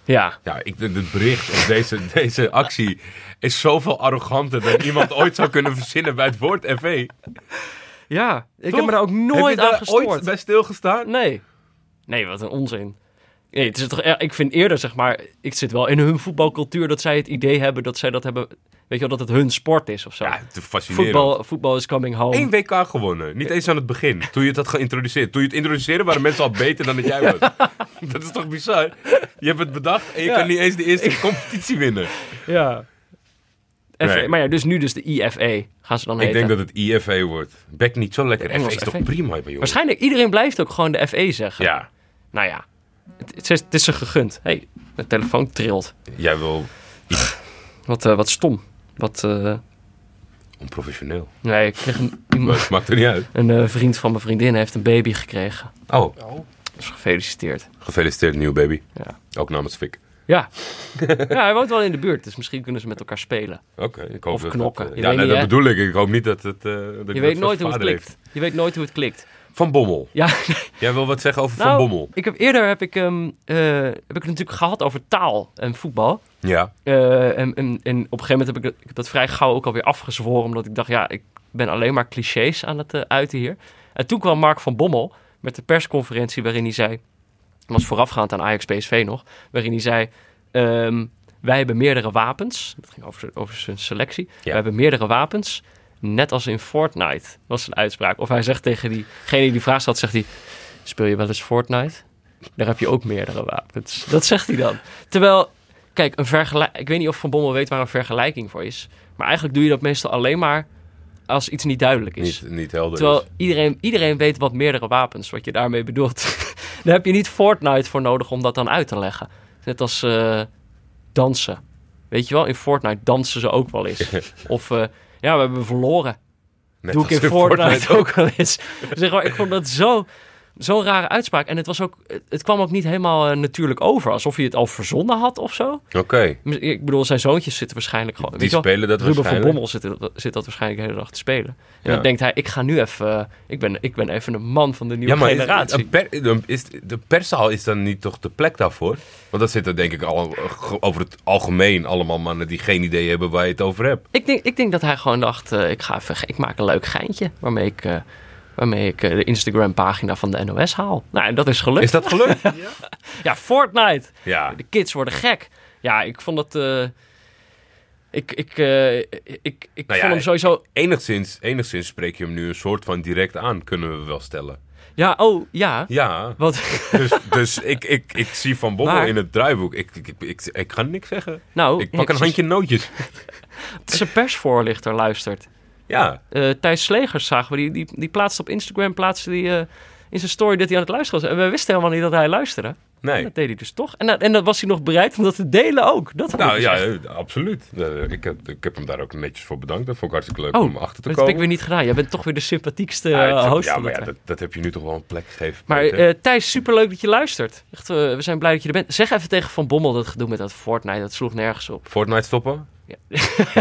Speaker 1: Ja.
Speaker 3: Ja, ik, denk het bericht of deze, <laughs> deze actie is zoveel arroganter dan iemand ooit zou kunnen verzinnen bij het woord FV.
Speaker 1: ja, ik
Speaker 3: Toch?
Speaker 1: heb me daar ook
Speaker 3: Heb je
Speaker 1: nooit
Speaker 3: daar
Speaker 1: aan gestoord.
Speaker 3: ooit bij stilgestaan?
Speaker 1: Nee. Nee, wat een onzin. Nee, het is toch, ja, ik vind eerder, zeg maar, ik zit wel in hun voetbalcultuur dat zij het idee hebben dat zij dat hebben. Weet je wel, dat het hun sport is of zo.
Speaker 3: Ja, te fascinerend.
Speaker 1: voetbal, voetbal is coming home.
Speaker 3: Eén WK gewonnen. Niet eens aan het begin. Toen je het had geïntroduceerd. Toen je het introduceerde waren mensen al beter dan dat jij
Speaker 1: <laughs>
Speaker 3: was. Dat is toch bizar? Je hebt het bedacht en je
Speaker 1: Ja.
Speaker 3: kan niet eens de eerste competitie winnen.
Speaker 1: Ja. FA.
Speaker 3: Nee.
Speaker 1: Maar ja, dus nu dus de IFA gaan ze dan
Speaker 3: Ik
Speaker 1: heten.
Speaker 3: denk dat het IFA wordt. Bek niet zo lekker. FA
Speaker 1: Engels
Speaker 3: is toch
Speaker 1: FA.
Speaker 3: prima, jongen?
Speaker 1: Waarschijnlijk iedereen blijft ook gewoon de FA zeggen.
Speaker 3: Ja,
Speaker 1: Nou ja, het, het is, het is ze gegund. hey, de telefoon trilt.
Speaker 3: jij wil
Speaker 1: Wat, eh, wat stom. Wat, eh,
Speaker 3: onprofessioneel.
Speaker 1: nee, ik kreeg een, iemand-
Speaker 3: Maar het maakt er niet uit.
Speaker 1: een eh, vriend van mijn vriendin heeft een baby gekregen.
Speaker 3: Oh,
Speaker 1: Dus gefeliciteerd.
Speaker 3: gefeliciteerd nieuwe baby.
Speaker 1: Ja.
Speaker 3: Ook namens Fik.
Speaker 1: Ja. ja, hij woont wel in de buurt, dus misschien kunnen ze met elkaar spelen.
Speaker 3: Oké, ik hoop
Speaker 1: Of
Speaker 3: dat
Speaker 1: knokken.
Speaker 3: Dat, eh,
Speaker 1: Je
Speaker 3: ja,
Speaker 1: weet
Speaker 3: nee,
Speaker 1: niet,
Speaker 3: dat
Speaker 1: hè?
Speaker 3: bedoel ik. Ik hoop niet dat het. eh, dat
Speaker 1: Je weet nooit hoe het
Speaker 3: vader
Speaker 1: klikt. Je weet nooit hoe het klikt.
Speaker 3: heeft. Van Bommel.
Speaker 1: Ja,
Speaker 3: Jij wil wat zeggen over
Speaker 1: nou,
Speaker 3: Van Bommel?
Speaker 1: Ik heb eerder heb ik, ehm, eh, heb ik het natuurlijk gehad over taal en voetbal.
Speaker 3: Ja.
Speaker 1: Eh, en, en, en op een gegeven moment heb ik, dat- ik heb dat vrij gauw ook alweer afgezworen. Omdat ik dacht, ja, ik ben alleen maar clichés aan het eh, uiten hier. En toen kwam Mark van Bommel met de persconferentie waarin hij zei... Dat was voorafgaand aan Ajax PSV nog. Waarin hij zei, ehm, wij hebben meerdere wapens. Dat ging over, over zijn selectie. Wij hebben meerdere wapens. Net als in Fortnite, was zijn uitspraak. Of hij zegt tegen diegene die die vraag stelt, zegt hij... Speel je wel eens Fortnite? Daar heb je ook meerdere wapens. Dat zegt hij dan. Terwijl, kijk, een vergelijk... ik weet niet of Van Bommel weet waar een vergelijking voor is. Maar eigenlijk doe je dat meestal alleen maar als iets niet duidelijk is.
Speaker 3: Niet, niet helder.
Speaker 1: Terwijl
Speaker 3: is.
Speaker 1: iedereen, iedereen weet wat meerdere wapens, wat je daarmee bedoelt. <laughs> Daar heb je niet Fortnite voor nodig om dat dan uit te leggen. Net als eh, dansen. Weet je wel, in Fortnite dansen ze ook wel <laughs> eens. of eh, ja, we hebben verloren.
Speaker 3: Net
Speaker 1: Doe ik
Speaker 3: als
Speaker 1: in Fortnite, ook wel eens. Zeg maar, ik vond dat zo, zo'n rare uitspraak. En het, was ook, het- het kwam ook niet helemaal eh, natuurlijk over. Alsof hij het al verzonnen had of zo.
Speaker 3: Oké.
Speaker 1: Ik bedoel, zijn zoontjes zitten waarschijnlijk gewoon...
Speaker 3: Die
Speaker 1: weet je wel,
Speaker 3: spelen dat
Speaker 1: Ruben van
Speaker 3: waarschijnlijk.
Speaker 1: Bommel zit, zit dat waarschijnlijk de hele dag te spelen. En
Speaker 3: Ja.
Speaker 1: dan denkt hij, ik ga nu even... eh, ik, ben, ik ben even een man van de nieuwe
Speaker 3: Ja, maar is,
Speaker 1: generatie.
Speaker 3: een per, een- is, de perszaal is dan niet toch de plek daarvoor? Want dat zitten denk ik al, eh, over het algemeen allemaal mannen die geen idee hebben waar je het over hebt.
Speaker 1: ik, denk, ik denk dat hij gewoon dacht, eh, ik, ga even, ge- ik maak een leuk geintje. Waarmee ik, eh, waarmee ik eh, de Instagram pagina van de NOS haal. Nou, en dat is gelukt.
Speaker 3: Is dat
Speaker 1: <laughs>
Speaker 3: gelukt?
Speaker 1: Ja, Fortnite.
Speaker 3: ja.
Speaker 1: De kids worden gek. Ja, ik vond dat... eh, ik ik, eh, ik, ik
Speaker 3: Nou ja,
Speaker 1: vond hem
Speaker 3: ik-
Speaker 1: sowieso...
Speaker 3: Enigszins, enigszins spreek je hem nu een soort van direct aan, kunnen we wel stellen.
Speaker 1: Ja, oh, ja.
Speaker 3: Ja.
Speaker 1: Wat, <laughs>
Speaker 3: Dus, dus ik, ik, ik zie Van Bommel
Speaker 1: Maar-
Speaker 3: in het draaiboek. Ik, ik, ik, ik, ik ga niks zeggen.
Speaker 1: nou,
Speaker 3: ik pak een
Speaker 1: handje.
Speaker 3: handje nootjes.
Speaker 1: zijn persvoorlichter luistert.
Speaker 3: Ja,
Speaker 1: Eh, Thijs Slegers zagen we, die, die, die plaatste op Instagram plaatste die, eh, in zijn story dat hij aan het luisteren was. En we wisten helemaal niet dat hij luisterde. En
Speaker 3: nee.
Speaker 1: dat deed hij dus toch. En, dat- en dat was hij nog bereid om dat te delen ook. Dat vond ik
Speaker 3: Nou
Speaker 1: dus
Speaker 3: ja,
Speaker 1: echt-
Speaker 3: eh, absoluut. Eh, Ik heb, ik heb hem daar ook netjes voor bedankt. Dat vond ik hartstikke leuk eh, om
Speaker 1: Oh,
Speaker 3: achter te
Speaker 1: dat heb ik
Speaker 3: komen.
Speaker 1: weer niet gedaan. Jij bent toch weer de sympathiekste
Speaker 3: Ja,
Speaker 1: eh,
Speaker 3: het-
Speaker 1: host
Speaker 3: ja,
Speaker 1: van
Speaker 3: maar
Speaker 1: de
Speaker 3: ja,
Speaker 1: twee.
Speaker 3: dat, dat heb je nu toch wel een plek gegeven.
Speaker 1: Maar
Speaker 3: Peter.
Speaker 1: eh Thijs, superleuk dat je luistert. Echt, eh, we zijn blij dat je er bent. Zeg even tegen Van Bommel dat gedoe met dat Fortnite. Dat sloeg nergens op.
Speaker 3: Fortnite stoppen?
Speaker 1: Ja.
Speaker 3: <laughs>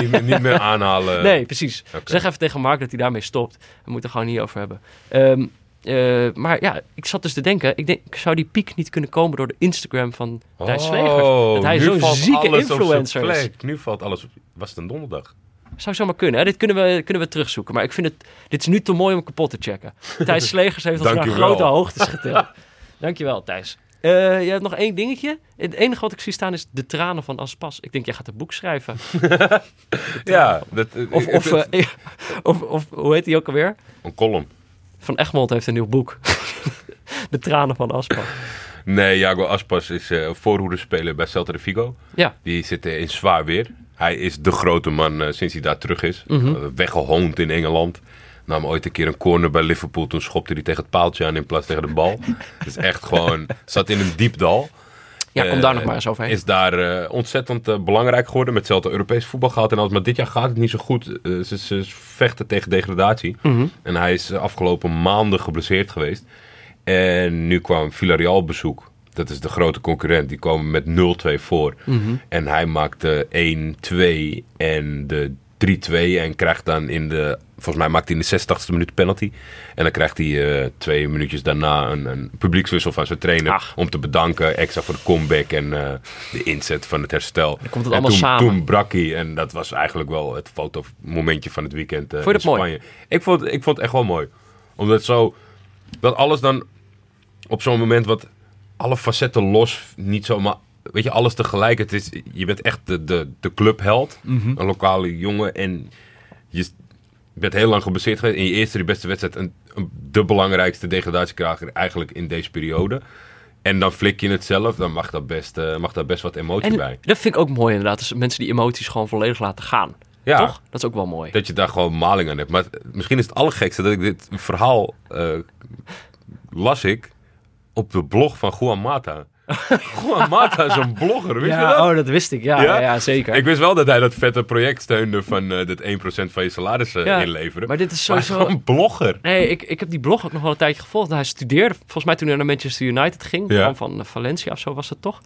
Speaker 3: niet, meer- niet meer aanhalen.
Speaker 1: nee, precies.
Speaker 3: Eh, Oké.
Speaker 1: Zeg even tegen Mark dat hij daarmee stopt. We moeten het gewoon niet over hebben. Ehm, eh, maar ja, ik zat dus te denken. Ik denk, zou die piek niet kunnen komen door de Instagram van Thijs Slegers? Dat hij
Speaker 3: Oh, nu
Speaker 1: zo'n
Speaker 3: valt
Speaker 1: zieke
Speaker 3: alles op zijn
Speaker 1: influencer is.
Speaker 3: plek. Nu valt alles op- Was het een donderdag?
Speaker 1: Zou zomaar kunnen. Hè? Dit kunnen we, kunnen we terugzoeken. Maar ik vind het... Dit is nu te mooi om kapot te
Speaker 3: <laughs>
Speaker 1: checken. Thijs Slegers heeft ons
Speaker 3: Dank
Speaker 1: naar
Speaker 3: u wel.
Speaker 1: grote hoogtes getild. <laughs> Dankjewel, Thijs. Eh je hebt nog één dingetje. Het enige wat ik zie staan is de tranen van Aspas. Ik denk, jij gaat een boek schrijven.
Speaker 3: Ja. Dat, eh, <laughs>
Speaker 1: Of,
Speaker 3: eh,
Speaker 1: of,
Speaker 3: dat-
Speaker 1: eh, <laughs> of, of hoe heet die ook alweer?
Speaker 3: een column.
Speaker 1: Van Egmond heeft een nieuw boek. <laughs> de tranen van Aspas.
Speaker 3: Nee, Jago Aspas is eh voorhoede speler bij Celta de Vigo.
Speaker 1: Ja.
Speaker 3: Die zit eh, in zwaar weer. Hij is de grote man eh, sinds hij daar terug is.
Speaker 1: Mhm.
Speaker 3: Eh, weggehoond in Engeland. Nam ooit een keer een corner bij Liverpool. Toen schopte hij tegen het paaltje aan in plaats tegen de
Speaker 1: <laughs>
Speaker 3: bal. dus echt gewoon... Zat in een diep dal.
Speaker 1: Ja, kom
Speaker 3: Eh,
Speaker 1: daar nog maar eens overheen.
Speaker 3: Is daar eh, ontzettend eh, belangrijk geworden. Met Celta Europees voetbal gehad. En alles. Maar dit jaar gaat het niet zo goed. Eh, ze, ze vechten tegen degradatie.
Speaker 1: Mhm.
Speaker 3: En hij is eh, afgelopen maanden geblesseerd geweest. En nu kwam Villarreal op bezoek. Dat is de grote concurrent. Die komen met 0-2 voor.
Speaker 1: Mhm.
Speaker 3: En hij maakte 1-2 en de 3-2. En krijgt dan in de... Volgens mij maakt hij in de 86e minuut penalty. En dan krijgt hij eh, twee minuutjes daarna een, een publiekswissel van zijn trainer.
Speaker 1: Ach.
Speaker 3: Om te bedanken. Extra voor de comeback en eh, de inzet van het herstel.
Speaker 1: komt het
Speaker 3: En
Speaker 1: allemaal
Speaker 3: toen,
Speaker 1: samen.
Speaker 3: Toen brak hij. En dat was eigenlijk wel het fotomomentje van het weekend eh
Speaker 1: Vond je
Speaker 3: in
Speaker 1: dat mooi?
Speaker 3: Spanje. Ik vond, ik vond het echt wel mooi. Omdat het zo... Dat alles dan op zo'n moment wat alle facetten los, niet zomaar, weet je, alles tegelijk. Het is, je bent echt de, de, de clubheld,
Speaker 1: Mhm.
Speaker 3: een lokale jongen en je s- bent heel lang geblesseerd geweest. In je eerste, die beste wedstrijd, een, een- de belangrijkste degradatiekrager eigenlijk in deze periode. En dan flik je het zelf, dan mag daar best, eh, mag daar best wat emotie
Speaker 1: En
Speaker 3: bij.
Speaker 1: dat vind ik ook mooi inderdaad. Dus mensen die emoties gewoon volledig laten gaan.
Speaker 3: Ja.
Speaker 1: Toch? Dat is ook wel mooi.
Speaker 3: Dat je daar gewoon maling aan hebt. Maar het- misschien is het allergekste dat ik dit verhaal eh, las ik op de blog van Juan
Speaker 1: <laughs>
Speaker 3: Mata. Juan Mata is een blogger, wist je dat?
Speaker 1: Ja, oh, dat wist ik. Ja,
Speaker 3: Ja?
Speaker 1: ja? ja, zeker.
Speaker 3: Ik wist wel dat hij dat vette project steunde van eh dat 1% van je salaris eh,
Speaker 1: Ja,
Speaker 3: inleveren.
Speaker 1: maar dit is
Speaker 3: hij
Speaker 1: sowieso-
Speaker 3: gewoon blogger.
Speaker 1: Nee, ik, ik heb die blog ook nog wel een tijdje gevolgd. Hij studeerde, volgens mij toen hij naar Manchester United ging.
Speaker 3: Ja.
Speaker 1: Kwam van eh, Valencia of zo was dat toch?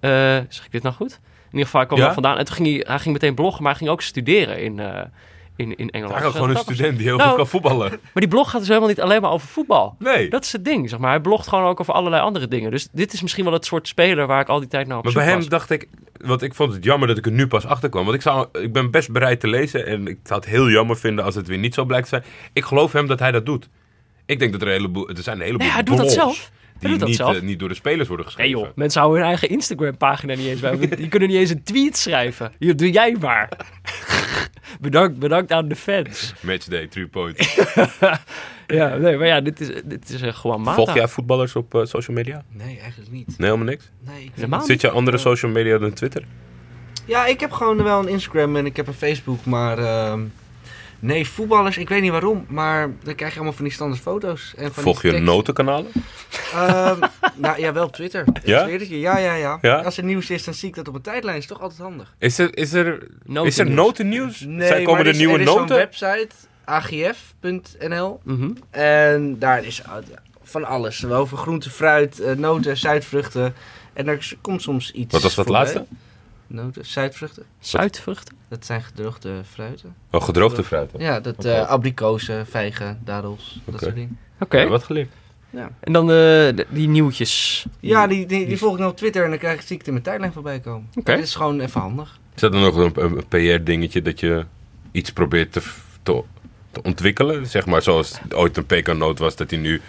Speaker 1: Eh, zeg ik dit nou goed? In ieder geval, hij kwam
Speaker 3: Ja.
Speaker 1: daar vandaan. En toen ging hij, hij ging meteen bloggen, maar hij ging ook studeren in, eh, in, in Engeland.
Speaker 3: Eigenlijk
Speaker 1: Dus
Speaker 3: gewoon een
Speaker 1: dat-
Speaker 3: student die heel
Speaker 1: Nou,
Speaker 3: goed kan voetballen.
Speaker 1: Maar die blog gaat dus helemaal niet alleen maar over voetbal.
Speaker 3: Nee.
Speaker 1: Dat is het ding, zeg maar. Hij blogt gewoon ook over allerlei andere dingen. Dus dit is misschien wel het soort speler waar ik al die tijd naar op
Speaker 3: Maar
Speaker 1: zoek
Speaker 3: bij hem
Speaker 1: was.
Speaker 3: dacht ik, want ik vond het jammer dat ik er nu pas achter kwam. Want ik, zou, ik ben best bereid te lezen en ik zou het heel jammer vinden als het weer niet zo blijkt te zijn. Ik geloof hem dat hij dat doet. Ik denk dat er een heleboel, er zijn een heleboel
Speaker 1: Nee, hij doet dat
Speaker 3: blogs
Speaker 1: zelf. Hij
Speaker 3: Die
Speaker 1: doet dat
Speaker 3: niet,
Speaker 1: zelf.
Speaker 3: eh, niet door de spelers worden
Speaker 1: Nee
Speaker 3: geschreven.
Speaker 1: joh, mensen houden hun eigen Instagram-pagina niet eens
Speaker 3: <laughs>
Speaker 1: bij. Die kunnen niet eens een tweet schrijven. Hier, doe jij maar. <laughs> bedankt, bedankt aan de fans.
Speaker 3: Matchday, three points.
Speaker 1: Ja, nee, maar ja, dit is, dit is eh, gewoon Mata.
Speaker 3: Volg jij voetballers op eh, social media?
Speaker 4: Nee, eigenlijk niet.
Speaker 3: Nee, helemaal niks.
Speaker 4: Nee, ik-
Speaker 1: Helemaal niet.
Speaker 3: Zit je andere social media dan Twitter?
Speaker 4: Ja, ik heb gewoon wel een Instagram en ik heb een Facebook, maar... ehm, nee, voetballers, ik weet niet waarom, maar dan krijg je allemaal van die standaard foto's. En van
Speaker 3: Volg
Speaker 4: die
Speaker 3: je
Speaker 4: tekst.
Speaker 3: notenkanalen?
Speaker 4: Ehm, <laughs> nou ja, wel op Twitter.
Speaker 3: Ja?
Speaker 4: Ik zweer het je. Ja, ja, ja,
Speaker 3: Ja?
Speaker 4: Als er nieuws is, dan zie ik dat op een tijdlijn. is toch altijd handig.
Speaker 3: Is er, is er,
Speaker 1: Notennieuws.
Speaker 3: is er notennieuws? Zijn
Speaker 4: maar
Speaker 3: komen er
Speaker 4: er is-
Speaker 3: nieuwe
Speaker 4: er is
Speaker 3: noten?
Speaker 4: zo'n website, agf.nl.
Speaker 1: Mhm.
Speaker 4: En daar is van alles. Zowel van groente, fruit, eh, noten, zuidvruchten. En daar komt soms iets
Speaker 3: Wat was dat
Speaker 4: voorbij.
Speaker 3: laatste?
Speaker 4: Noten, zuidvruchten.
Speaker 1: Zuidvruchten?
Speaker 4: Dat zijn gedroogde fruiten.
Speaker 3: Oh, gedroogde fruit. hè?
Speaker 4: Ja, dat
Speaker 3: Oké.
Speaker 4: eh abrikozen, vijgen, dadels, dat
Speaker 3: Oké.
Speaker 4: soort dingen.
Speaker 1: Oké.
Speaker 3: Ja, wat geleerd.
Speaker 1: En dan eh, de- die nieuwtjes.
Speaker 3: Hm.
Speaker 4: Ja, die, die,
Speaker 1: die-
Speaker 4: die volg ik dan op Twitter en dan krijg ik ziekte in mijn tijdlijn voorbij komen.
Speaker 1: Oké.
Speaker 4: Dat is gewoon even handig.
Speaker 3: Is dat dan nog een, een PR-dingetje dat je iets probeert te, f- te, te ontwikkelen? Zeg maar zoals ooit een pekanoot was, dat hij nu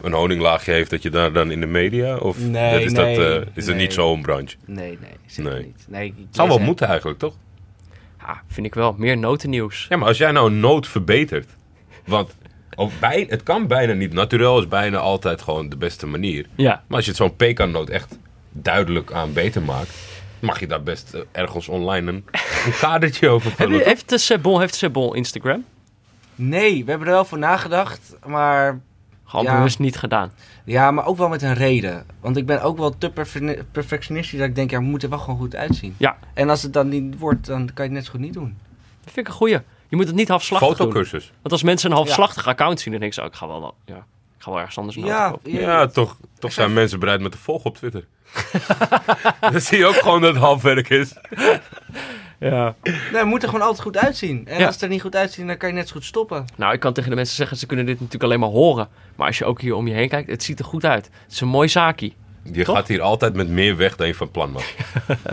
Speaker 3: een honinglaagje heeft, dat je daar dan in de media? Of
Speaker 4: Nee,
Speaker 3: dat is,
Speaker 4: nee,
Speaker 3: dat, eh, is dat
Speaker 4: nee.
Speaker 3: niet zo'n branche?
Speaker 4: Nee, nee, zeker
Speaker 3: Nee.
Speaker 4: niet. Nee, ik-
Speaker 3: Het zou wel
Speaker 4: jij
Speaker 3: moeten eigenlijk, toch?
Speaker 1: Ja, Ah, vind ik wel. Meer notennieuws.
Speaker 3: Ja, maar als jij nou een noot verbetert, want ook bij, het kan bijna niet. Naturel is bijna altijd gewoon de beste manier.
Speaker 1: Ja.
Speaker 3: Maar als je het zo'n pekanoot echt duidelijk aan beter maakt, mag je daar best eh, ergens online een, een kadertje over
Speaker 1: Heb je,
Speaker 3: vullen.
Speaker 1: heeft eh, Sebon heeft Sebon Instagram?
Speaker 4: Nee, we hebben er wel voor nagedacht, maar
Speaker 1: Gewoon
Speaker 4: Ja.
Speaker 1: bewust niet gedaan.
Speaker 4: ja, maar ook wel met een reden. Want ik ben ook wel te perfe- perfectionistisch dat ik denk, ja, we moeten er wel gewoon goed uitzien.
Speaker 1: Ja.
Speaker 4: En als het dan niet wordt, dan kan je het net zo goed niet doen.
Speaker 1: Dat vind ik een goeie. Je moet het niet halfslachtig doen.
Speaker 3: Fotocursus.
Speaker 1: Want als mensen een halfslachtig account zien, dan denken ze, oh, ik ga wel, wel- ja, ik ga wel ergens anders naar
Speaker 4: Ja,
Speaker 1: kopen.
Speaker 4: ja,
Speaker 3: Ja, toch, toch zijn mensen bereid met te volgen op Twitter. <laughs> Dan zie je ook gewoon dat het halfwerk is.
Speaker 4: Nee, we moeten er gewoon altijd goed uitzien. En
Speaker 1: Ja.
Speaker 4: als het er niet goed uitziet, dan kan je net zo goed stoppen.
Speaker 1: Nou, ik kan tegen de mensen zeggen, ze kunnen dit natuurlijk alleen maar horen. Maar als je ook hier om je heen kijkt, het ziet er goed uit. Het is een mooi zaakje.
Speaker 3: Je
Speaker 1: Toch?
Speaker 3: gaat hier altijd met meer weg dan je van
Speaker 1: <laughs>
Speaker 3: plan was.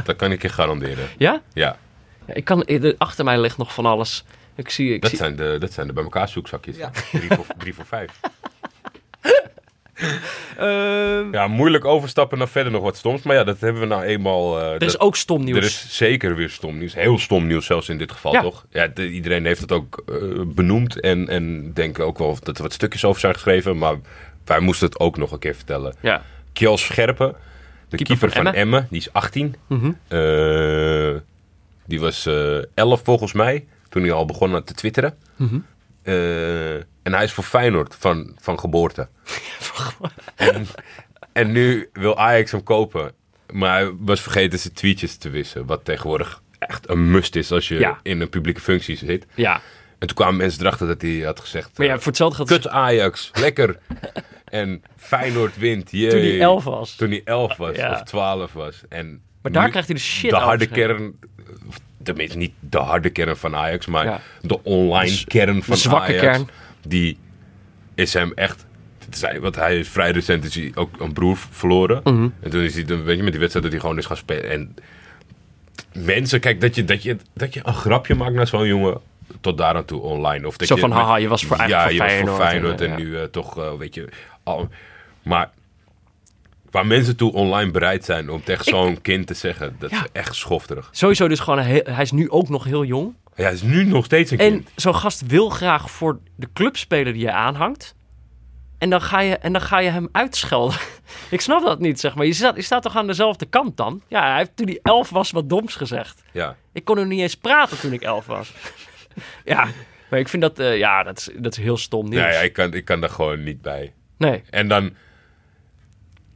Speaker 3: dat kan ik je garanderen.
Speaker 1: Ja?
Speaker 3: Ja,
Speaker 1: ja ik kan, eh, achter mij ligt nog van alles. Ik zie, ik
Speaker 3: dat
Speaker 1: zie
Speaker 3: zijn de, dat zijn de bij elkaar zoekzakjes.
Speaker 4: Ja.
Speaker 3: Drie, voor, drie voor
Speaker 1: <laughs>
Speaker 3: vijf.
Speaker 1: Ehm.
Speaker 3: Ja, moeilijk overstappen naar verder nog wat stoms. Maar ja, dat hebben we nou eenmaal... eh,
Speaker 1: er is
Speaker 3: dat-
Speaker 1: ook stom nieuws.
Speaker 3: Er is zeker weer stom nieuws. Heel stom nieuws zelfs in dit geval,
Speaker 1: Ja.
Speaker 3: toch? Ja, de- iedereen heeft het ook eh, benoemd. En, en denken ook wel dat er wat stukjes over zijn geschreven. Maar wij moesten het ook nog een keer vertellen.
Speaker 1: Ja.
Speaker 3: Kjell Scherpen, de keeper, van, Emmen. Die is 18.
Speaker 1: Mhm.
Speaker 3: Eh, die was eh 11 volgens mij. Toen hij al begon aan te twitteren.
Speaker 1: Mhm.
Speaker 3: Eh, en hij is voor Feyenoord van,
Speaker 1: <laughs>
Speaker 3: van geboorte. en, en nu wil Ajax hem kopen. Maar hij was vergeten zijn tweetjes te wissen. Wat tegenwoordig echt een must is als je
Speaker 1: Ja.
Speaker 3: in een publieke functie zit.
Speaker 1: Ja,
Speaker 3: En toen kwamen mensen erachter dat hij had gezegd...
Speaker 1: maar ja,
Speaker 3: eh,
Speaker 1: voor hetzelfde geld...
Speaker 3: Kut Ajax,
Speaker 1: <laughs>
Speaker 3: lekker. en Feyenoord wint, jee.
Speaker 1: Toen hij 11 was.
Speaker 3: Toen hij 11 was,
Speaker 1: Ja.
Speaker 3: of 12 was. En
Speaker 1: Maar daar
Speaker 3: nu
Speaker 1: krijgt hij de shit
Speaker 3: De
Speaker 1: over,
Speaker 3: harde
Speaker 1: zeg.
Speaker 3: kern, of tenminste niet de harde kern van Ajax, maar
Speaker 1: Ja.
Speaker 3: de online kern van
Speaker 1: zwakke
Speaker 3: Ajax.
Speaker 1: kern.
Speaker 3: Die is hem echt... het is hij- Want hij is vrij recent is hij ook een broer verloren.
Speaker 1: Mhm.
Speaker 3: En toen is hij, dan, weet je, met die wedstrijd dat hij gewoon is gaan spelen. En mensen, kijk, dat je, dat, je, dat je een grapje maakt naar zo'n jongen tot daar aan toe online. Of dat
Speaker 1: Zo
Speaker 3: je,
Speaker 1: van, haha, je was voor-
Speaker 3: ja,
Speaker 1: eigenlijk voor
Speaker 3: je was voor
Speaker 1: Feyenoord
Speaker 3: Feyenoord
Speaker 1: en,
Speaker 3: en,
Speaker 1: ja.
Speaker 3: nu eh, toch, eh, weet je... Al, maar waar mensen toe online bereid zijn om tegen zo'n kind te zeggen, dat
Speaker 1: Ja.
Speaker 3: is echt schofterig.
Speaker 1: Sowieso dus gewoon, een heel- hij is nu ook nog heel jong.
Speaker 3: Ja, hij is nu nog steeds een
Speaker 1: En
Speaker 3: kind.
Speaker 1: zo'n gast wil graag voor de clubspeler die je aanhangt. En dan ga je, en dan ga je hem uitschelden. <laughs> Ik snap dat niet, zeg maar. Je staat, je staat toch aan dezelfde kant dan? Ja, hij heeft toen hij elf was wat doms gezegd.
Speaker 3: Ja.
Speaker 1: Ik kon er niet eens praten toen ik elf was. <laughs> ja, maar ik vind dat, eh, ja, dat is, dat is heel stom nieuws.
Speaker 3: Nou ja, ik kan, ik kan daar gewoon niet bij.
Speaker 1: Nee,
Speaker 3: En dan...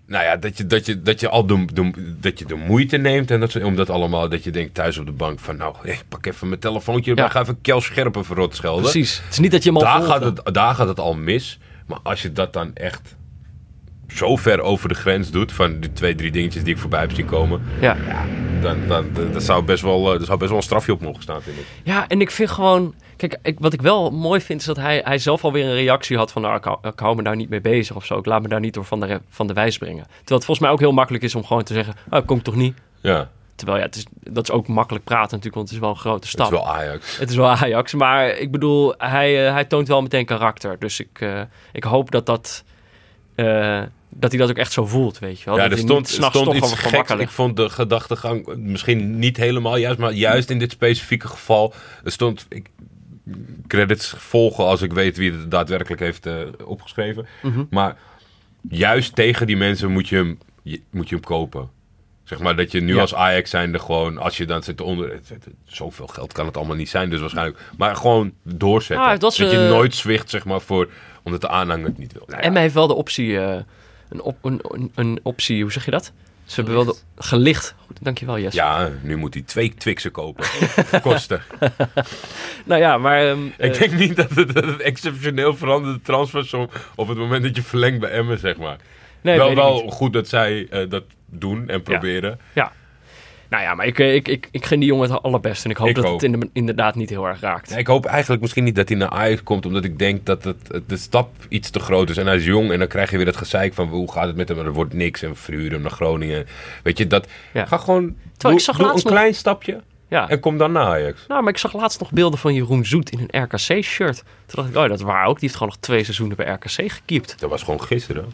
Speaker 3: Nou ja, dat je, dat je, dat je al de, de- dat je de moeite neemt en dat, ze- om dat allemaal... Dat je denkt thuis op de bank van, nou, ik pak even mijn telefoontje erbij.
Speaker 1: Ja.
Speaker 3: Ga even Kel Scherpen verrot schelden.
Speaker 1: precies. Het is niet dat je hem al
Speaker 3: Daar
Speaker 1: volgt,
Speaker 3: gaat,
Speaker 1: hè.
Speaker 3: het, daar gaat het al mis. Maar als je dat dan echt zo ver over de grens doet... van die twee, drie dingetjes die ik voorbij heb zien komen...
Speaker 1: Ja.
Speaker 3: dan, dan, dan, dan zou best wel, eh, er zou best wel een strafje op mogen staan, vind ik.
Speaker 1: Ja, en ik vind gewoon... Kijk, ik, wat ik wel mooi vind is dat hij, hij zelf alweer een reactie had van... Nou, ik, hou, ik hou me daar niet mee bezig of zo. Ik laat me daar niet door van de, re- van de wijs brengen. Terwijl het volgens mij ook heel makkelijk is om gewoon te zeggen... Oh, kom toch niet?
Speaker 3: Ja,
Speaker 1: Terwijl ja, het is, dat is ook makkelijk praten natuurlijk, want het is wel een grote
Speaker 3: het
Speaker 1: stap.
Speaker 3: is wel Ajax.
Speaker 1: Het is wel <laughs> Ajax, maar ik bedoel, hij, eh, hij toont wel meteen karakter. Dus ik, eh, ik hoop dat dat... eh, dat hij dat ook echt zo voelt, weet je wel.
Speaker 3: Ja,
Speaker 1: dat
Speaker 3: er
Speaker 1: hij
Speaker 3: stond,
Speaker 1: niet
Speaker 3: er
Speaker 1: s'nachts
Speaker 3: stond
Speaker 1: toch
Speaker 3: iets
Speaker 1: gewoon van
Speaker 3: geks.
Speaker 1: wakker
Speaker 3: Ik
Speaker 1: ligt.
Speaker 3: vond de gedachtegang misschien niet helemaal juist, maar juist in dit specifieke geval er stond. Ik, credits volgen als ik weet wie het daadwerkelijk heeft eh, opgeschreven.
Speaker 1: Mhm.
Speaker 3: Maar juist tegen die mensen moet je hem, je- moet je hem kopen. Zeg maar dat je nu
Speaker 1: Ja.
Speaker 3: als Ajax zijnde gewoon, als je dan zit onder... het- het- Zoveel geld kan het allemaal niet zijn, dus waarschijnlijk... Maar gewoon doorzetten.
Speaker 1: Ah, dat
Speaker 3: dat
Speaker 1: is,
Speaker 3: je
Speaker 1: eh,
Speaker 3: nooit zwicht, zeg maar, voor, omdat de aanhang het niet wil. Nou ja.
Speaker 1: Emma heeft wel de optie, eh, een, op, een, een, een optie, hoe zeg je dat? Ze hebben wel de, gelicht. Goed, dankjewel Jess.
Speaker 3: Ja, nu moet hij twee Twixen kopen. <laughs> Kosten.
Speaker 1: Nou ja, maar ehm, eh,
Speaker 3: Ik denk niet dat het, dat het exceptioneel veranderde transfersom op het moment dat je verlengt bij Emmen, zeg maar.
Speaker 1: nee, weet
Speaker 3: wel
Speaker 1: ik niet.
Speaker 3: wel goed dat zij eh, dat doen en proberen.
Speaker 1: Nou ja, maar ik, eh, ik, ik, ik gun die jongen het allerbest en ik hoop
Speaker 3: Ik
Speaker 1: dat
Speaker 3: ook.
Speaker 1: het in- inderdaad niet heel erg raakt.
Speaker 3: Ik hoop eigenlijk misschien niet dat hij naar Ajax komt, omdat ik denk dat het, het- de stap iets te groot is. En hij is jong en dan krijg je weer dat gezeik van hoe gaat het met hem? Er wordt niks en we verhuren hem naar Groningen. Weet je, dat...
Speaker 1: Ja.
Speaker 3: Ga gewoon...
Speaker 1: ik
Speaker 3: doe,
Speaker 1: zag
Speaker 3: doe een
Speaker 1: laatst nog-
Speaker 3: klein stapje
Speaker 1: Ja.
Speaker 3: en kom dan naar Ajax.
Speaker 1: Nou, maar ik zag laatst nog beelden van Jeroen Zoet in een RKC-shirt. Toen dacht ik, oh, dat waar ook. Die heeft gewoon nog twee seizoenen bij RKC gekiept.
Speaker 3: Dat was gewoon gisteren.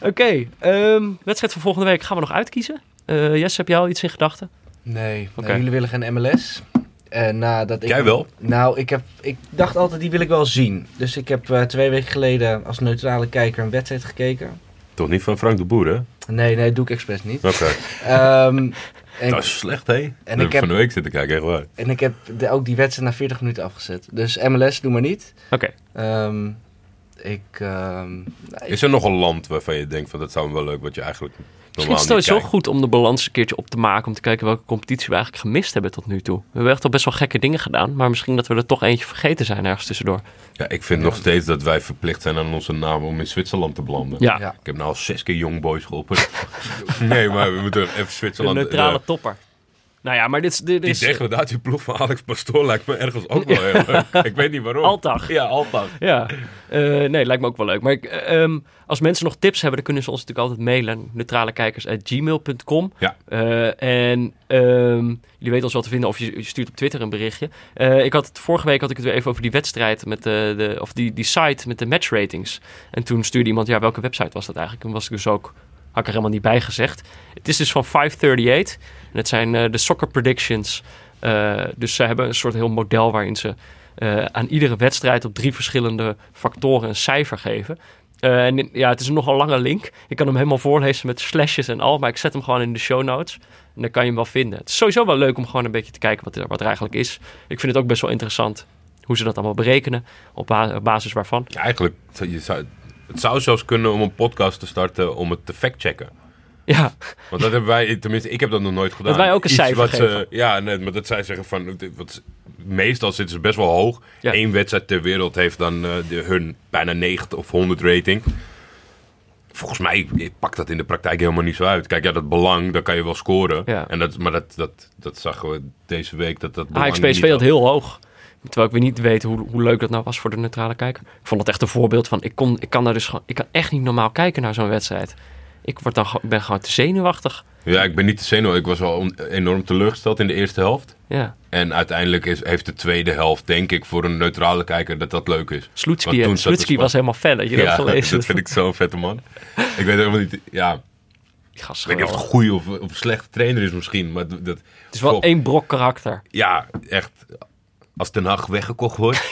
Speaker 1: Oké, ehm, wedstrijd van volgende week gaan we nog uitkiezen. Eh Jess, heb jij al iets in gedachten?
Speaker 4: Nee,
Speaker 1: Oké.
Speaker 4: nee, jullie willen geen MLS. En Eh, nadat ik,
Speaker 3: Jij wel?
Speaker 4: Nou, ik, heb, ik dacht altijd, die wil ik wel zien. Dus ik heb eh, twee weken geleden als neutrale kijker een wedstrijd gekeken.
Speaker 3: Toch niet van Frank de Boer, hè?
Speaker 4: Nee, nee, doe ik expres
Speaker 3: <laughs>
Speaker 4: niet.
Speaker 3: Oké.
Speaker 4: Ehm, En,
Speaker 3: dat is slecht, hé. En
Speaker 4: ik
Speaker 3: ik
Speaker 4: heb-
Speaker 3: heb van de week zitten kijken, echt waar.
Speaker 4: en ik heb de- ook die wedstrijd na 40 minuten afgezet. Dus MLS, doe maar niet.
Speaker 1: Oké,
Speaker 4: Ehm, ik, ehm, nou,
Speaker 3: Is er nog een land waarvan je denkt van dat zou me wel leuk, wat je eigenlijk normaal
Speaker 1: misschien is het
Speaker 3: niet
Speaker 1: sowieso
Speaker 3: kijkt?
Speaker 1: goed om de balans een keertje op te maken. Om te kijken welke competitie we eigenlijk gemist hebben tot nu toe. We hebben echt al best wel gekke dingen gedaan. Maar misschien dat we er toch eentje vergeten zijn ergens tussendoor.
Speaker 3: Ja, ik vind nog steeds dat wij verplicht zijn aan onze naam om in Zwitserland te belanden.
Speaker 1: Ja,
Speaker 4: Ja.
Speaker 3: Ik heb nou al zes keer Young Boys geroepen. <laughs> nee, maar we moeten even
Speaker 1: een
Speaker 3: Zwitserland...
Speaker 1: neutrale
Speaker 3: eh,
Speaker 1: topper. Nou ja, maar dit, is- dit
Speaker 3: die
Speaker 1: is...
Speaker 3: degradatieploeg van Alex Pastoor lijkt me ergens ook wel heel leuk.
Speaker 1: <laughs>
Speaker 3: Ik weet niet waarom.
Speaker 1: Altag.
Speaker 3: Ja, Altag.
Speaker 1: Ja, Eh, nee, lijkt me ook wel leuk. Maar ik, eh, ehm, als mensen nog tips hebben, dan kunnen ze ons natuurlijk altijd mailen. neutralekijkers.gmail.com
Speaker 3: Ja.
Speaker 1: Eh, en ehm, jullie weten ons wel te vinden of je, je stuurt op Twitter een berichtje. Eh, ik had het, vorige week had ik het weer even over die wedstrijd, met de, de, of die, die site met de matchratings. En toen stuurde iemand, ja, welke website was dat eigenlijk? En was ik dus ook, had ik er helemaal niet bij gezegd. Het is dus van 538. En het zijn eh, de soccer predictions. Eh, dus ze hebben een soort heel model waarin ze eh, aan iedere wedstrijd op drie verschillende factoren een cijfer geven. Eh, en in- ja, het is een nogal lange link. Ik kan hem helemaal voorlezen met slashes en al, maar ik zet hem gewoon in de show notes. En dan kan je hem wel vinden. Het is sowieso wel leuk om gewoon een beetje te kijken wat er, wat er eigenlijk is. Ik vind het ook best wel interessant hoe ze dat allemaal berekenen, op ba- basis waarvan.
Speaker 3: Ja, eigenlijk, je zou, het zou zelfs kunnen om een podcast te starten om het te factchecken.
Speaker 1: Ja,
Speaker 3: Want dat hebben wij, tenminste, ik heb dat nog nooit gedaan.
Speaker 1: wij ook een cijfer
Speaker 3: wat ze-
Speaker 1: geven.
Speaker 3: ja, nee, maar dat zij zeggen van, wat, ze- meestal zitten ze best wel hoog.
Speaker 1: Ja.
Speaker 3: Eén wedstrijd ter wereld heeft dan eh, de, hun bijna 90 of 100 rating. Volgens mij pakt dat in de praktijk helemaal niet zo uit. Kijk, ja, dat belang, daar kan je wel scoren.
Speaker 1: Ja. Ah,
Speaker 3: En dat, maar dat, dat, dat zagen we deze week. Dat, dat belang
Speaker 1: Ajax PSV
Speaker 3: niet-
Speaker 1: had heel hoog. Terwijl ik weer niet weet hoe, hoe leuk dat nou was voor de neutrale kijker. Ik vond dat echt een voorbeeld van... Ik, kon, ik, kan, daar dus, gewoon- ik kan echt niet normaal kijken naar zo'n wedstrijd. Ik word dan, gewoon- ik ben gewoon te zenuwachtig.
Speaker 3: Ja, ik ben niet te zenuwachtig. Ik was al on- enorm teleurgesteld in de eerste helft.
Speaker 1: Ja.
Speaker 3: En uiteindelijk is, heeft de tweede helft, denk ik, voor een neutrale kijker dat dat leuk is. Want
Speaker 1: Sloetski,
Speaker 3: toen zat de
Speaker 1: Sloetski
Speaker 3: spa-
Speaker 1: was helemaal fel. Je hebt
Speaker 3: Ja,
Speaker 1: gelezen.
Speaker 3: <laughs> dat vind ik zo'n vette man. Ik weet helemaal niet, ja, ik
Speaker 1: Die gast is
Speaker 3: weet niet of het een
Speaker 1: geweldig.
Speaker 3: goede of, of slechte trainer is misschien. Maar dat, dat-
Speaker 1: Het is wel
Speaker 3: Goh,
Speaker 1: één brok karakter.
Speaker 3: Ja, echt. Als Den Haag weggekocht
Speaker 1: <laughs>
Speaker 3: wordt.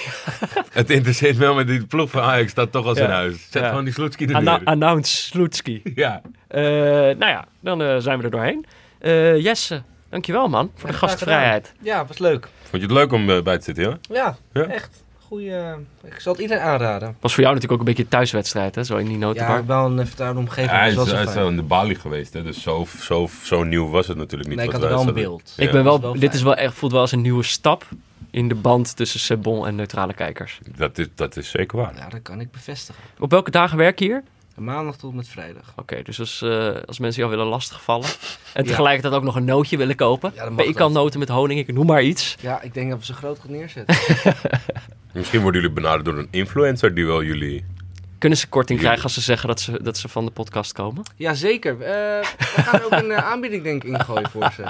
Speaker 3: het interesseert me wel met die ploeg van Ajax staat toch als
Speaker 1: Ja,
Speaker 3: in huis. Zet
Speaker 1: ja.
Speaker 3: gewoon die Sloetski er
Speaker 1: Anna
Speaker 3: neer.
Speaker 1: announce Sloetski.
Speaker 3: Ja,
Speaker 1: Eh, nou ja, dan eh, zijn we er doorheen. Eh, Jesse, dankjewel man voor de
Speaker 4: graag
Speaker 1: gastvrijheid.
Speaker 4: ja, was leuk.
Speaker 3: vond je het leuk om eh, bij te zitten, ja?
Speaker 4: Ja,
Speaker 3: Ja.
Speaker 4: echt. Goeie, eh, ik zal het iedereen aanraden.
Speaker 1: Was voor jou natuurlijk ook een beetje een thuiswedstrijd, hè? Zo in die
Speaker 4: Ja,
Speaker 1: notenbar.
Speaker 4: ik ben wel een vertrouwde omgeving.
Speaker 3: hij
Speaker 4: dus
Speaker 3: is,
Speaker 4: was
Speaker 3: hij
Speaker 4: wel
Speaker 3: is
Speaker 4: fijn.
Speaker 3: wel in de Bali geweest, hè? dus zo, zo, zo nieuw was het natuurlijk niet.
Speaker 4: Nee, ik
Speaker 3: wat
Speaker 4: had
Speaker 3: wij
Speaker 4: wel een
Speaker 3: zaten-
Speaker 4: beeld.
Speaker 3: Ja.
Speaker 1: ik ben wel,
Speaker 4: Dat is wel
Speaker 1: dit is wel echt, voelt wel als een nieuwe stap in de band tussen Sebon en neutrale kijkers.
Speaker 3: Dat is, dat is zeker waar.
Speaker 4: Ja, dat kan ik bevestigen.
Speaker 1: Op welke dagen werk je hier? Oké,
Speaker 4: Maandag tot en met vrijdag.
Speaker 1: dus als, eh, als mensen jou willen lastigvallen en
Speaker 4: <laughs> Ja.
Speaker 1: tegelijkertijd ook nog een nootje willen kopen.
Speaker 4: Ja, dat mag
Speaker 1: ik kan noten met honing, ik noem maar iets.
Speaker 4: Ja, ik denk dat we ze groot gaan <laughs> neerzetten.
Speaker 3: Misschien worden jullie benaderd door een influencer die wel jullie...
Speaker 1: Kunnen ze korting
Speaker 3: Ja.
Speaker 1: krijgen als ze zeggen dat ze, dat ze van de podcast komen?
Speaker 4: Jazeker. eh we gaan er ook een eh, aanbieding denk ik ingooien voor ze.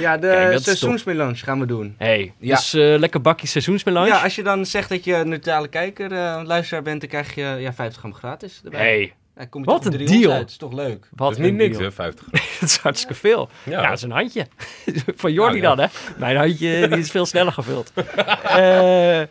Speaker 4: Ja, de
Speaker 1: Kijk, dat is
Speaker 4: seizoensmelange gaan we doen.
Speaker 1: hey,
Speaker 4: Ja.
Speaker 1: dus eh, lekker bakje seizoensmelange.
Speaker 4: Ja, als je dan zegt dat je een neutrale kijker, eh, luisteraar bent, dan krijg je ja, 50 gram gratis erbij.
Speaker 1: hey,
Speaker 4: Ja, kom je
Speaker 1: wat
Speaker 4: toch op
Speaker 1: een
Speaker 4: 300
Speaker 1: deal.
Speaker 4: Uit. is toch leuk?
Speaker 1: wat
Speaker 3: dat is niet
Speaker 1: een
Speaker 3: niks,
Speaker 1: deal.
Speaker 3: hè? 50
Speaker 1: <laughs> Dat is hartstikke veel. Ja,
Speaker 3: Ja.
Speaker 1: dat is een handje. <laughs> Van Jordi
Speaker 3: Nou, ja.
Speaker 1: dan, hè? Mijn
Speaker 3: <laughs>
Speaker 1: handje die is veel sneller gevuld. Eh,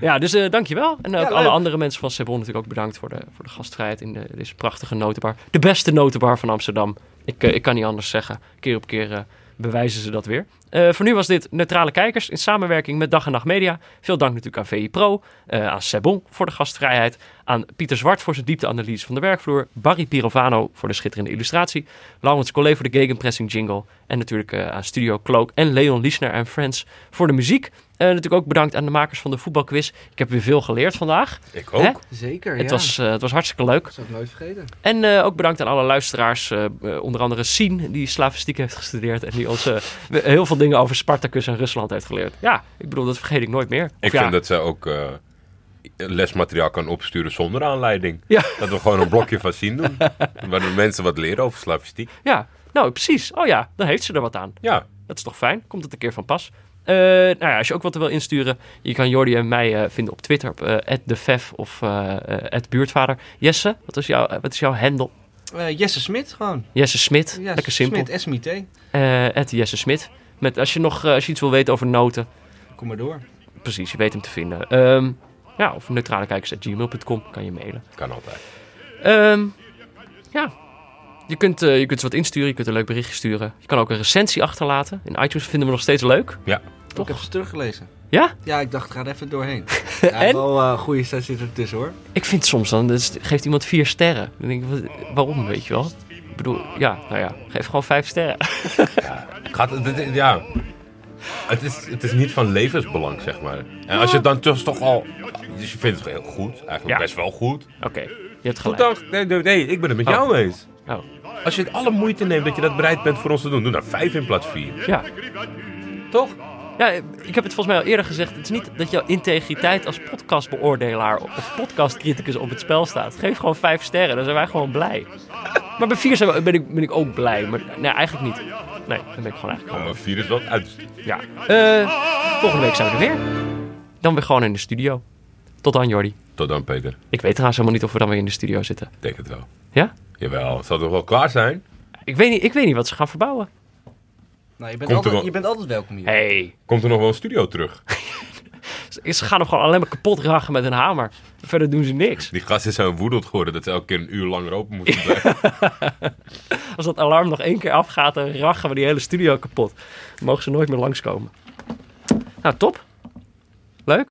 Speaker 1: ja, dus eh dankjewel. En ook
Speaker 4: Ja,
Speaker 1: alle
Speaker 4: leuk.
Speaker 1: andere mensen van Sebon natuurlijk ook bedankt voor de, voor de gastvrijheid in de, deze prachtige notenbar. De beste notenbar van Amsterdam. Ik, eh, ik kan niet anders zeggen. Keer op keer eh, bewijzen ze dat weer. Eh, voor nu was dit Neutrale Kijkers in samenwerking met Dag en Nacht Media. Veel dank natuurlijk aan VI Pro, eh, aan Sebon voor de gastvrijheid, aan Pieter Zwart voor zijn diepteanalyse van de werkvloer, Barry Pirovano voor de schitterende illustratie, Laurens Collet voor de gegenpressing jingle en natuurlijk eh, aan Studio Cloak en Leon Liesner en Friends voor de muziek. Eh, natuurlijk ook bedankt aan de makers van de voetbalquiz. Ik heb weer veel geleerd vandaag.
Speaker 3: Ik ook.
Speaker 1: Hè?
Speaker 4: Zeker, ja.
Speaker 1: Het, was, eh, het was hartstikke leuk.
Speaker 4: Dat zou ik nooit vergeten.
Speaker 1: En eh, ook bedankt aan alle luisteraars, eh, eh, onder andere Sien, die slavistiek heeft gestudeerd en die ons eh, heel veel dingen over Spartacus en Rusland heeft geleerd. Ja, ik bedoel, dat vergeet ik nooit meer. Of
Speaker 3: Ik
Speaker 1: ja,
Speaker 3: vind dat zij ook eh, lesmateriaal kan opsturen zonder aanleiding.
Speaker 1: Ja.
Speaker 3: Dat we gewoon een blokje van zien doen. <laughs> Waar de mensen wat leren over slavistiek.
Speaker 1: Ja, nou precies. Oh ja, dan heeft ze er wat aan.
Speaker 3: Ja,
Speaker 1: Dat is toch fijn? Komt het een keer van pas. Eh, nou ja, als je ook wat wil insturen, je kan Jordi en mij eh, vinden op Twitter, op eh, @defef of eh, eh, @buurtvader. Jesse, wat is, jouw, wat is jouw handle?
Speaker 4: Eh, Jesse Smit gewoon.
Speaker 1: Jesse Smit,
Speaker 4: Ja,
Speaker 1: lekker simpel.
Speaker 4: Smit, S-M-I-T.
Speaker 1: Eh, at Jesse Smit. Met, als je nog eh, als je iets wil weten over noten,
Speaker 4: Kom maar door.
Speaker 1: Precies, je weet hem te vinden. Ehm ja, of neutralekijkers.gmail.com kan je mailen.
Speaker 3: kan altijd.
Speaker 1: Ehm, ja, Je kunt, eh, je kunt ze wat insturen, je kunt een leuk berichtje sturen. Je kan ook een recensie achterlaten. In iTunes vinden we nog steeds leuk.
Speaker 4: Ik heb ze teruggelezen.
Speaker 1: Ja?
Speaker 4: Ja, ik dacht, ga er even <laughs> doorheen. Ja,
Speaker 1: En?
Speaker 4: wel eh goede sessie ertussen hoor.
Speaker 1: Ik vind soms dan, dus geeft iemand vier sterren. Dan denk ik, wat- waarom, weet je wel? Ik bedoel, ja, nou ja, geef gewoon vijf sterren. <laughs>
Speaker 3: Gaat, het- het- ja. Het is, het is niet van levensbelang, zeg maar. En als je het dan toch, toch al... Dus je vindt het heel goed, eigenlijk
Speaker 1: Ja.
Speaker 3: best wel goed.
Speaker 1: Oké, je hebt
Speaker 3: Goed
Speaker 1: gelijk.
Speaker 3: dan, nee, nee, nee, ik ben het met
Speaker 1: Oh.
Speaker 3: jou eens.
Speaker 1: Oh,
Speaker 3: Als je het alle moeite neemt dat je dat bereid bent voor ons te doen, doe dan vijf in plaats vier.
Speaker 1: ja.
Speaker 3: Toch?
Speaker 1: ja, ik heb het volgens mij al eerder gezegd. Het is niet dat jouw integriteit als podcastbeoordelaar of podcastcriticus op het spel staat. Geef gewoon vijf sterren, dan zijn wij gewoon blij. Maar bij vier zijn we- ben, ik, ben ik ook blij, maar nee, eigenlijk niet. Nee, dan ben ik gewoon eigenlijk
Speaker 3: Oh, maar vier is wel uit.
Speaker 1: Ja. Eh, volgende week zijn we er weer. Dan weer gewoon in de studio. Tot dan, Jordi.
Speaker 3: Tot dan, Peter.
Speaker 1: Ik weet trouwens helemaal niet of we dan weer in de studio zitten.
Speaker 3: Ik Denk het wel.
Speaker 1: Ja?
Speaker 3: Jawel, het zal toch wel klaar zijn?
Speaker 1: Ik weet niet, ik weet niet wat ze gaan verbouwen.
Speaker 4: Nou, je
Speaker 3: Komt
Speaker 4: bent,
Speaker 3: er
Speaker 4: altijd,
Speaker 3: wel.
Speaker 4: je bent altijd welkom hier.
Speaker 1: Hé,
Speaker 3: Komt er nog wel een studio terug?
Speaker 1: hey, ze gaan hem gewoon alleen maar kapot ragen met een hamer. Verder doen ze niks.
Speaker 3: Die gasten zijn woedend geworden dat ze elke keer een uur langer open moeten blijven.
Speaker 1: Als dat alarm nog één keer afgaat, dan rachen we die hele studio kapot. Dan mogen ze nooit meer langskomen. Nou, top. Leuk.